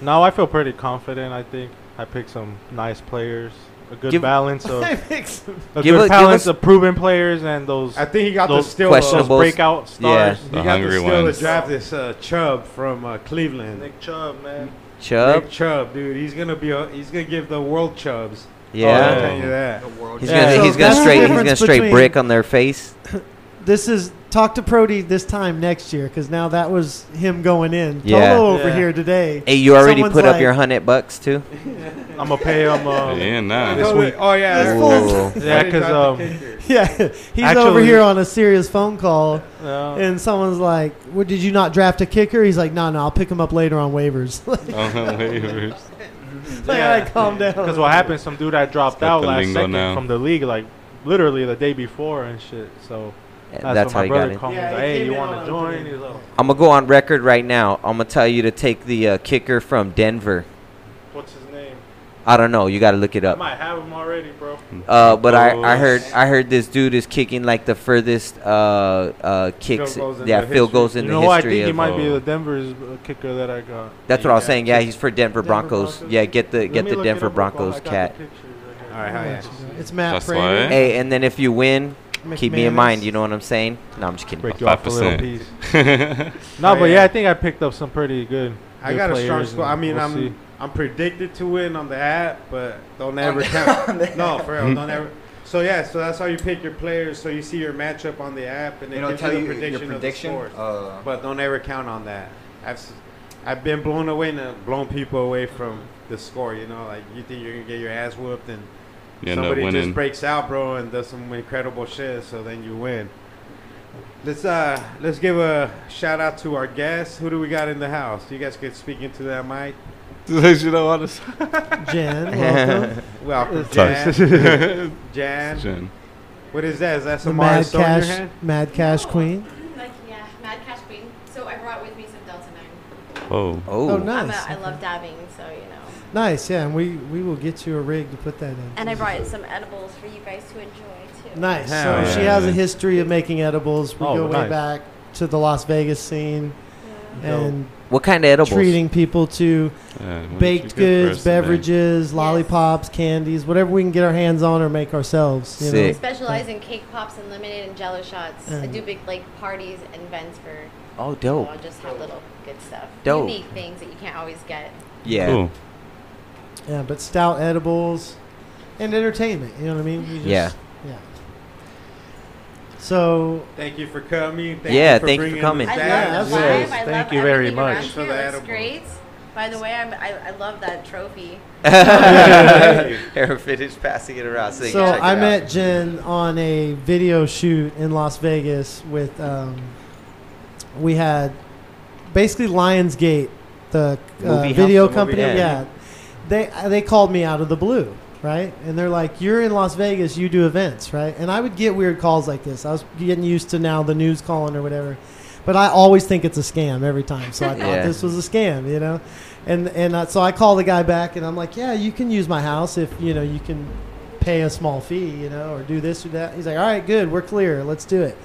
S4: No, I feel pretty confident. I think I picked some nice players. a good
S5: Give-
S4: balance of
S6: I mix 'em.
S4: a
S5: Give
S4: good
S5: us- give
S4: balance
S5: us-
S4: of proven players and those
S2: I think he got
S4: Those
S2: the steal.
S4: those
S5: questionable-
S4: breakout
S5: Yeah.
S4: stars.
S2: He
S1: The
S2: got the
S1: hungry
S2: steal to
S1: ones.
S2: draft this uh, Chubb from uh, Cleveland.
S4: Nick Chubb, man.
S5: Chubb.
S2: Nick Chubb, dude. He's gonna be. A, he's gonna give the world Chubbs.
S6: Oh,
S2: I'll
S5: Yeah.
S2: tell you that.
S7: The world.
S5: He's
S7: champ.
S5: gonna
S6: so
S5: he's gonna
S6: that's the
S5: straight he's
S6: difference
S5: gonna straight
S6: between-
S5: brick on their face.
S6: This is talk to Prody this time next year because now that was him going in.
S5: Yeah.
S6: Tolo over
S2: Yeah.
S6: here today.
S5: Hey, you already
S6: Someone's
S5: put up
S6: like-
S5: your hundred bucks too.
S4: I'm gonna pay him. Um,
S1: yeah, nah.
S4: This
S2: Oh,
S4: week.
S2: Oh yeah.
S6: This
S2: there-
S6: fool's-
S5: Ooh.
S4: Yeah, 'cause, um,
S6: Yeah, he's over
S4: Actually-
S6: here on a serious phone call,
S4: yeah.
S6: and someone's like, "What did you not draft a kicker?" He's like, "No, no, I'll pick him up later on waivers." like,
S1: On Oh, waivers.
S6: I gotta calm down.
S4: Because what happened? Some dude I dropped
S1: got
S4: out
S1: the
S4: last
S1: lingo
S4: second
S1: now.
S4: from the league, like literally the day before and shit. So
S5: And
S4: that's, when
S5: That's, how
S4: my
S5: you got
S4: brother
S5: it.
S4: called me.
S6: Yeah,
S4: he's
S6: he
S4: like, hey,
S6: came
S4: you
S6: in
S4: want
S6: on
S4: to join?
S6: opening.
S4: He's like,
S5: I'm gonna go on record right now. I'm gonna tell you to take the uh, kicker from Denver.
S4: what's his name?
S5: I don't know. You got to look it
S4: I
S5: up.
S4: might have him already, bro.
S5: Uh, but I, I
S1: Oh.
S5: heard I heard this dude is kicking like the furthest uh, uh, kicks.
S2: goals in
S5: yeah,
S2: the
S5: field
S2: history.
S5: goals in
S4: you
S5: the
S4: know, who I
S5: history
S4: think he
S5: of.
S4: might be
S1: uh,
S4: the Denver's uh, kicker that I got.
S5: that's what I was saying. Yeah, he's for Denver
S6: Denver
S5: Broncos.
S6: Broncos.
S5: Yeah, get the
S4: Let
S5: get
S4: me
S5: the
S4: look it
S5: Denver
S4: up real quick. I
S5: Broncos
S4: got the
S5: cat.
S4: pictures right here.
S2: All right, hell yeah.
S6: It's Matt
S1: That's
S6: Prater,
S1: why.
S5: Hey, and then if you win, keep me in
S6: McManus.
S5: mind. You know what I'm saying? No, I'm just kidding.
S4: Break you off a little
S1: 5%.
S4: piece.
S2: Oh,
S4: No, but
S2: yeah.
S4: yeah, I think I picked up some pretty good.
S2: I
S4: good
S2: got a strong
S4: players
S2: score.
S4: and
S2: I mean,
S4: we'll
S2: I'm
S4: see.
S2: I'm predicted to win on the app, but don't ever count. no, for real, don't ever. So yeah, so that's how you pick your players. So you see your matchup on the app, and it
S7: You know,
S2: gives
S7: tell
S2: you
S7: you
S2: the
S7: your
S2: prediction,
S7: prediction.
S2: of the scores.
S7: Uh,
S2: but don't ever count on that. I've s- I've been blown away and uh, blown people away from the score. You know, like you think you're gonna get your ass whooped, and
S1: You end up
S2: somebody just
S1: winning.
S2: breaks out, bro, and does some incredible shit. So then you win. Let's uh let's give a shout out to our guests. Who do we got in the house? You guys could speak into that mic.
S1: you know what
S6: Jen. Welcome.
S2: Welcome,
S1: Sorry.
S2: Jan. Jan.
S1: Jen.
S2: What is that? Is that
S6: the
S2: some
S6: Mad
S2: Mars on your
S6: Cash,
S2: hand?
S6: Mad Cash Queen.
S8: Like, yeah, Mad Cash Queen. So I brought with me some Delta 9.
S1: Oh.
S5: Oh,
S6: Oh,
S8: I'm a,
S6: nice,
S8: I love dabbing, so you know.
S6: nice. Yeah, and we we will get you a rig to put that in.
S8: And I brought some edibles for you guys to enjoy, too.
S6: Nice. So
S2: Hell
S6: she
S1: yeah.
S6: has a history of making edibles. We
S4: Oh,
S6: go way
S4: nice.
S6: back to the Las Vegas scene and
S5: what kind of edibles?
S6: treating people to
S1: Yeah, what did you
S6: baked
S1: get for
S6: goods,
S1: us today?
S6: beverages, lollipops, candies, whatever we can get our hands on or make ourselves. You
S8: I
S5: Sick.
S8: specialize in cake pops and lemonade and jello shots. I
S6: Mm.
S8: do big, like, parties and events for
S5: Oh,
S8: people.
S5: dope.
S8: I just have little good stuff.
S5: Dope.
S8: Unique things that you can't always get.
S5: Yeah.
S1: Cool.
S6: know? Yeah, but stout edibles and entertainment. You know what I mean? You just-
S5: Yeah.
S6: Yeah. So
S2: Thank you for coming. Thank
S5: Yeah,
S2: you for
S5: thank you for
S2: bringing
S5: coming.
S2: us
S8: I
S2: down.
S8: love the vibe.
S4: yes,
S8: I
S4: thank
S8: love
S4: you very
S8: everything around
S2: much.
S8: Here.
S2: For
S8: It
S2: the
S8: looks
S2: edibles.
S8: great. By the way, I'm, I, I love that trophy.
S2: Thank you.
S5: Aaron finished passing it around. you can
S6: so
S5: check it
S6: I
S5: out.
S6: met Jen on a video shoot in Las Vegas with um, we had basically Lionsgate, the uh,
S5: Movie house,
S6: video
S5: the movie
S6: company.
S5: house.
S6: yeah, they uh, they called me out of the blue, right? And they're like, "You're in Las Vegas, you do events, right?" And I would get weird calls like this. I was getting used to now the news calling or whatever, but I always think it's a scam every time. So I thought
S5: Yeah.
S6: this was a scam, you know. And and uh, so I call the guy back and I'm like, "Yeah, you can use my house if you know you can pay a small fee, you know, or do this or that." He's like, "All right, good, we're clear, let's do it."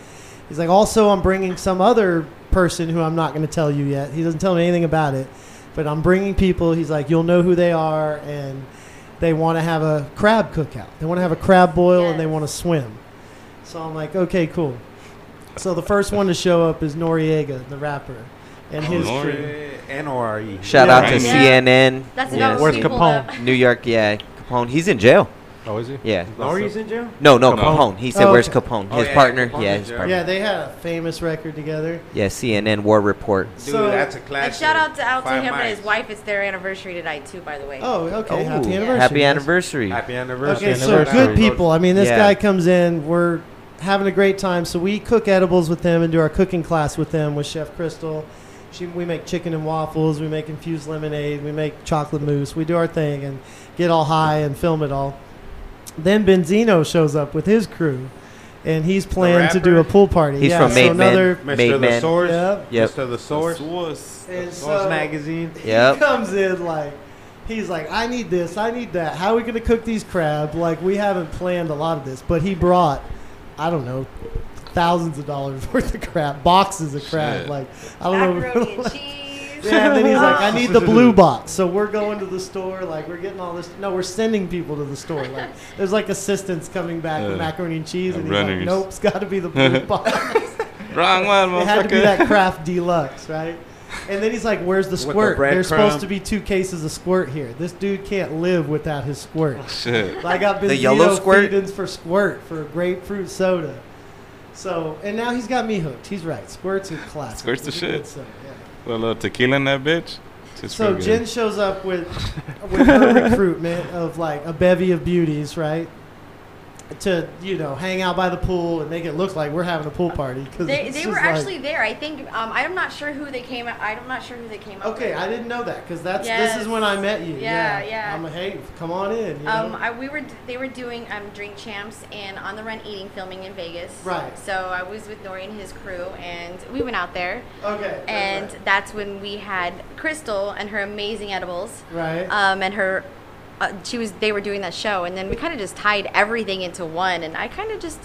S6: He's like, also, I'm bringing some other person who I'm not going to tell you yet. He doesn't tell me anything about it, but I'm bringing people. He's like, you'll know who they are, and they want to have a crab cookout. They want to have a crab boil, and they
S8: Yes.
S6: want to swim. So I'm like, okay, cool. So the first one to show up is Noriega, the rapper, and
S2: Oh,
S6: his
S1: Nori-
S6: crew.
S2: NRE.
S5: Shout out to
S1: Yeah.
S5: CNN.
S8: That's
S5: Yeah.
S8: another
S4: Where's
S8: people
S4: Capone?
S8: that-
S5: New York. Yeah, Capone. He's in jail.
S4: Oh, is he?
S5: Yeah.
S2: Laurie's in jail?
S5: No, no,
S1: Capone.
S5: Capone. He said,
S6: Oh,
S5: "Where's
S6: okay.
S5: Capone?"
S2: Oh,
S5: His
S2: yeah,
S5: partner.
S2: Capone's
S5: yeah,
S2: in
S5: his
S2: jail.
S5: partner.
S6: Yeah, they had a famous record together.
S5: Yeah, CNN War Report.
S2: Dude,
S6: So-
S2: that's a classic.
S8: And shout out to out to
S2: Five
S8: him and his
S2: mics.
S8: wife. It's their anniversary tonight too, by the way.
S6: Oh, okay.
S5: Oh,
S6: happy anniversary.
S5: Happy
S6: guys.
S5: anniversary.
S2: Happy anniversary.
S6: Okay, so good people. I mean, this
S5: Yeah.
S6: guy comes in. We're having a great time. So we cook edibles with them and do our cooking class with them with Chef Crystal. She, we make chicken and waffles. We make infused lemonade. We make chocolate mousse. We do our thing and get all high and film it all. Then Benzino shows up with his crew, and he's planned to do a
S2: rapper?
S6: pool party.
S5: He's
S6: yeah,
S5: from
S6: so
S5: Made Men.
S6: another
S2: Mr.
S5: Made
S2: the
S5: man.
S2: Source.
S6: Yep.
S5: Yep.
S2: Mr. the Source.
S6: And
S2: Source
S6: so-
S2: magazine.
S6: He
S5: Yep.
S6: comes in like he's like, I need this, I need that. How are we gonna cook these crab? Like we haven't planned a lot of this, but he brought, I don't know, thousands of dollars worth of crab, boxes of crab.
S1: Shit.
S6: Like I don't know.
S8: Macaroni and cheese. boys.
S6: Yeah, and then he's like, I need the blue box. So we're going to the store, like we're getting all this. No, we're sending people to the store. Like there's like assistants coming back with
S1: Yeah.
S6: macaroni and cheese, and he's
S1: Runners.
S6: like, Nope, it's got to be the blue box.
S1: Wrong one,
S6: it had to be
S1: motherfucker.
S6: that craft deluxe, right? And then he's like, "Where's the
S2: the
S6: squirt?
S2: bread
S6: There's
S2: crumb.
S6: supposed to be two cases of squirt here. This dude can't live without his squirt."
S1: Shit.
S6: I got Benzito
S5: The yellow squirt?
S6: feed-ins for squirt for a grapefruit soda. So and now he's got me hooked. He's right. Squirt's a classic.
S1: Squirt's the
S6: It's a good
S1: shit.
S6: soda, yeah.
S1: Put a little tequila in that bitch. Just
S6: So
S1: feel
S6: Jen
S1: good.
S6: shows up with with her recruitment of like a bevy of beauties, right? To you know, hang out by the pool and make it look like we're having a pool party. 'cause
S8: They,
S6: it's
S8: they
S6: just
S8: were
S6: like-
S8: actually there. I think um, I'm not sure who they came. up- I'm not sure who they came up.
S6: Okay,
S8: with.
S6: I didn't know that because that's this
S8: Yes.
S6: is when I met you.
S8: Yeah, yeah.
S6: I'm a hey, come on in. You know?
S8: Um, I, we were d- they were doing um, Drink Champs and On the Run eating filming in Vegas.
S6: Right.
S8: So I was with Nori and his crew, and we went out there,
S6: okay. that's
S8: and that's when we had Crystal and her amazing edibles,
S6: right. Right.
S8: um, and her. Uh, she was. They were doing that show, and then we kind of just tied everything into one. And I kind of just,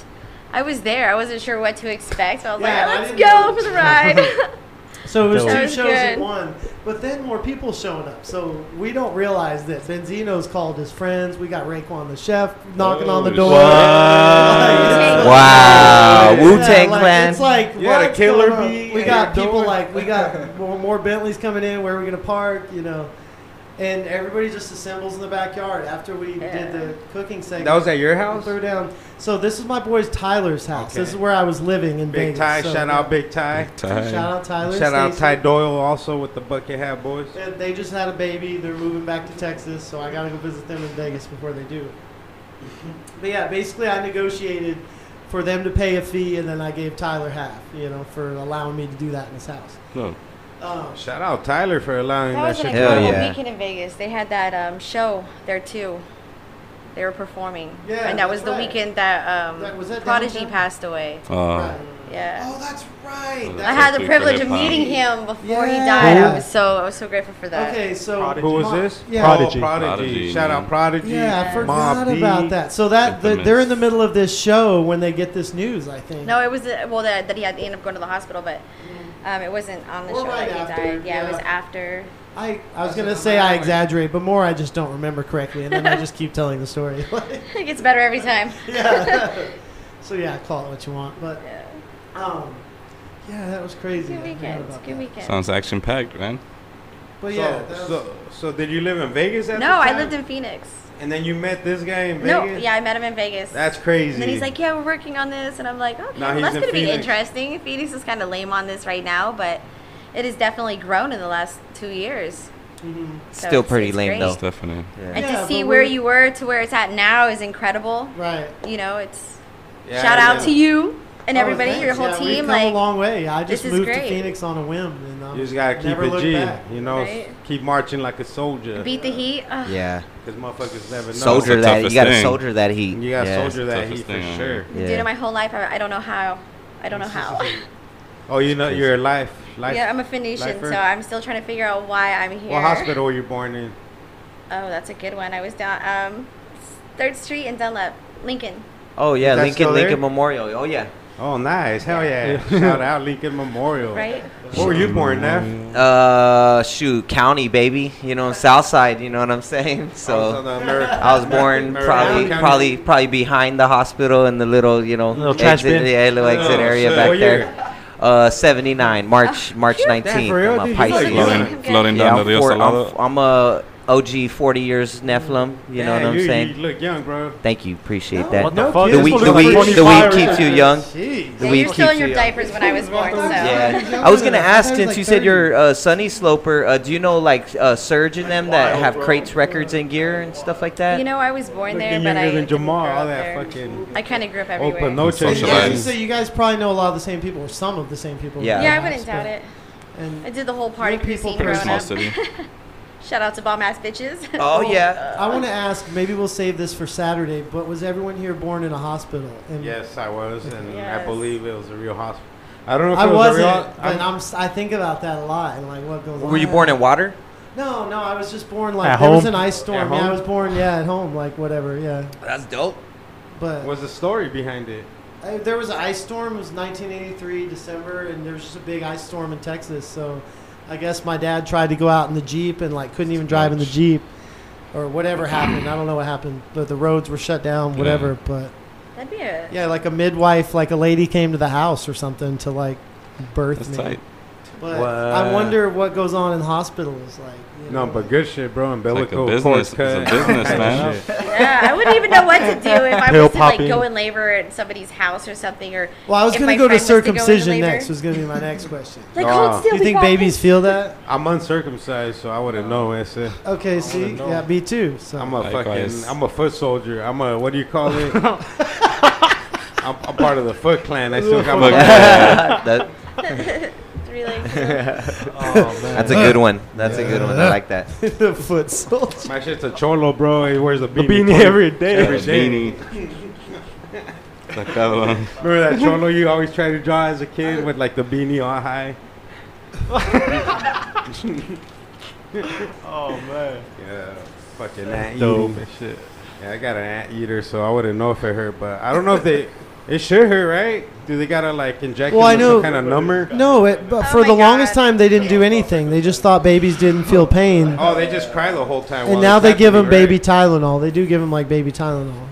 S8: I was there. I wasn't sure what to expect. So I was
S6: Yeah, I
S8: like, let's
S6: didn't
S8: go
S6: know.
S8: for the ride.
S6: So it was
S8: That
S6: two
S8: was
S6: shows at
S8: good.
S6: one, but then more people showing up. So we don't realize this. Benzino's called his friends. We got Raekwon the chef knocking on the
S1: Oh,
S6: door.
S1: shit.
S6: Like,
S5: Wow.
S6: yeah,
S5: Wu-Tang
S6: like,
S5: Clan.
S6: It's like
S2: You got a
S6: what's
S2: killer
S6: going on?
S2: bee
S6: We
S2: at
S6: got
S2: your
S6: people
S2: door.
S6: like we got more, more Bentleys coming in. Where are we gonna park? You know, and everybody just assembles in the backyard after we did the cooking segment.
S2: That was at your
S6: We
S2: house?
S6: threw down. So this is my boy's Tyler's house.
S2: Okay.
S6: This is where I was living in
S2: Big
S6: Vegas.
S2: Ty,
S6: So,
S2: shout
S6: yeah.
S2: out Big Ty.
S6: Shout
S1: Tight.
S6: out Tyler.
S2: Shout out
S6: Stacy.
S2: Ty Doyle also with the Bucket Hat Boys.
S6: And they just had a baby. They're moving back to Texas, so I gotta go visit them in Vegas before they do. But yeah, basically, I negotiated for them to pay a fee, and then I gave Tyler half, you know, for allowing me to do that in his house.
S1: No.
S6: Um,
S2: Shout out Tyler for allowing
S8: That
S2: that,
S8: was an
S2: shit
S5: Hell
S2: to
S8: incredible
S2: happen.
S5: yeah.
S8: weekend in Vegas. They had that um, show there too. They were performing.
S6: Yeah,
S8: and that was
S6: that's
S8: the
S6: right.
S8: weekend that, um,
S6: That- was that
S8: Prodigy
S6: downtown?
S8: passed away.
S1: Uh,
S6: right.
S8: Yeah.
S6: Oh, that's right.
S8: I
S6: That's
S8: had the
S1: Big
S8: privilege of
S1: hip-hop.
S8: meeting him before he
S6: Yeah.
S8: died.
S6: Yeah.
S8: I was so I was so grateful for that.
S6: okay, so
S4: Prodigy.
S2: Who was this?
S6: Yeah.
S4: Prodigy.
S2: Oh, Prodigy.
S1: Prodigy.
S2: Shout out Prodigy.
S6: Yeah, I
S2: Mobb
S6: forgot
S2: Deep.
S6: about that. So that the,
S1: Infamous.
S6: they're in the middle of this show when they get this news. I think.
S8: No, it was uh, well that, that he had ended up going to the hospital, but um, it wasn't on the
S6: Or
S8: show
S6: Mm-hmm. right
S8: that he
S6: after,
S8: died. Yeah, it was
S6: yeah.
S8: after.
S6: I, I was gonna say I exaggerate, but more I just don't remember correctly, and then I just keep telling the story.
S8: it gets better every time.
S6: yeah. so yeah, call it what you want, but
S8: Yeah.
S6: um, yeah, that was crazy. I
S8: Good
S6: forgot
S8: weekend.
S6: about
S8: Good
S6: that.
S8: weekend.
S1: sounds action packed, man.
S6: But yeah, that
S2: so,
S6: was-
S2: so, so did you live in Vegas at the
S8: no, I
S2: time?
S8: lived in Phoenix.
S2: And then you met this guy in
S8: No,
S2: Vegas?
S8: yeah, I met him in Vegas.
S2: That's crazy.
S8: And then he's like, "Yeah, we're working on this," and I'm like, "Okay,
S2: Now
S8: well,
S2: he's
S8: that's
S2: in
S8: going to be
S2: Phoenix.
S8: interesting." Phoenix is kind of lame on this right now, but it has definitely grown in the last two years.
S6: mhm.
S8: So
S5: Still
S8: it's-
S5: pretty
S8: it's
S5: lame,
S8: great.
S5: though.
S1: Stephanie.
S8: And
S6: Yeah,
S8: to see
S6: but
S8: where
S6: we're-
S8: you were to where it's at now is incredible.
S6: right.
S8: You know, it's
S2: Yeah,
S8: shout out
S2: yeah.
S8: to you and everybody,
S6: Oh,
S8: your
S6: thanks.
S8: whole
S6: yeah, We've
S8: team.
S6: come
S8: Like,
S6: a long way. I just
S8: this is
S6: moved to
S8: great.
S6: Phoenix on a whim, and um,
S2: You just gotta keep
S6: never
S2: it
S6: looked
S2: G,
S6: back.
S2: you know.
S8: Right.
S2: Keep marching like a soldier,
S8: beat the heat. Ugh.
S5: Yeah.
S2: because motherfuckers never know.
S5: Soldier
S1: the
S5: that. You
S1: toughest
S5: got to
S1: thing.
S5: soldier that heat.
S2: you gotta
S5: Yeah.
S2: soldier that
S1: Toughest
S2: heat for
S1: thing,
S2: sure.
S5: Yeah.
S8: Dude, in my whole life, I, I don't know how. I don't know how.
S2: Oh, you know, you're a life, life.
S8: yeah, I'm a Phoenician,
S2: lifer.
S8: so I'm still trying to figure out why I'm here.
S2: What hospital were you born in?
S8: Oh, that's a good one. I was down um, Third Street in Dunlap, Lincoln.
S5: Oh yeah,
S2: Is that still
S5: Lincoln Lincoln
S2: there?
S5: Memorial. Oh yeah.
S2: Oh, nice. Hell yeah! Shout out Lincoln Memorial.
S8: Right?
S2: Where were you born,
S1: Mm-hmm.
S2: Neff?
S5: Uh, shoot, county baby. You know, Southside. You know what I'm saying?
S2: I was on
S5: So
S2: the Ameri-
S5: I was born
S2: Marietta
S5: probably
S2: County.
S5: probably probably behind the hospital in the little you know
S4: Little trash
S5: exit,
S4: bin.
S5: yeah, little exit
S2: Oh,
S5: area
S2: shit.
S5: back
S2: What
S5: there.
S2: year?
S5: Uh, 79,
S8: Oh,
S5: March March 19th.
S2: for real,
S5: I'm a
S2: dude? You like
S5: Pisces.
S8: You're
S1: Floating,
S8: good.
S1: floating
S5: Yeah,
S1: down
S5: I'm,
S1: the Rio
S5: four,
S1: Salado.
S5: I'm, I'm a OG 40 years Nephilim. You know what
S2: Damn,
S5: I'm
S2: you,
S5: saying?
S2: You look young, bro.
S5: Thank you. Appreciate
S4: What
S5: that.
S4: the
S2: No
S6: Oh,
S4: fuck?
S2: kidding.
S5: The
S4: This
S5: weed,
S4: fool
S5: the
S4: looks
S5: weed,
S4: like
S5: the
S4: 25
S5: weed keeps you
S4: years.
S5: young.
S2: Jeez.
S5: The
S8: Yeah,
S5: weed
S8: you were still
S5: keeps
S8: in your
S5: you
S6: uh,
S5: young.
S8: diapers when I was born, so.
S5: Yeah. I was gonna ask since you said you're uh, Sunny Sloper. Uh, do you know like uh, Surge and them that have crates, records, and gear and stuff like that?
S8: You know, I was born there,
S2: Looking
S8: but I
S2: younger than
S8: didn't
S2: Jamal.
S8: grow
S2: All
S8: up
S2: that
S8: there.
S2: fucking.
S8: I kind of grew up
S2: Oh,
S8: everywhere.
S2: Panoche.
S1: Socialize.
S6: Yeah, you
S1: Socialized.
S6: say you guys probably know a lot of the same people, or some of the same people.
S5: Yeah.
S8: Yeah, I wouldn't doubt it.
S6: And
S8: I did the whole party
S6: Little people
S8: scene
S1: Pretty
S8: growing
S1: small
S8: up.
S1: city.
S8: Shout out to bomb ass bitches.
S5: Oh yeah.
S6: I want to ask. Maybe we'll save this for Saturday. But was everyone here born in a hospital? And
S2: Yes, I was, and I
S8: Yes.
S2: believe it was a real hospital. I don't know if
S6: I
S2: it was
S6: wasn't,
S2: a real.
S6: but I'm, si think about that a lot and like what goes on.
S5: Were you born in water?
S6: No, no, I was just born like
S4: At
S6: there was
S4: home?
S6: an ice storm.
S2: At
S6: Yeah, I
S2: home?
S6: was born yeah at home, like whatever, yeah.
S5: That's dope.
S6: But
S2: What's the story behind it?
S6: I, there was an ice storm. It was 1983 December, and there was just a big ice storm in Texas. So I guess my dad tried to go out in the Jeep and like couldn't even drive in the Jeep or whatever happened. I don't know what happened, but the roads were shut down, whatever. But
S8: That'd be a
S6: yeah, like a midwife, like a lady came to the house or something to like birth
S1: That's
S6: me.
S1: tight.
S6: But
S2: What?
S6: I wonder what goes on in hospitals. Like, you
S2: No,
S6: know,
S2: but good shit, bro. Umbilical
S1: business.
S2: cord
S1: It's a
S2: cut.
S1: business,
S2: All
S1: man.
S2: kinds of shit.
S8: yeah. I wouldn't even know what to do if I
S4: Pill
S8: was to like
S4: popping.
S8: go in labor at somebody's house or something, or
S6: well, I was
S8: if
S6: going
S8: my
S6: to go to
S8: friend was to go into
S6: circumcision
S8: labor-
S6: next. Was going to be my next question.
S8: like
S2: Nah.
S8: hold
S6: Do
S8: still.
S6: you
S8: we
S6: think
S8: walking.
S6: babies feel that?
S2: I'm uncircumcised, so I wouldn't know. That's it.
S6: Okay, see,
S2: know.
S6: yeah, me too. So
S2: I'm a
S1: Likewise.
S2: fucking. I'm a foot soldier. I'm a. What do you call it? I'm, I'm part of the Foot Clan. I still got
S1: Look,
S2: my.
S5: that,
S8: Three legs, you know?
S5: that's a good one. That's a good one. I like that.
S6: the foot soldier.
S2: My shit's a cholo, bro. He wears a beanie,
S4: beanie
S2: twenty-
S4: every day.
S2: Every
S1: Yeah,
S2: day.
S1: Sacaron.
S2: Remember that cholo you always tried to draw as a kid with like the beanie on high?
S4: Oh man.
S2: Yeah, fucking ant
S4: Dope.
S2: eating. Yeah, I got an ant eater, so I wouldn't know if it hurt, but I don't know if they. It should hurt, right? Do they gotta like inject
S6: Well,
S2: it
S6: I
S2: with
S6: know-
S2: some kind of number?
S6: No, it, but
S8: Oh
S6: for
S8: my
S6: the longest
S8: God.
S6: time they didn't do anything. They just thought babies didn't feel pain.
S2: Oh, they just cry the whole time.
S6: and
S2: while
S6: now
S2: it's
S6: they give them
S2: happening,
S6: baby
S2: right?
S6: Tylenol. They do give them like baby Tylenol.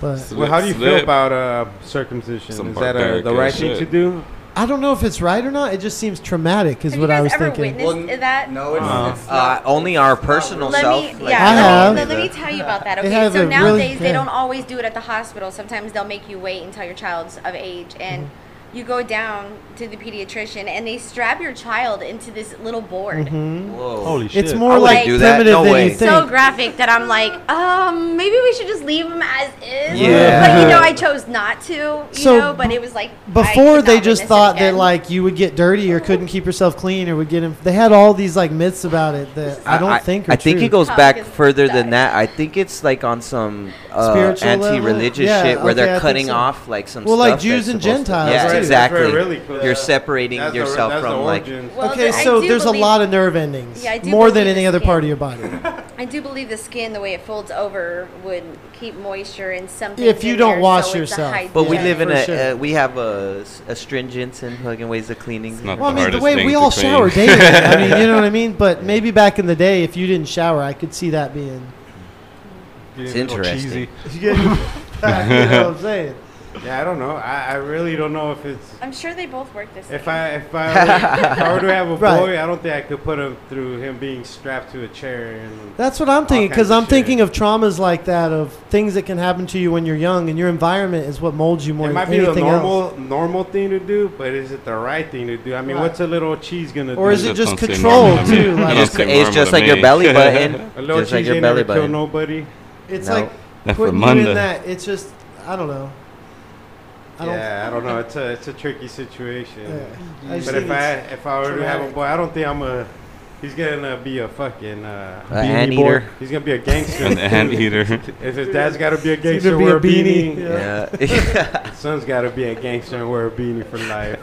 S6: But
S2: well, how do you feel
S1: Slip.
S2: about uh, circumcision?
S1: Some
S2: Is that uh
S1: barbaric
S2: the right
S1: ass
S2: thing to
S1: shit.
S2: do?
S6: I don't know if it's right or not. It just seems traumatic, is
S8: Have
S6: what
S8: you guys
S6: I was
S8: ever
S6: thinking.
S8: witnessed that?
S7: No, it's,
S2: No.
S7: it's
S5: Uh,
S7: not.
S5: only our personal
S8: Let
S5: self.
S8: me,
S5: like,
S8: yeah,
S6: I
S8: let,
S6: have.
S8: Me, let, me tell you about that. Okay,
S6: have
S8: so
S6: a really-
S8: nowadays they
S6: yeah.
S8: don't always do it at the hospital. Sometimes they'll make you wait until your child's of age, and
S6: Mm-hmm.
S8: you go down to the pediatrician, and they strap your child into this little board.
S6: Mm-hmm.
S5: Whoa.
S4: Holy shit.
S6: It's more
S5: I wouldn't
S6: like
S5: do that.
S6: primitive
S5: No
S6: than
S5: way.
S6: you
S8: It's so
S6: think.
S8: graphic that I'm like, um, maybe we should just leave him as is.
S5: Yeah.
S8: But you know, I chose not to. You
S6: So,
S8: know, but it was like I
S6: Before
S8: could
S6: they
S8: not
S6: just
S8: witness it
S6: thought that
S8: again.
S6: like you would get dirty or couldn't keep yourself clean or would get in. They had all these like myths about it that I, don't think. Are
S5: I think
S6: true.
S5: it goes
S8: Huh,
S5: back
S8: because-
S5: further than that. I think it's like on some uh,
S6: Spiritual level?
S5: anti-religious
S6: Yeah,
S5: shit where
S6: okay, I
S5: they're
S6: think
S5: cutting
S6: so.
S5: off like some.
S6: Well, like
S5: stuff
S6: Jews
S5: that's
S6: and
S5: supposed to-
S6: Gentiles,
S5: Yeah,
S6: right?
S5: exactly.
S2: That's where it really comes-
S5: You're separating
S2: That's the-
S5: yourself
S2: that's the
S5: from like.
S2: origins.
S8: Well,
S6: okay,
S8: th- I
S6: so
S8: do
S6: there's a
S8: believe-
S6: lot of nerve endings,
S8: Yeah, I do
S6: more
S8: believe
S6: than
S8: in
S6: any
S8: the
S6: other
S8: skin.
S6: part of your body.
S8: I do believe the skin, the way it folds over, would keep moisture and something.
S6: If you don't wash yourself.
S5: But we
S6: Yeah,
S5: live in
S6: for
S5: a
S6: sure.
S5: uh, we have a s- astringents and fucking ways of cleaning.
S1: not
S6: Well, I
S1: the
S6: mean, the
S1: hardest
S6: way
S1: thing
S6: we
S1: to
S6: all
S1: clean.
S6: shower daily. I mean, you know what I mean. But maybe back in the day, if you didn't shower, I could see that being.
S5: It's
S4: Little
S5: interesting.
S6: you know what I'm saying?
S2: Yeah, I don't know. I, I really don't know if it's.
S8: I'm sure they both work this.
S2: If I if I, were- if I were to have a
S6: Right.
S2: boy, I don't think I could put him through him being strapped to a chair and
S6: That's what I'm thinking
S2: kinds
S6: because
S2: of
S6: I'm
S2: shit.
S6: thinking of traumas like that, of things that can happen to you when you're young, and your environment is what molds you more
S2: it
S6: than
S2: might be the
S6: anything
S2: normal
S6: else.
S2: normal thing to do, but is it the right thing to do? I mean,
S6: Right.
S2: what's a little cheese gonna
S6: Or
S2: do?
S6: is it just
S1: don't seem
S6: control,
S1: normal to me.
S6: too,
S1: You
S6: like-
S1: don't
S5: It's,
S1: seem
S5: it's
S1: normal
S5: just
S1: to
S5: like your
S1: me.
S5: belly button.
S2: a little
S5: just like
S2: cheese
S5: your
S2: ain't
S5: belly
S2: never kill
S5: button.
S2: nobody.
S6: It's
S5: No.
S6: like
S1: That
S6: putting you
S1: Vermunda.
S6: in that. It's just I don't know. I don't.
S2: yeah, I don't know. It's a it's a tricky situation.
S6: Yeah. I just
S2: But
S6: think
S2: if I
S6: it's-
S2: if I were to have a
S6: traumatic.
S2: boy, I don't think I'm a. He's gonna be a fucking uh,
S5: A
S2: beanie
S5: anteater.
S2: boy. He's gonna be a gangster.
S1: An anteater.
S2: If his dad's gotta be a gangster,
S6: gonna be
S2: wear
S6: a
S2: a beanie.
S6: beanie, yeah.
S5: Yeah.
S2: His son's gotta be a gangster and wear a beanie for life.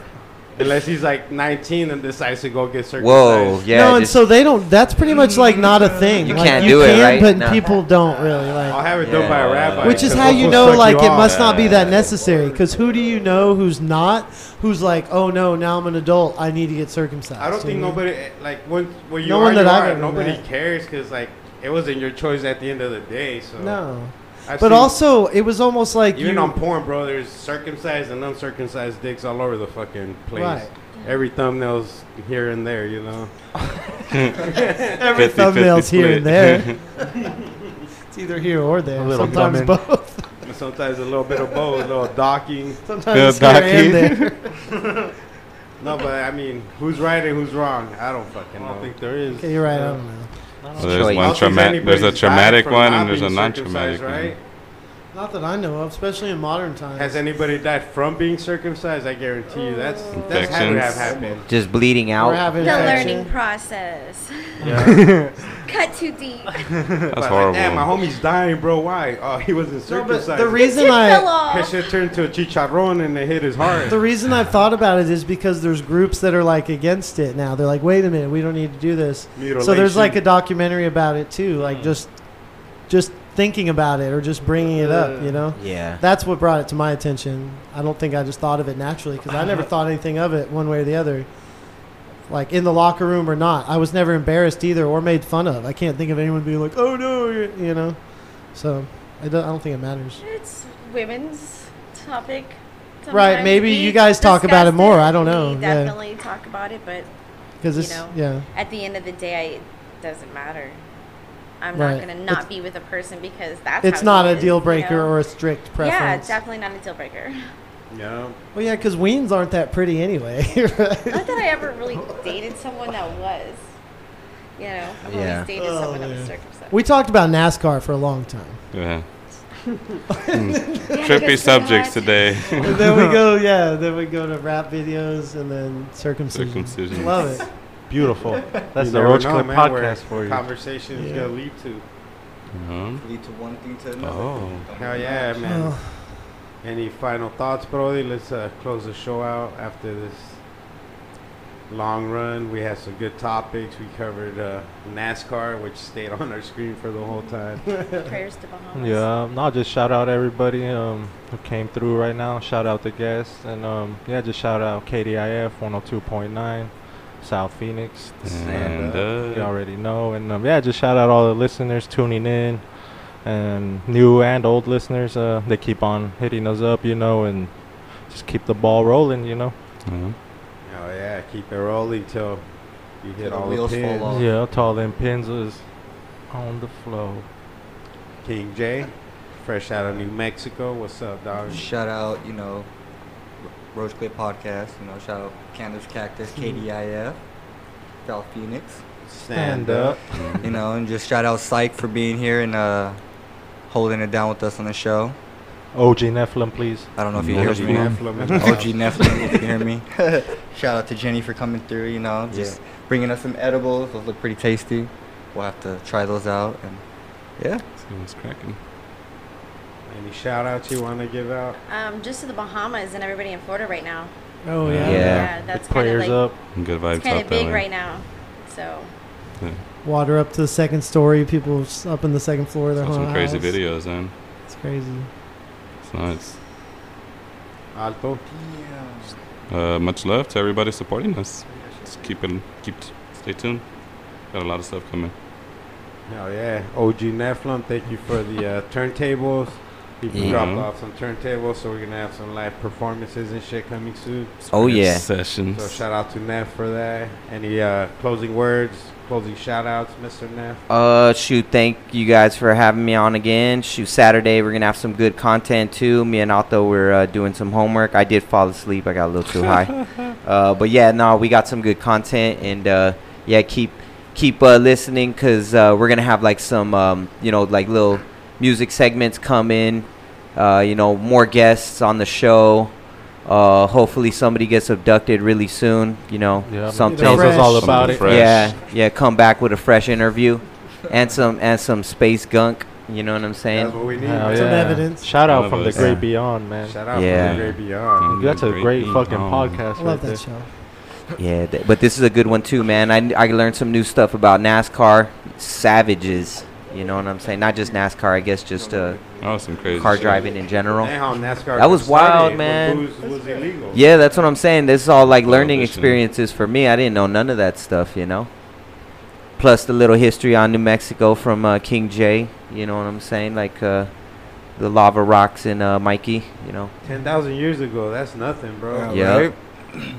S2: Unless he's like 19 and decides to go get circumcised.
S5: Whoa. Yeah.
S6: no, and
S5: just-
S6: so they don't. That's pretty much like not a thing.
S5: You
S6: Like,
S5: can't
S6: you
S5: do it,
S6: can,
S5: right?
S6: But
S5: No.
S6: people don't really
S2: I'll
S6: like.
S2: have it done by a
S1: Yeah.
S2: rabbi.
S6: Which is
S2: because
S6: how
S2: those
S6: you
S2: will
S6: know,
S2: suck
S6: like,
S2: you
S6: it
S2: off.
S6: must not be that necessary. Because who do you know who's not? Who's like, oh no, now I'm an adult. I need to get circumcised.
S2: I don't
S6: you
S2: think
S6: know?
S2: nobody like when when you
S6: No
S2: are,
S6: one that
S2: you
S6: I've
S2: are,
S6: ever
S2: nobody
S6: met.
S2: cares because like it wasn't your choice at the end of the day. So
S6: No.
S2: I've
S6: But
S2: seen-
S6: also, it was almost like
S2: even
S6: you.
S2: on porn, bro, there's circumcised and uncircumcised dicks all over the fucking place.
S6: Right.
S2: Every thumbnail's here and there, you know.
S1: Every
S6: thumbnails here and there. it's either here or there.
S4: A little
S6: Sometimes
S4: thumbing.
S6: both.
S2: Sometimes a little bit of both, a little docking.
S1: Yeah,
S6: Sometimes it's here and
S1: Daki.
S6: there.
S2: No, but I mean, who's right and who's wrong? I don't fucking know. I don't think there is.
S6: Okay, you're right. um, I don't know.
S1: So there's
S5: Choice.
S1: one traumatic. There's a traumatic one and there's a non-traumatic
S2: Right?
S1: one.
S6: Not that I know of, especially in modern times.
S2: Has anybody died from being circumcised? I guarantee you, that's that's had to have
S1: Infections.
S2: happened.
S5: just bleeding
S6: Or
S5: out.
S6: have
S8: the
S6: infection.
S8: learning process. Cut too deep.
S1: That's
S2: But like,
S1: horrible.
S2: Damn, my homie's dying, bro. Why? Oh, he wasn't
S6: No, but
S2: circumcised.
S6: the
S8: His
S6: reason
S8: tip fell
S6: I
S2: That
S8: off.
S2: shit turned to a chicharron and it hit his heart.
S6: the reason I've thought about it is because there's groups that are like against it now. They're like, wait a minute, we don't need to do this. So there's
S2: Mutilation.
S6: like a documentary about it too, like just just thinking about it or just bringing it up. You know,
S5: Yeah.
S6: that's what brought it to my attention. I don't think I just thought of it naturally because I never thought anything of it one way or the other. like in the locker room or not. I was never embarrassed either or made fun of. I can't think of anyone being like, "Oh no," you you know. So I don't, I don't think it matters.
S8: It's women's topic.
S6: Right,
S8: sometimes.
S6: maybe
S8: We
S6: you guys talk about it
S8: discussed
S6: more, I don't know,
S8: We
S6: yeah.
S8: definitely talk about it, but
S6: Because
S8: You
S6: it's
S8: know.
S6: yeah.
S8: at the end of the day, I, it doesn't matter. I'm
S6: Right.
S8: not going to not
S6: It's-
S8: be with a person because that's
S6: It's
S8: how
S6: not
S8: he
S6: a
S8: is,
S6: deal
S8: you
S6: breaker
S8: know?
S6: or a strict
S8: Yeah,
S6: preference.
S8: it's definitely not a deal breaker.
S2: Yeah.
S6: Well, yeah, because weens aren't that pretty anyway.
S8: Not that I ever really dated someone that was. You know, I've
S5: Yeah.
S8: always dated someone that was circumcised.
S6: Oh, we talked about NASCAR for a long time.
S1: Yeah.
S8: Yeah,
S1: Trippy
S8: because
S1: subjects
S8: sometimes-
S1: today.
S6: And then we go, yeah, then we go to rap videos and then circumcision.
S1: Circumcision.
S6: Love it.
S4: Beautiful. That's
S2: You
S4: the
S2: never
S4: Roach
S2: know,
S4: Clip
S2: man, where
S4: podcast for you.
S2: Conversations
S6: Yeah.
S2: gonna lead to.
S1: Uh-huh.
S7: Lead to one thing to another.
S1: Oh.
S2: Hell yeah, man.
S6: Well,
S2: Any final thoughts, Brody? Let's uh, close the show out after this long run. We had some good topics. We covered uh, NASCAR, which stayed on our screen for the whole time. Oh,
S8: Prayers to Bahamas.
S4: Yeah, um, I'll just shout out everybody um, who came through right now. Shout out the guests. And um, yeah, just shout out KDIF 102.9, South Phoenix.
S1: And
S4: You
S1: uh,
S4: already know. And um, yeah, just shout out all the listeners tuning in and new and old listeners. Uh, they keep on hitting us up, you know, and just keep the ball rolling, you know.
S1: uh,
S2: Hell yeah, keep it rolling till you hit
S7: the
S2: all the
S7: wheels fall
S2: pins.
S7: off. Oh.
S4: Yeah, tall them pins is on the flow.
S2: King J, fresh out of New Mexico. What's up, dog?
S7: Shout out, you know, Ro- Roach Clip Podcast. You know, shout out Candles Cactus, KDIF, South Phoenix.
S2: Stand up.
S7: You know, and just shout out Psych for being here and uh, holding it down with us on the show.
S4: OG Nephilim, please.
S7: I don't know if he
S1: OG
S7: hears me.
S2: Nephilim in the house.
S7: OG Nephilim, if you hear me. shout out to Jenny for coming through. You know, just bringing us some edibles. Those look pretty tasty. We'll have to try those out. And yeah,
S1: see what's cracking.
S2: Any shout outs you want to give out?
S8: Um, just to the Bahamas and everybody in Florida right now.
S6: oh yeah.
S5: Yeah.
S8: that's kind of
S4: Prayers
S8: like
S4: up.
S1: Good
S8: it's
S1: vibes
S8: kind
S1: out that
S8: of big
S1: way.
S8: right now. So
S6: Water up to the second story. People s- up in the second floor of their
S1: Saw
S6: whole
S1: some crazy
S6: house.
S1: videos, man.
S6: It's crazy.
S1: It's nice.
S2: Alto?
S1: Uh, much love to everybody supporting us. Just keep it, keep, stay tuned. Got a lot of stuff coming.
S2: Hell yeah. OG Nephilim, thank you for the uh, turntables. People
S5: Yeah.
S2: dropped off some turntables, so we're going to have some live performances and shit coming soon.
S5: Oh,
S1: Great
S5: yeah.
S2: So
S1: Sessions.
S2: shout out to Neff for that. Any uh, closing words, closing shout outs, Mr. Neff?
S5: Uh, shoot, thank you guys for having me on again. Shoot, Saturday we're gonna have some good content too. Me and Otto were uh, doing some homework. I did fall asleep. I got a little too high. uh, but yeah, no, we got some good content, and uh, yeah, keep keep uh, listening because uh, we're gonna have like some um, you know like little music segments come in. Uh, you know, more guests on the show. Uh, hopefully somebody gets abducted really soon. You know,
S4: Yeah,
S5: something
S4: tells us all
S1: Something
S4: about it.
S1: fresh.
S5: yeah, yeah. Come back with a fresh interview, and some and some space gunk. You know what I'm
S2: That's
S5: saying?
S2: what we need.
S4: Hell
S6: Some evidence.
S4: Shout
S1: Some
S4: out from the
S1: evidence.
S4: great
S5: Yeah.
S4: beyond, man.
S2: Shout out
S5: Yeah.
S2: to the Great Beyond.
S1: From the
S4: That's a great
S1: beat
S4: fucking
S1: on.
S4: podcast
S6: I
S4: right
S6: love
S4: there.
S6: that show.
S5: Yeah, th- but this is a good one too, man. I I learned some new stuff about NASCAR savages. You know what I'm saying? Not just NASCAR, I guess, just uh,
S1: Oh, some crazy
S5: car
S1: shit.
S5: driving in general.
S2: Damn, how NASCAR
S5: That was
S2: got started
S5: wild,
S2: when
S5: man.
S2: booze was illegal.
S5: Yeah, that's what I'm saying. This is all like learning
S1: Prohibition.
S5: experiences for me. I didn't know none of that stuff, you know. Plus the little history on New Mexico from uh, King J. You know what I'm saying? Like uh, the lava rocks and uh, Mikey. You know.
S2: 10,000 years ago, that's nothing, bro.
S5: Yeah.
S7: Right?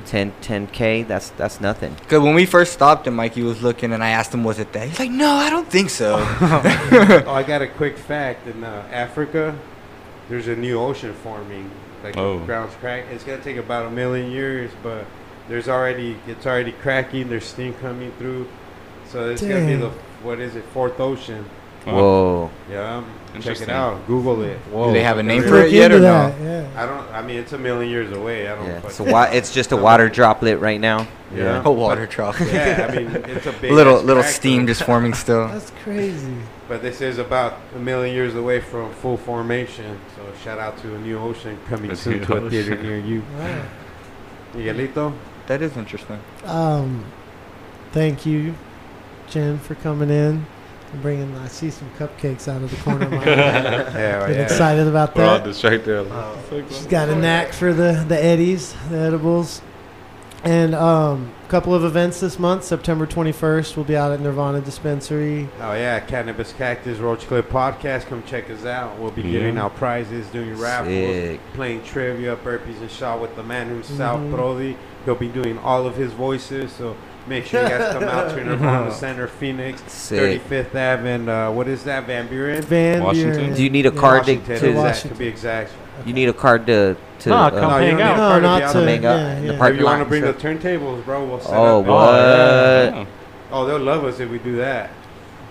S5: 10 10k that's that's nothing
S7: Cause when we first stopped and Mikey was looking and I asked him was it that he's like no I don't think so
S2: Oh, I got a quick fact. In uh, Africa, there's a new ocean forming. Like
S1: Oh.
S2: the ground's crack. It's gonna take about a million years, but there's already it's already cracking. There's steam coming through, so it's gonna be
S6: Dang.
S2: the what is it fourth ocean?
S1: Wow.
S5: whoa
S2: Yeah, um, check
S1: Interesting.
S2: it out. Google it.
S7: do they have a name
S2: Look
S7: for it
S6: Look
S7: yet
S6: into
S7: or no
S6: that, yeah.
S2: I don't. I mean, it's a million years away. I don't.
S5: yeah it's a
S2: fucking-
S5: wa- it's just a water droplet right now
S2: Yeah.
S7: a water trough
S2: yeah, I mean, it's a big
S7: Oh. little
S2: ass
S7: little
S2: crack,
S7: steam
S2: though.
S7: just forming still
S6: That's crazy.
S2: But this is about a million years away from full formation. So shout out to a new ocean coming
S1: A
S2: soon
S1: new
S2: to a theater
S1: ocean.
S2: near you.
S6: Wow.
S2: Miguelito.
S7: that is interesting
S6: Um, thank you, Jim, for coming in and bringing. I see some cupcakes out of the corner of my eye.
S2: Yeah,
S6: Been
S2: yeah.
S6: excited about
S1: We're all
S6: that.
S1: distracted.
S6: She's got a knack for the the eddies, the edibles, and um, couple of events this month. September 21st, we'll be out at Nirvana Dispensary.
S2: Oh yeah, Cannabis Cactus Roach Clip Podcast. Come check us out. We'll be giving
S1: Yeah.
S2: out prizes, doing raffles,
S5: Sick.
S2: playing trivia, burpees and shot with the man himself,
S6: Mhm.
S2: Brody. He'll be doing all of his voices. So make sure you guys come out to Nirvana Center, Phoenix,
S5: Sick.
S2: 35th Ave, and uh, what is that, Van Buren?
S6: Van
S1: Washington?
S6: Buren.
S5: Do you need a
S6: Yeah.
S5: card to,
S2: Washington,
S5: to
S2: exact, to be exact.
S5: you need a card to to
S4: Nah,
S5: uh,
S4: come
S2: No, you
S4: hang
S2: don't need
S4: out.
S2: a
S6: No,
S2: card to be
S6: not
S2: out
S6: to.
S2: there.
S5: Hang out
S6: yeah,
S5: in the
S6: yeah.
S5: park.
S2: If you want to
S5: Parking
S2: bring the
S5: lot,
S2: turntables, bro, we'll set
S5: Oh,
S2: up.
S5: what?
S1: Yeah.
S2: Oh, they'll love us if we do that.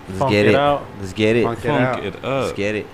S5: Let's
S4: Funk
S5: get
S4: it
S5: it.
S4: out.
S5: Let's get it.
S2: Funk it
S1: Funk
S2: out.
S1: it
S5: Let's
S1: up.
S5: get it.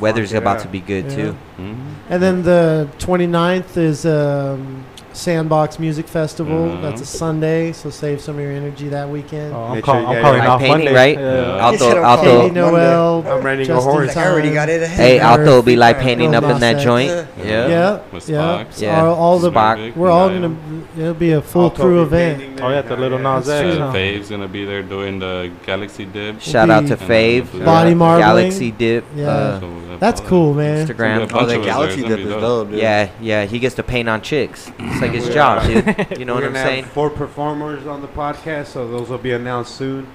S5: Weather's
S2: it
S5: about
S2: out.
S5: to be good
S6: Yeah.
S5: too.
S1: Mhm.
S6: And then the 29th is um, Sandbox Music Festival.
S1: Mhm.
S6: That's a Sunday, so save some of your energy that weekend.
S4: Oh, I'm,
S2: Make
S4: call-
S2: sure you
S4: I'm
S2: get
S4: calling
S5: your-
S4: off
S5: Like painting,
S4: Monday.
S5: right?
S1: Yeah.
S5: Alto,
S9: said I'm
S5: Alto.
S6: Katie
S9: calling
S6: Noel.
S2: I'm renting a
S6: Justin
S2: horse.
S9: Like, I already got it ahead.
S5: Hey, Alto
S6: Earth.
S5: be like painting up in that
S6: Yeah.
S5: joint.
S9: Yeah.
S5: Yeah.
S6: Yeah,
S1: With
S6: yeah,
S1: Spock.
S6: So
S5: Yeah.
S6: All, all the
S1: Spock.
S6: we're all
S1: Nayo.
S6: gonna it'll be a full
S2: I'll
S6: crew
S2: totally
S6: event.
S2: painting
S4: Oh, yeah,
S2: there.
S4: the little Nas
S6: That's
S4: X.
S6: true.
S1: Uh,
S4: huh?
S1: Fave's gonna be there doing the Galaxy Dip.
S5: Shout out to
S1: be-
S5: Fave.
S1: Body
S5: uh,
S6: marbling.
S5: Galaxy Dip.
S6: Yeah.
S5: Uh,
S6: That's cool, man.
S5: Instagram.
S1: Bunch
S7: Oh, the
S1: of us there,
S7: galaxy
S1: it's gonna
S7: dip
S1: be
S7: is
S1: dope.
S7: dope, dude.
S5: Yeah, yeah. He gets to paint on chicks. It's like his
S2: We're
S5: job,
S2: gonna-
S5: dude. You know
S2: We're
S5: what I'm
S2: gonna have
S5: saying?
S2: Four performers on the podcast, so those will be announced soon.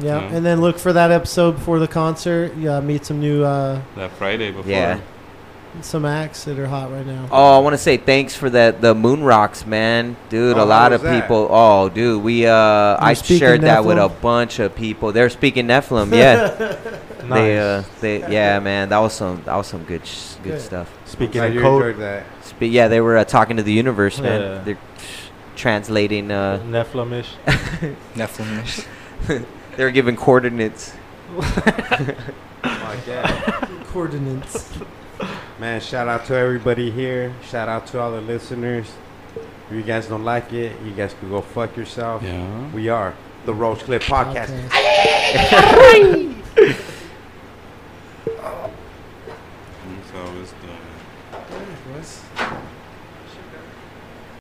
S6: Yeah,
S1: Yeah.
S6: and then look for that episode before the concert. Yeah, meet some new uh,
S1: That Friday before.
S5: Yeah.
S6: some acts that are hot right now.
S5: Oh, I want to say thanks for that the moon rocks, man, dude.
S2: Oh,
S5: a lot
S2: how
S5: of
S2: was that?
S5: people. Oh, dude, we uh, I
S6: speaking
S5: shared that with a
S6: Nephilim?
S5: bunch of people. They're speaking Nephilim, yeah. They, uh,
S4: Nice.
S5: they, yeah, man, that was some that was some good sh- good
S6: Good.
S5: stuff.
S4: Speaking
S2: Glad
S4: of
S2: you
S4: code,
S2: enjoyed that.
S5: Spe- yeah, they were uh, talking to the universe, man.
S4: Yeah.
S5: They're translating. Uh,
S4: Nephilim-ish.
S7: Nephilim.
S5: they're giving coordinates.
S2: Like that.
S6: Coordinates.
S2: Man, shout out to everybody here. Shout out to all the listeners. If you guys don't like it, you guys could go fuck yourself.
S1: Yeah.
S2: We are the Roach Clip Podcast.
S6: Okay.